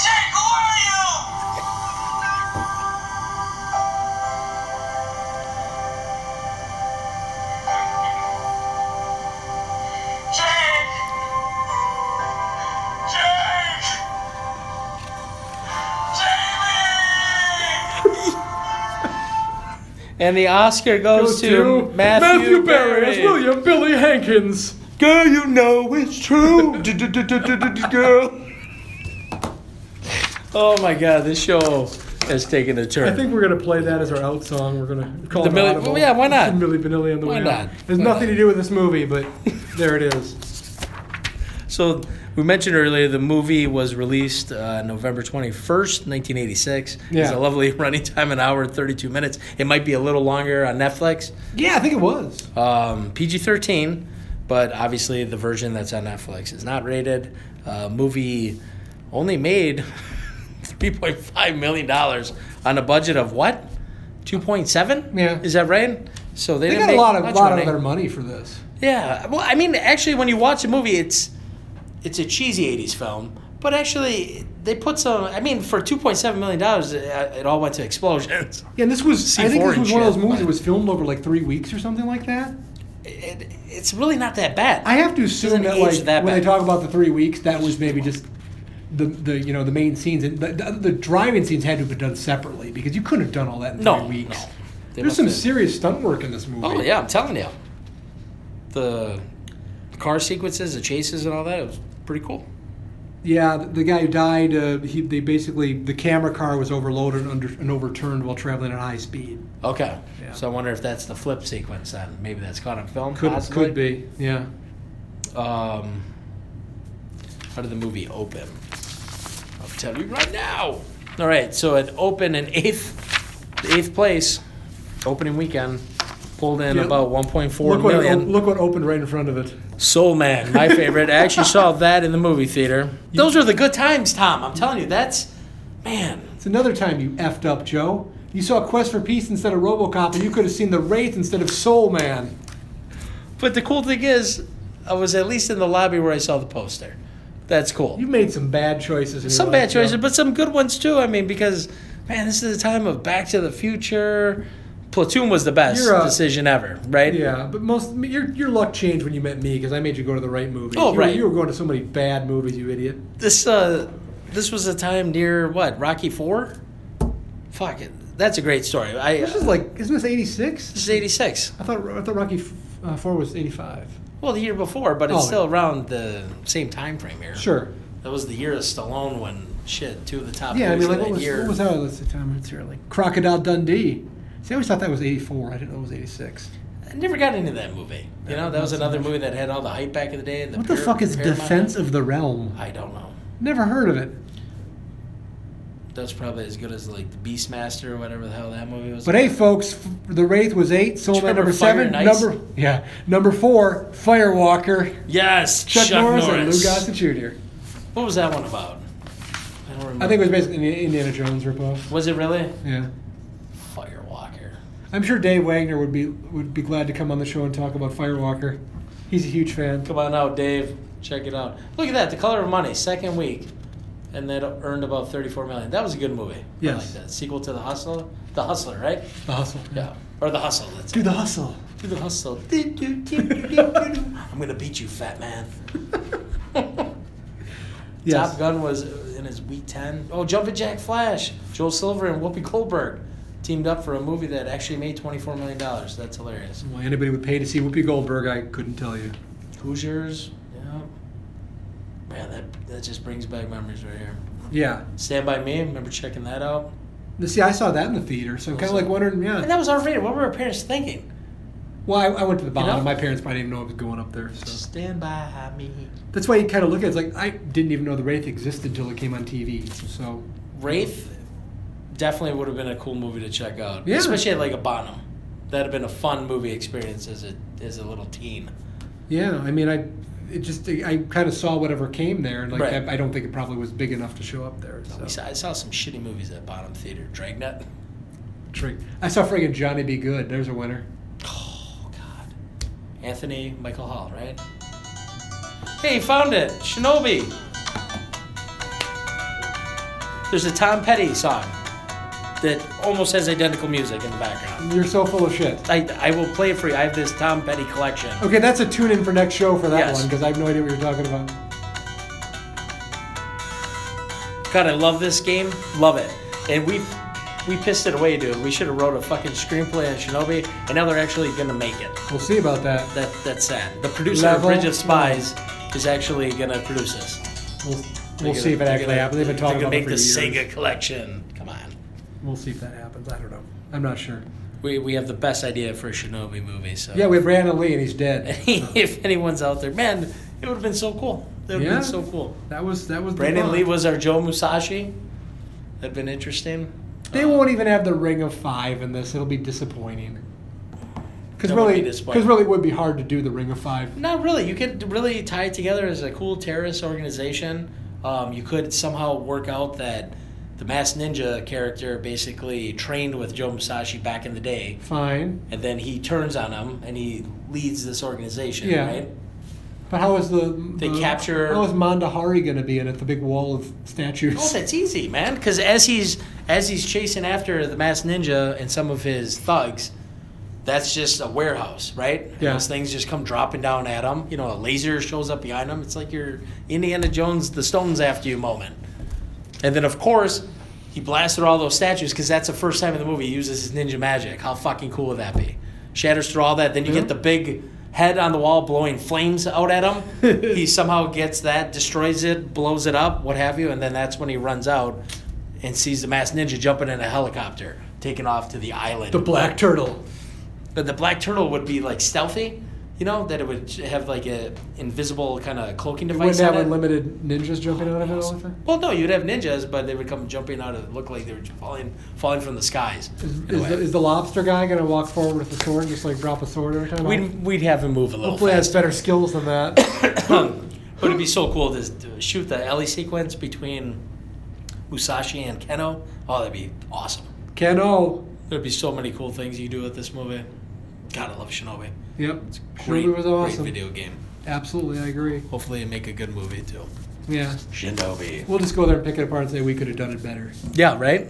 Jake, who are you? Jake! Jake! Jamie!
And the Oscar goes, to, Matthew, Barry.
as William Billy Hankins.
Girl, you know it's true. Girl. Oh my God, this show has taken a turn.
I think we're gonna play that as our out song. We're gonna call
The
it
Milli-
audible.
well, yeah, why not?
Milli Vanilli on the
Why
way out.
not?
There's
Why
nothing
not?
to do with this movie, but there it is.
So we mentioned earlier the movie was released uh, November twenty first, nineteen eighty six. It's
Yeah.
a lovely running time, an hour and thirty two minutes. It might be a little longer on Netflix,
Yeah, I think it was.
um, PG thirteen, but obviously the version that's on Netflix is not rated. Uh, movie only made three point five million dollars on a budget of what two point seven?
Yeah.
is that right? So they,
They
didn't
got a
make
lot of
much
lot
money.
of their money for this.
Yeah. Well, I mean, actually, when you watch the movie, it's it's a cheesy '80s film, but actually, they put some. I mean, for 2.7 million dollars, it, it all went to explosions.
Yeah, and this was. I think
C4
this
and
was one of
shit,
those movies
but-
that was filmed over like three weeks or something like that.
It, it's really not that bad.
I have to assume
Doesn't
that
age
like
that
when they
bad.
talk about the three weeks, that was maybe just the the you know the main scenes and the, the, the driving scenes had to have been done separately because you couldn't have done all that in
no,
three
no.
weeks.
They
There's
must
some
have-
serious stunt work in this movie.
Oh yeah, I'm telling you. The car sequences, the chases, and all that—it was pretty cool.
Yeah, the- the guy who died, uh, he, they basically the camera car was overloaded and, under, and overturned while traveling at high speed.
Okay.
Yeah.
So I wonder if that's the flip sequence then. Maybe that's caught on film.
Could
possibly.
could be, yeah.
Um, how did the movie open? I'll tell you right now. All right, so it opened in eighth, the eighth place, opening weekend. Pulled in
Yeah.
about 1.4
Look what,
million.
look what opened right in front of it.
Soul Man, my favorite. I actually saw that in the movie theater. Those are the good times, Tom. I'm telling you, that's man.
It's another time you effed up, Joe. You saw Quest for Peace instead of RoboCop, and you could have seen The Wraith instead of Soul Man.
But the cool thing is, I was at least in the lobby where I saw the poster. That's cool.
You made some bad choices. In your
some
life,
bad choices,
Joe.
but some good ones too. I mean, because man, this is the time of Back to the Future. Platoon was the best
You're a-
decision ever, right?
Yeah, but most your your luck changed when you met me because I made you go to the right movies.
Oh,
You were-
right.
You were going to so many bad movies, you idiot.
This uh, this was a time near what Rocky Four. Fuck it, that's a great story. I
This is like isn't this eighty six?
this is eighty six.
I thought I thought Rocky f- uh, Four was eighty five.
Well, the year before, but it's
Oh.
still around the same time frame here.
Sure.
that was the year of Stallone when shit two of the top.
Yeah, I
movies
mean, like,
of
what
that
was,
year.
what was that? Let's see, time it's here, like Crocodile Dundee. See, I always thought that was 84. I didn't know it was 86.
I never got into that movie. You know, that was another movie that had all the hype back in the day. and
What the
Par-
fuck is
Paramount.
Defense of the Realm?
I don't know.
Never heard of it.
That's probably as good as like the Beastmaster or whatever the hell that movie was.
But hey, folks, f- The Wraith was 8, Soul Man
Remember
number
Fire
7,
and Ice?
number yeah, number 4, Firewalker,
yes,
Chuck,
Chuck,
Norris, and
Norris.
Lou Gossett Jr.
What was that one about? I don't remember.
I think it was basically an Indiana Jones ripoff.
Was it really
Yeah.
Firewalker?
I'm sure Dave Wagner would be would be glad to come on the show and talk about Firewalker. He's a huge fan.
Come on out, Dave. Check it out. Look at that, The Color of Money, second week, and that earned about thirty-four million. That was a good movie. I
Yes.
like that. Sequel to The Hustler, The Hustler, right?
The hustle.
Yeah, or The Hustle. That's
Do the hustle.
Do the hustle. Do, do, do, do, do, do. I'm gonna beat you, fat man.
Yes.
Top Gun was in his week 10. Oh, Jumpin' Jack Flash, Joel Silver, and Whoopi Goldberg. teamed up for a movie that actually made $24 million. That's hilarious.
Why anybody would pay to see Whoopi Goldberg, I couldn't tell you.
Hoosiers. Yeah. Man, that, that just brings back memories right here.
Yeah.
Stand By Me. Remember checking that out?
See, I saw that in the theater, so I'm kind of like wondering,
And
yeah.
that was our rated. What were our parents thinking?
Well, I, I went to the bottom.
know?
My parents probably didn't even know I was going up there. So
Stand By Me.
that's why you kind of look at it. It's like I didn't even know the Wraith existed until it came on TV. So
Wraith definitely would have been a cool movie to check out.
Yeah.
Especially at like a Bonham. That'd have been a fun movie experience as a as a little teen.
yeah, I mean, I it just I kind of saw whatever came there, and like
Right.
I, I don't think it probably was big enough to show up there. So.
We saw- I saw some shitty movies at Bonham Theater. Dragnet.
Trick. I saw friggin' Johnny Be Good. There's a winner.
Oh God. Anthony Michael Hall, right? Hey, found it. Shinobi. There's a Tom Petty song that almost has identical music in the background.
You're so full of shit.
I, I will play it for you. I have this Tom Petty collection.
Okay, that's a tune in for next show for that
Yes.
one because I have no idea what you're talking about.
God, I love this game. Love it. And we we pissed it away, dude. We should have wrote a fucking screenplay on Shinobi, and now they're actually gonna make it.
We'll see about that.
That that's sad. The producer
Level
of Bridge of Spies is actually gonna produce this.
We'll,
They're
we'll see if it
gonna-
actually
they're
happens. They've been
gonna-
talking about
they're
it for
gonna
years.
make the Sega collection. Come on.
We'll see if that happens. I don't know. I'm not sure.
We, we have the best idea for a Shinobi movie. So
Yeah, we have Brandon Lee and he's dead.
if anyone's out there, man, it would have been so cool. That would have
Yeah.
been so cool.
That was that was. the
Brandon
bomb.
Lee was our Joe Musashi. That'd been interesting.
They won't even have the ring of five in this. It'll be disappointing. Because
That would
really,
be disappointing.
because really, it would be hard to do the ring of five.
Not really. You could really tie it together as a cool terrorist organization. Um, you could somehow work out that the Mass Ninja character basically trained with Joe Musashi back in the day,
Fine,
and then he turns on him and he leads this organization,
Yeah.
right?
but how is the
They
the-
capture-
How is Mandahari going to be in it? The big wall of statues.
Oh, that's easy, man. Because as he's as he's chasing after the Mass Ninja and some of his thugs, that's just a warehouse, right? And
Yeah.
Those things just come dropping down at him. You know, a laser shows up behind him. It's like your Indiana Jones, the stones after you moment. And then of course, he blasted all those statues because that's the first time in the movie he uses his ninja magic. How fucking cool would that be? Shatters through all that. Then you get the big head on the wall blowing flames out at him. he somehow gets that, destroys it, blows it up, what have you. And then that's when he runs out and sees the masked ninja jumping in a helicopter, taking off to the island.
the black turtle.
But the black turtle would be like stealthy, you know, that it would have like a invisible kind of cloaking
You
device.
wouldn't have
on it.
unlimited ninjas jumping out of it all the time.
Well, no, you'd have ninjas, but they would come jumping out of look like they were falling falling from the skies.
Is,
in a
is
way.
the, is the lobster guy going to walk forward with the sword, and just like drop a sword every time?
we'd, we'd have him move a little
Hopefully, has
faster.
better skills than that.
But it'd be so cool to, to shoot the Ellie sequence between Musashi and Keno. Oh, that'd be awesome.
Kano.
There'd be so many cool things you do with this movie. Gotta love Shinobi.
Yep.
Great,
Shinobi was awesome.
great video game.
Absolutely, I agree.
Hopefully, they make a good movie too.
Yeah.
Shinobi.
We'll just go there and pick it apart and say we could have done it better.
Yeah, right?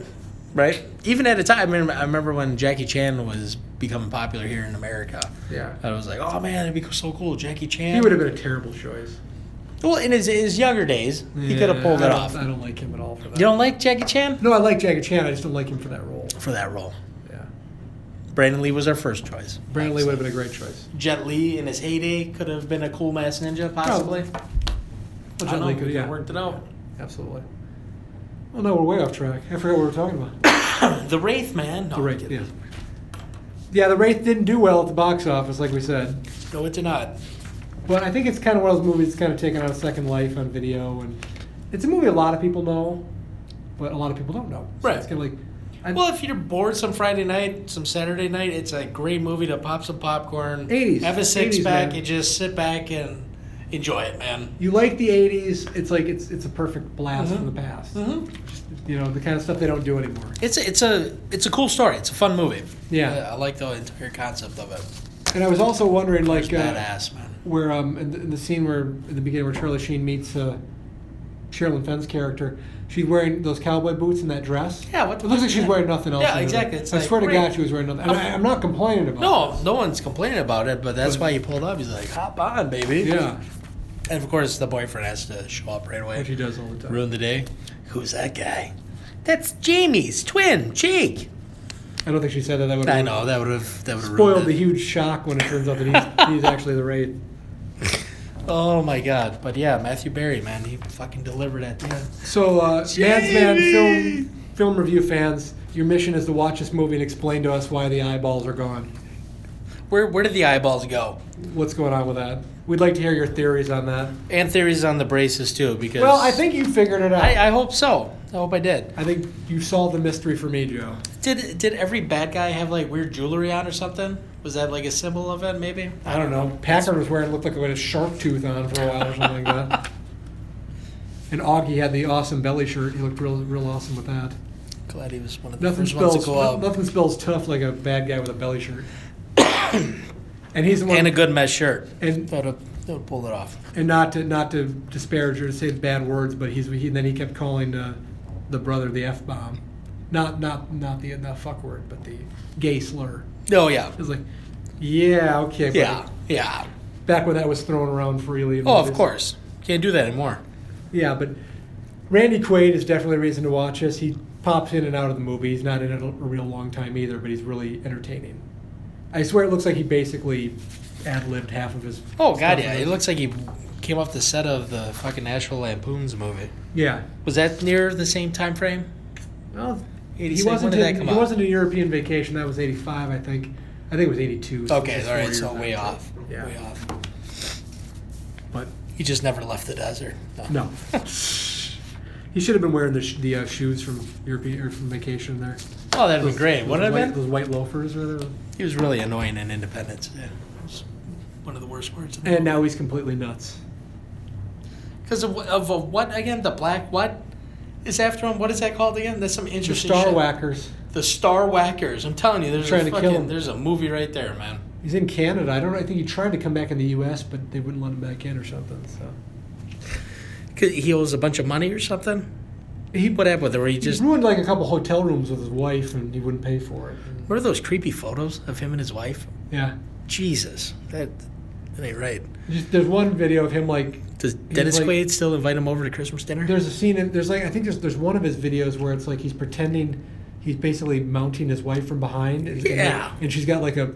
Right? Even at a time, I remember, I remember when Jackie Chan was becoming popular here in America.
Yeah.
I was like, oh man, it'd be so cool, Jackie Chan.
Uh, He would have been a terrible choice.
well in his, his younger days, he could have
Yeah,
pulled
I
it
don't-
off.
I don't like him at all for that.
You don't like Jackie Chan
no, I like Jackie Chan. I just don't like him for that role.
for that role.
Yeah.
Brandon Lee was our first choice.
Brandon Lee would have been a great choice.
Jet Lee in his heyday could have been a cool mass
Oh,
ninja, possibly.
Probably.
I
Well,
don't
Lee
know.
could-
we worked it out.
Absolutely. Well, no, we're way off track. I forgot what we were talking about.
The Wraith, man. No,
The
I'm
Wraith,
kidding.
yeah. Yeah, The Wraith didn't do well at the box office, like we said.
No, it did not.
But I think it's kind of one of those movies that's kind of taken on a second life on video, and it's a movie a lot of people know, but a lot of people don't know. So
Right.
It's kind of like, I-
Well, if you're bored some Friday night, some Saturday night, it's a great movie to pop some popcorn,
80s,
have a six
80s,
pack,
man.
and just sit back and enjoy it, man.
you like the '80s. It's like it's it's a perfect blast from the past.
Mm-hmm.
You know the kind of stuff they don't do anymore.
It's a, it's a it's a cool story. It's a fun movie.
Yeah.
I like the entire concept of it.
And I was also wondering,
It's
like, uh,
badass, man.
where um in the, in the scene where in the beginning where Charlie Sheen meets uh, Sherilyn Fenn's character, she's wearing those cowboy boots and that dress.
Yeah, what the
it looks
fuck
like
is
she's
that?
wearing nothing else.
Yeah,
under
exactly.
there.
It's
I
like,
swear to
great.
God, she was wearing nothing. And I, I'm not complaining about.
No,
this.
no one's complaining about it, but that's
But-
why you pulled up. He's like, hop on, baby.
Yeah,
And of course, the boyfriend has to show up right away.
which he does all the time.
Ruin the day. Who's that guy? That's Jamie's twin, Jake.
I don't think she said that. That would
I
have
know that would have that would have
spoiled
ruined
the
it.
huge shock when it turns out that he's, he's actually the Wraith.
Oh my god! But yeah, Matthew Berry, man, he fucking delivered at the end.
So, uh, Mads Man film film review fans, your mission is to watch this movie and explain to us why the eyeballs are gone.
Where where did the eyeballs go?
What's going on with that? We'd like to hear your theories on that.
And theories on the braces too, because
Well, I think you figured it out. I,
I, I hope so. I hope I did.
think you solved the mystery for me, Joe.
Did did every bad guy have like weird jewelry on or something? Was that like a symbol of it? Maybe
I don't know. Packard was wearing looked like he had a shark tooth on for a while or something like that. And Augie had the awesome belly shirt. He looked real, real awesome with that.
glad he was one of the
Nothing
first ones to
spells
go out.
nothing spells tough like a bad guy with a belly shirt. and he's the one.
And a good mesh shirt.
and
That would have that would pulled it off.
and not to not to disparage or to say bad words, but he's he, then he kept calling the, the brother the f bomb, not not not the not fuck word, but the gay slur.
Oh yeah,
It was like, yeah, okay, buddy.
yeah, yeah.
Back when that was thrown around freely.
Oh, of course. Can't do that anymore.
Yeah, but Randy Quaid is definitely a reason to watch this. He pops in and out of the movie. He's not in it a real long time either, but he's really entertaining. I swear it looks like he basically ad libbed half of his.
Oh
stuff
god, yeah.
in
It looks like he came off the set of the fucking National Lampoon's movie.
Yeah.
Was that near the same time frame?
Well, he
86,
wasn't.
when did that
in,
come
he
out?
wasn't in European vacation. That was '85, I think. I think it was '82.
Okay, all right. So way off.
Yeah.
Way off.
But
He just never left the desert.
no, he should have been wearing the, sh- the uh, shoes from European or from vacation there.
Oh, that'd be great.
Those
Wouldn't it
white,
have been?
those white loafers, rather.
He was really annoying in Independence. Yeah. It's One of the worst words.
And now he's completely nuts.
Because of, wh- of a what again? The black what is after him? What is that called again? That's some
The
interesting.
Star
shit.
Whackers.
The Star Whackers. I'm telling you, there's
Trying
a
to kill
fucking,
him.
There's a movie right there, man.
He's in Canada. I don't. know. I think he tried to come back in the U.S., but they wouldn't let him back in or something. So
He owes a bunch of money or something.
he
What happened with it? Where he just
he ruined like a couple hotel rooms with his wife, and he wouldn't pay for it.
what are those creepy photos of him and his wife?
Yeah.
Jesus, that that ain't right.
Just, there's one video of him like
Does Dennis
like-
Quaid still invite him over to Christmas dinner?
There's a scene in there's like I think there's there's one of his videos where it's like he's pretending he's basically mounting his wife from behind. And,
Yeah.
And, she's got like a,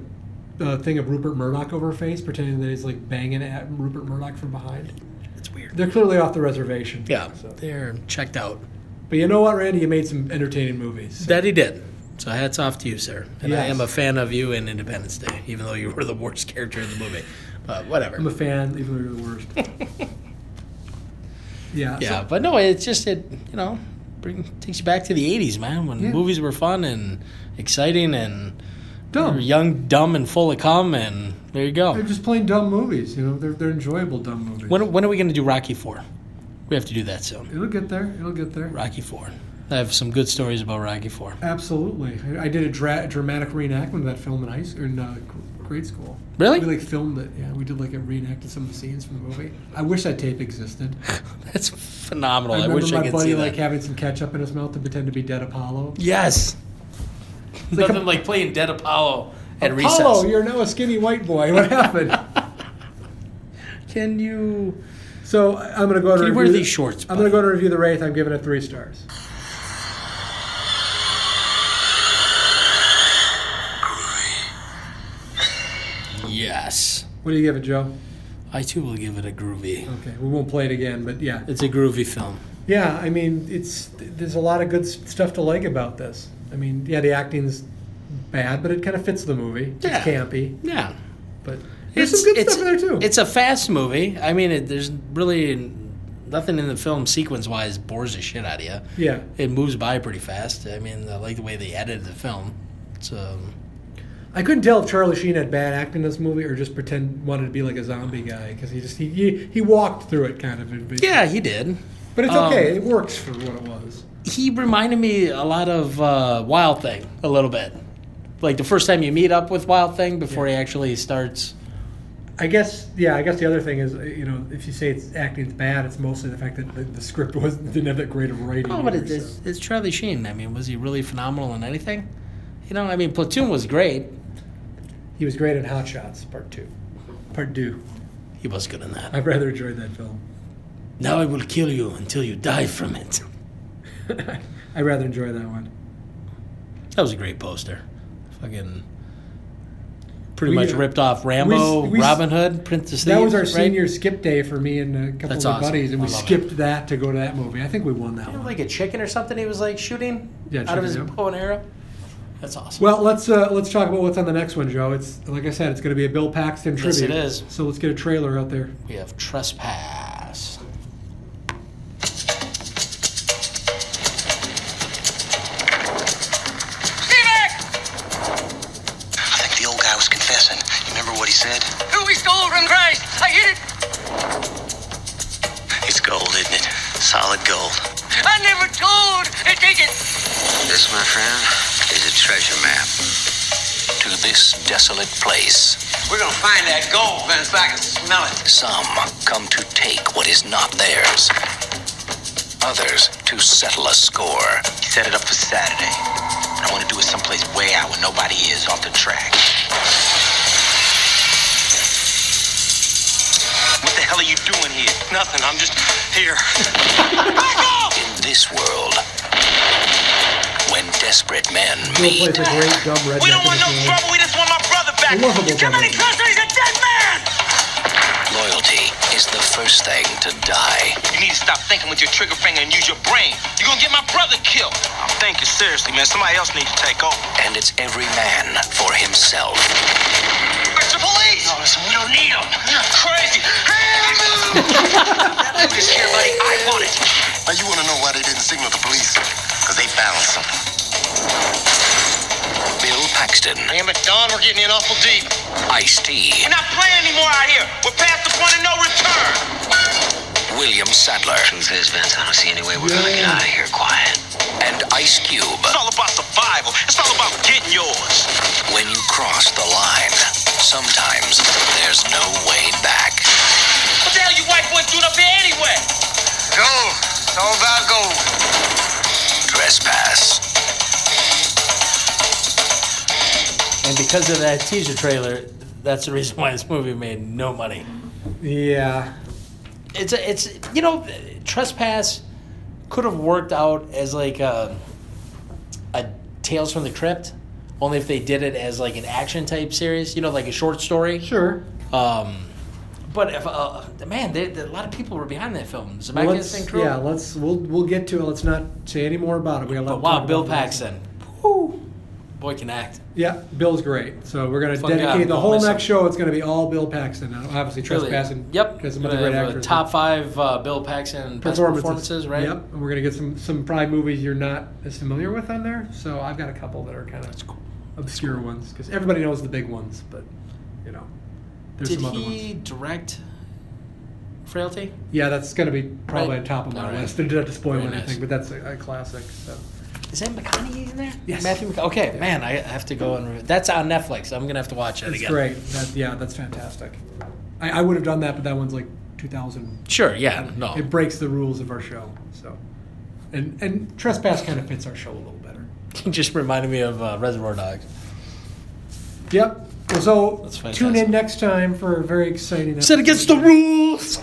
a thing of Rupert Murdoch over her face, pretending that he's like banging at Rupert Murdoch from behind.
It's weird.
They're clearly off the reservation.
yeah,
So-
they're checked out.
But you know what, Randy? You made some entertaining movies.
That he did. So hats off to you, sir. And I
Yes.
am a fan of you in Independence Day, even though you were the worst character in the movie. But whatever.
I'm a fan, even though you're the worst. yeah. so-
yeah, but no, it's just it. You know, bring, takes you back to the '80s, man, when
Yeah.
movies were fun and exciting and
dumb.
you were young, dumb, and full of cum. And there you go.
They're just playing dumb movies. You know, they're they're enjoyable dumb movies.
When when are we gonna do Rocky Four? We have to do that soon.
It'll get there. It'll get there.
Rocky Four. I have some good stories about Rocky Four.
Absolutely. I, I did a dra- dramatic reenactment of that film in high school, in uh, gr- grade school.
Really?
We like filmed it. Yeah, we did like a reenacted some of the scenes from the movie. I wish that tape existed.
That's phenomenal. Oh, I,
I,
wish
remember
I
my
could see
buddy
that.
like having some ketchup in his mouth to pretend to be dead Apollo.
yes.
like a-
Nothing like playing Dead Apollo at
Apollo,
recess.
you're now a skinny white boy. What happened?
Can you?
so I- I'm gonna go to
Can you
review
wear
the-
these shorts,
I'm gonna go to review the Wraith. I'm giving it three stars.
Yes.
What do you give it, Joe?
I too will give it a groovy.
Okay, we won't play it again, but yeah,
It's a groovy film.
yeah. I mean, it's there's a lot of good s- stuff to like about this. I mean, yeah, the acting's bad, but it kind of fits the movie.
Yeah.
It's campy,
Yeah.
but there's some good
it's,
stuff in there too.
It's a fast movie. I mean, it, there's really nothing in the film sequence wise bores the shit out of you.
yeah,
It moves by pretty fast. I mean, I like the way they edited the film. So
I couldn't tell if Charlie Sheen had bad acting in this movie or just pretend wanted to be like a zombie guy because he just he, he he walked through it kind of. in-
yeah, he did.
but it's
um,
okay. it works for what it was.
He reminded me a lot of uh, Wild Thing a little bit. Like the first time you meet up with Wild Thing before he actually starts.
I guess yeah. I guess the other thing is uh, you know if you say it's acting's bad, it's mostly the fact that the, the script was didn't have that great of writing.
Oh, but
either,
it's,
so.
it's, it's Charlie Sheen. I mean, was he really phenomenal in anything? You know, I mean, Platoon was great.
He was great at Hot Shots Part Two. Part Two.
He was good in that.
I've rather enjoyed that film.
Now I will kill you until you die from it.
I rather enjoy that one.
That was a great poster. fucking
We,
pretty much
uh,
ripped off Rambo,
we s- we s-
Robin Hood, Prince of Thieves.
That was our
right?
senior skip day for me and a couple
That's
of my
awesome.
buddies, and
I
we
love it.
skipped that to go to that movie. I think we won that
You know,
one.
Like a chicken or something, he was like shooting
Yeah,
out of his
chicken, yeah.
bow and arrow. That's awesome.
Well, let's uh, let's talk about what's on the next one, Joe. It's like I said, it's going to be a Bill Paxton tribute.
Yes, it is.
So let's get a trailer out there.
we have trespass.
I think the old guy was confessing. You remember what he said?
Who we stole from Christ. I hid it.
It's gold, isn't it? Solid gold.
I never told. They take it.
This, my friend, is a treasure map. To this desolate place,
We're gonna find that gold, Vince. I can smell it.
some come to take what is not theirs, others to settle a score.
Set it up for Saturday. I want to do it someplace way out where nobody is off the track. What the hell are you doing here?
Nothing, I'm just here. In this world, when desperate men
Bill plays
meet,
a great dumb redneck.
We don't want
in
no
this movie.
trouble. We just want my brother back.
I love a
You
good
Come
brother.
any closer, he's a dead man.
loyalty is the first thing to die.
You need to stop thinking with your trigger finger and use your brain. You're gonna get my brother killed. I'm thinking seriously, man. Somebody else needs to take over.
and it's every man for himself.
It's the police. No, listen, we don't need them. You're crazy. Hey, move. that loot is here, buddy. I want it.
Now you want to know why they didn't signal the police?
Cause they found something.
Bill Paxton,
Damn it, Don, we're getting in awful deep.
Ice-T,
We're not playing anymore out here. We're past the point of no return.
William Sadler,
Truth is, Vince, I don't see any way we're
gonna get out
of here quiet.
and Ice Cube.
It's all about survival. It's all about getting yours.
When you cross the line, sometimes there's no way back.
What the hell you white boys doing up here anyway? Gold. It's all about gold.
Trespass.
And because of that teaser trailer, that's the reason why this movie made no money.
Yeah.
It's a, it's you know, trespass could have worked out as like a, a Tales from the Crypt, only if they did it as like an action type series. You know, like a short story.
Sure.
Um, but if uh, man, they, a lot of people were behind that film. Zemeckis and
Let's,
crew.
yeah. Let's we'll we'll get to it. Let's not say any more about it. We got a lot.
but
to
wow,
talk
Bill
about.
Paxton, whew, boy can act.
Yeah, Bill's great. So we're gonna
Fun guy.
dedicate the
Don't
whole
miss
next
him.
show. It's gonna be all Bill Paxton. Now, Obviously,
Really.
trespassing.
Yep.
Because some
Gonna
other great
have a
actors.
Top five uh, Bill Paxton best
performances.
performances, right?
Yep. And we're gonna get some some probably movies you're not as familiar with on there. So I've got a couple that are kind of obscure ones because everybody knows the big ones, but you know, there's
Did
some other
he
ones.
direct Frailty?
Yeah, that's gonna be probably
Right.
on top of my
All right.
list. Didn't have to spoil
Very nice.
anything, but that's a, a classic. So.
Is that McConaughey in there?
Yes.
Matthew McConaughey. Okay, man, I have to go and re- that's on Netflix. I'm gonna have to watch it
That's
again.
great. That, yeah, that's fantastic. I, I would have done that, but that one's like 2000.
Sure. Yeah. No.
It breaks the rules of our show. So, and and trespass kind of fits our show a little better.
It just reminded me of uh, Reservoir Dogs.
Yep. Well,
That's
so tune
fantastic.
in next time for a very exciting.
Said against the rules.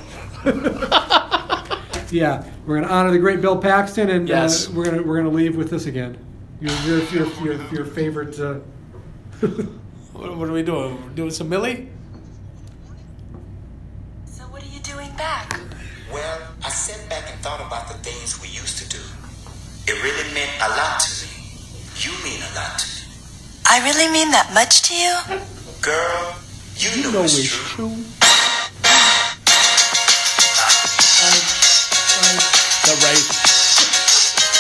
Yeah, we're gonna honor the great Bill Paxton, and
Yes.
uh, we're gonna we're gonna leave with this again. Your your your your, your favorite. Uh,
What, what are we doing? We're doing some Millie?
So what are you doing back?
Well, I sat back and thought about the things we used to do. It really meant a lot to me. You mean a lot to me.
I really mean that much to you?
Girl, you, know, it's true.
The right.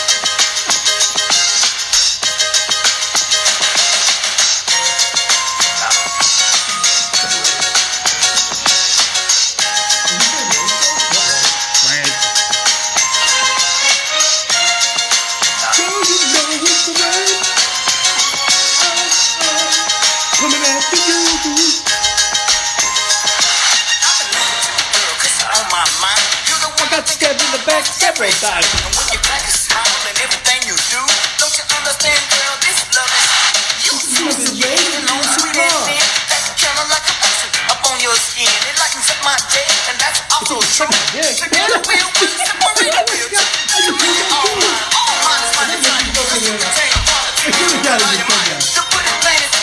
Girl, 'cause I'm on my mind. You're the one I got stabbed in the back several times. And when you're back, it's smile and everything you do. Don't you understand, girl? This love is you. You sweet and sweet and thin. That's kinda like an ocean up on your skin. It lightens up my day, and that's also true. Together we're one, separate the wheels. You really are mine. All mine is mine. It's mine. It's the same quality.
really gotta be so bad.
To put it plain, it's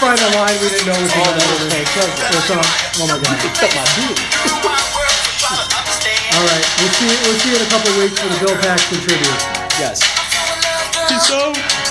find a line we didn't know was
Oh,
in
that
that
was fake.
Oh my god.
All
All right, we'll see. We'll see you in a couple of weeks for the Bill Paxton tribute.
Yes.
Peace out.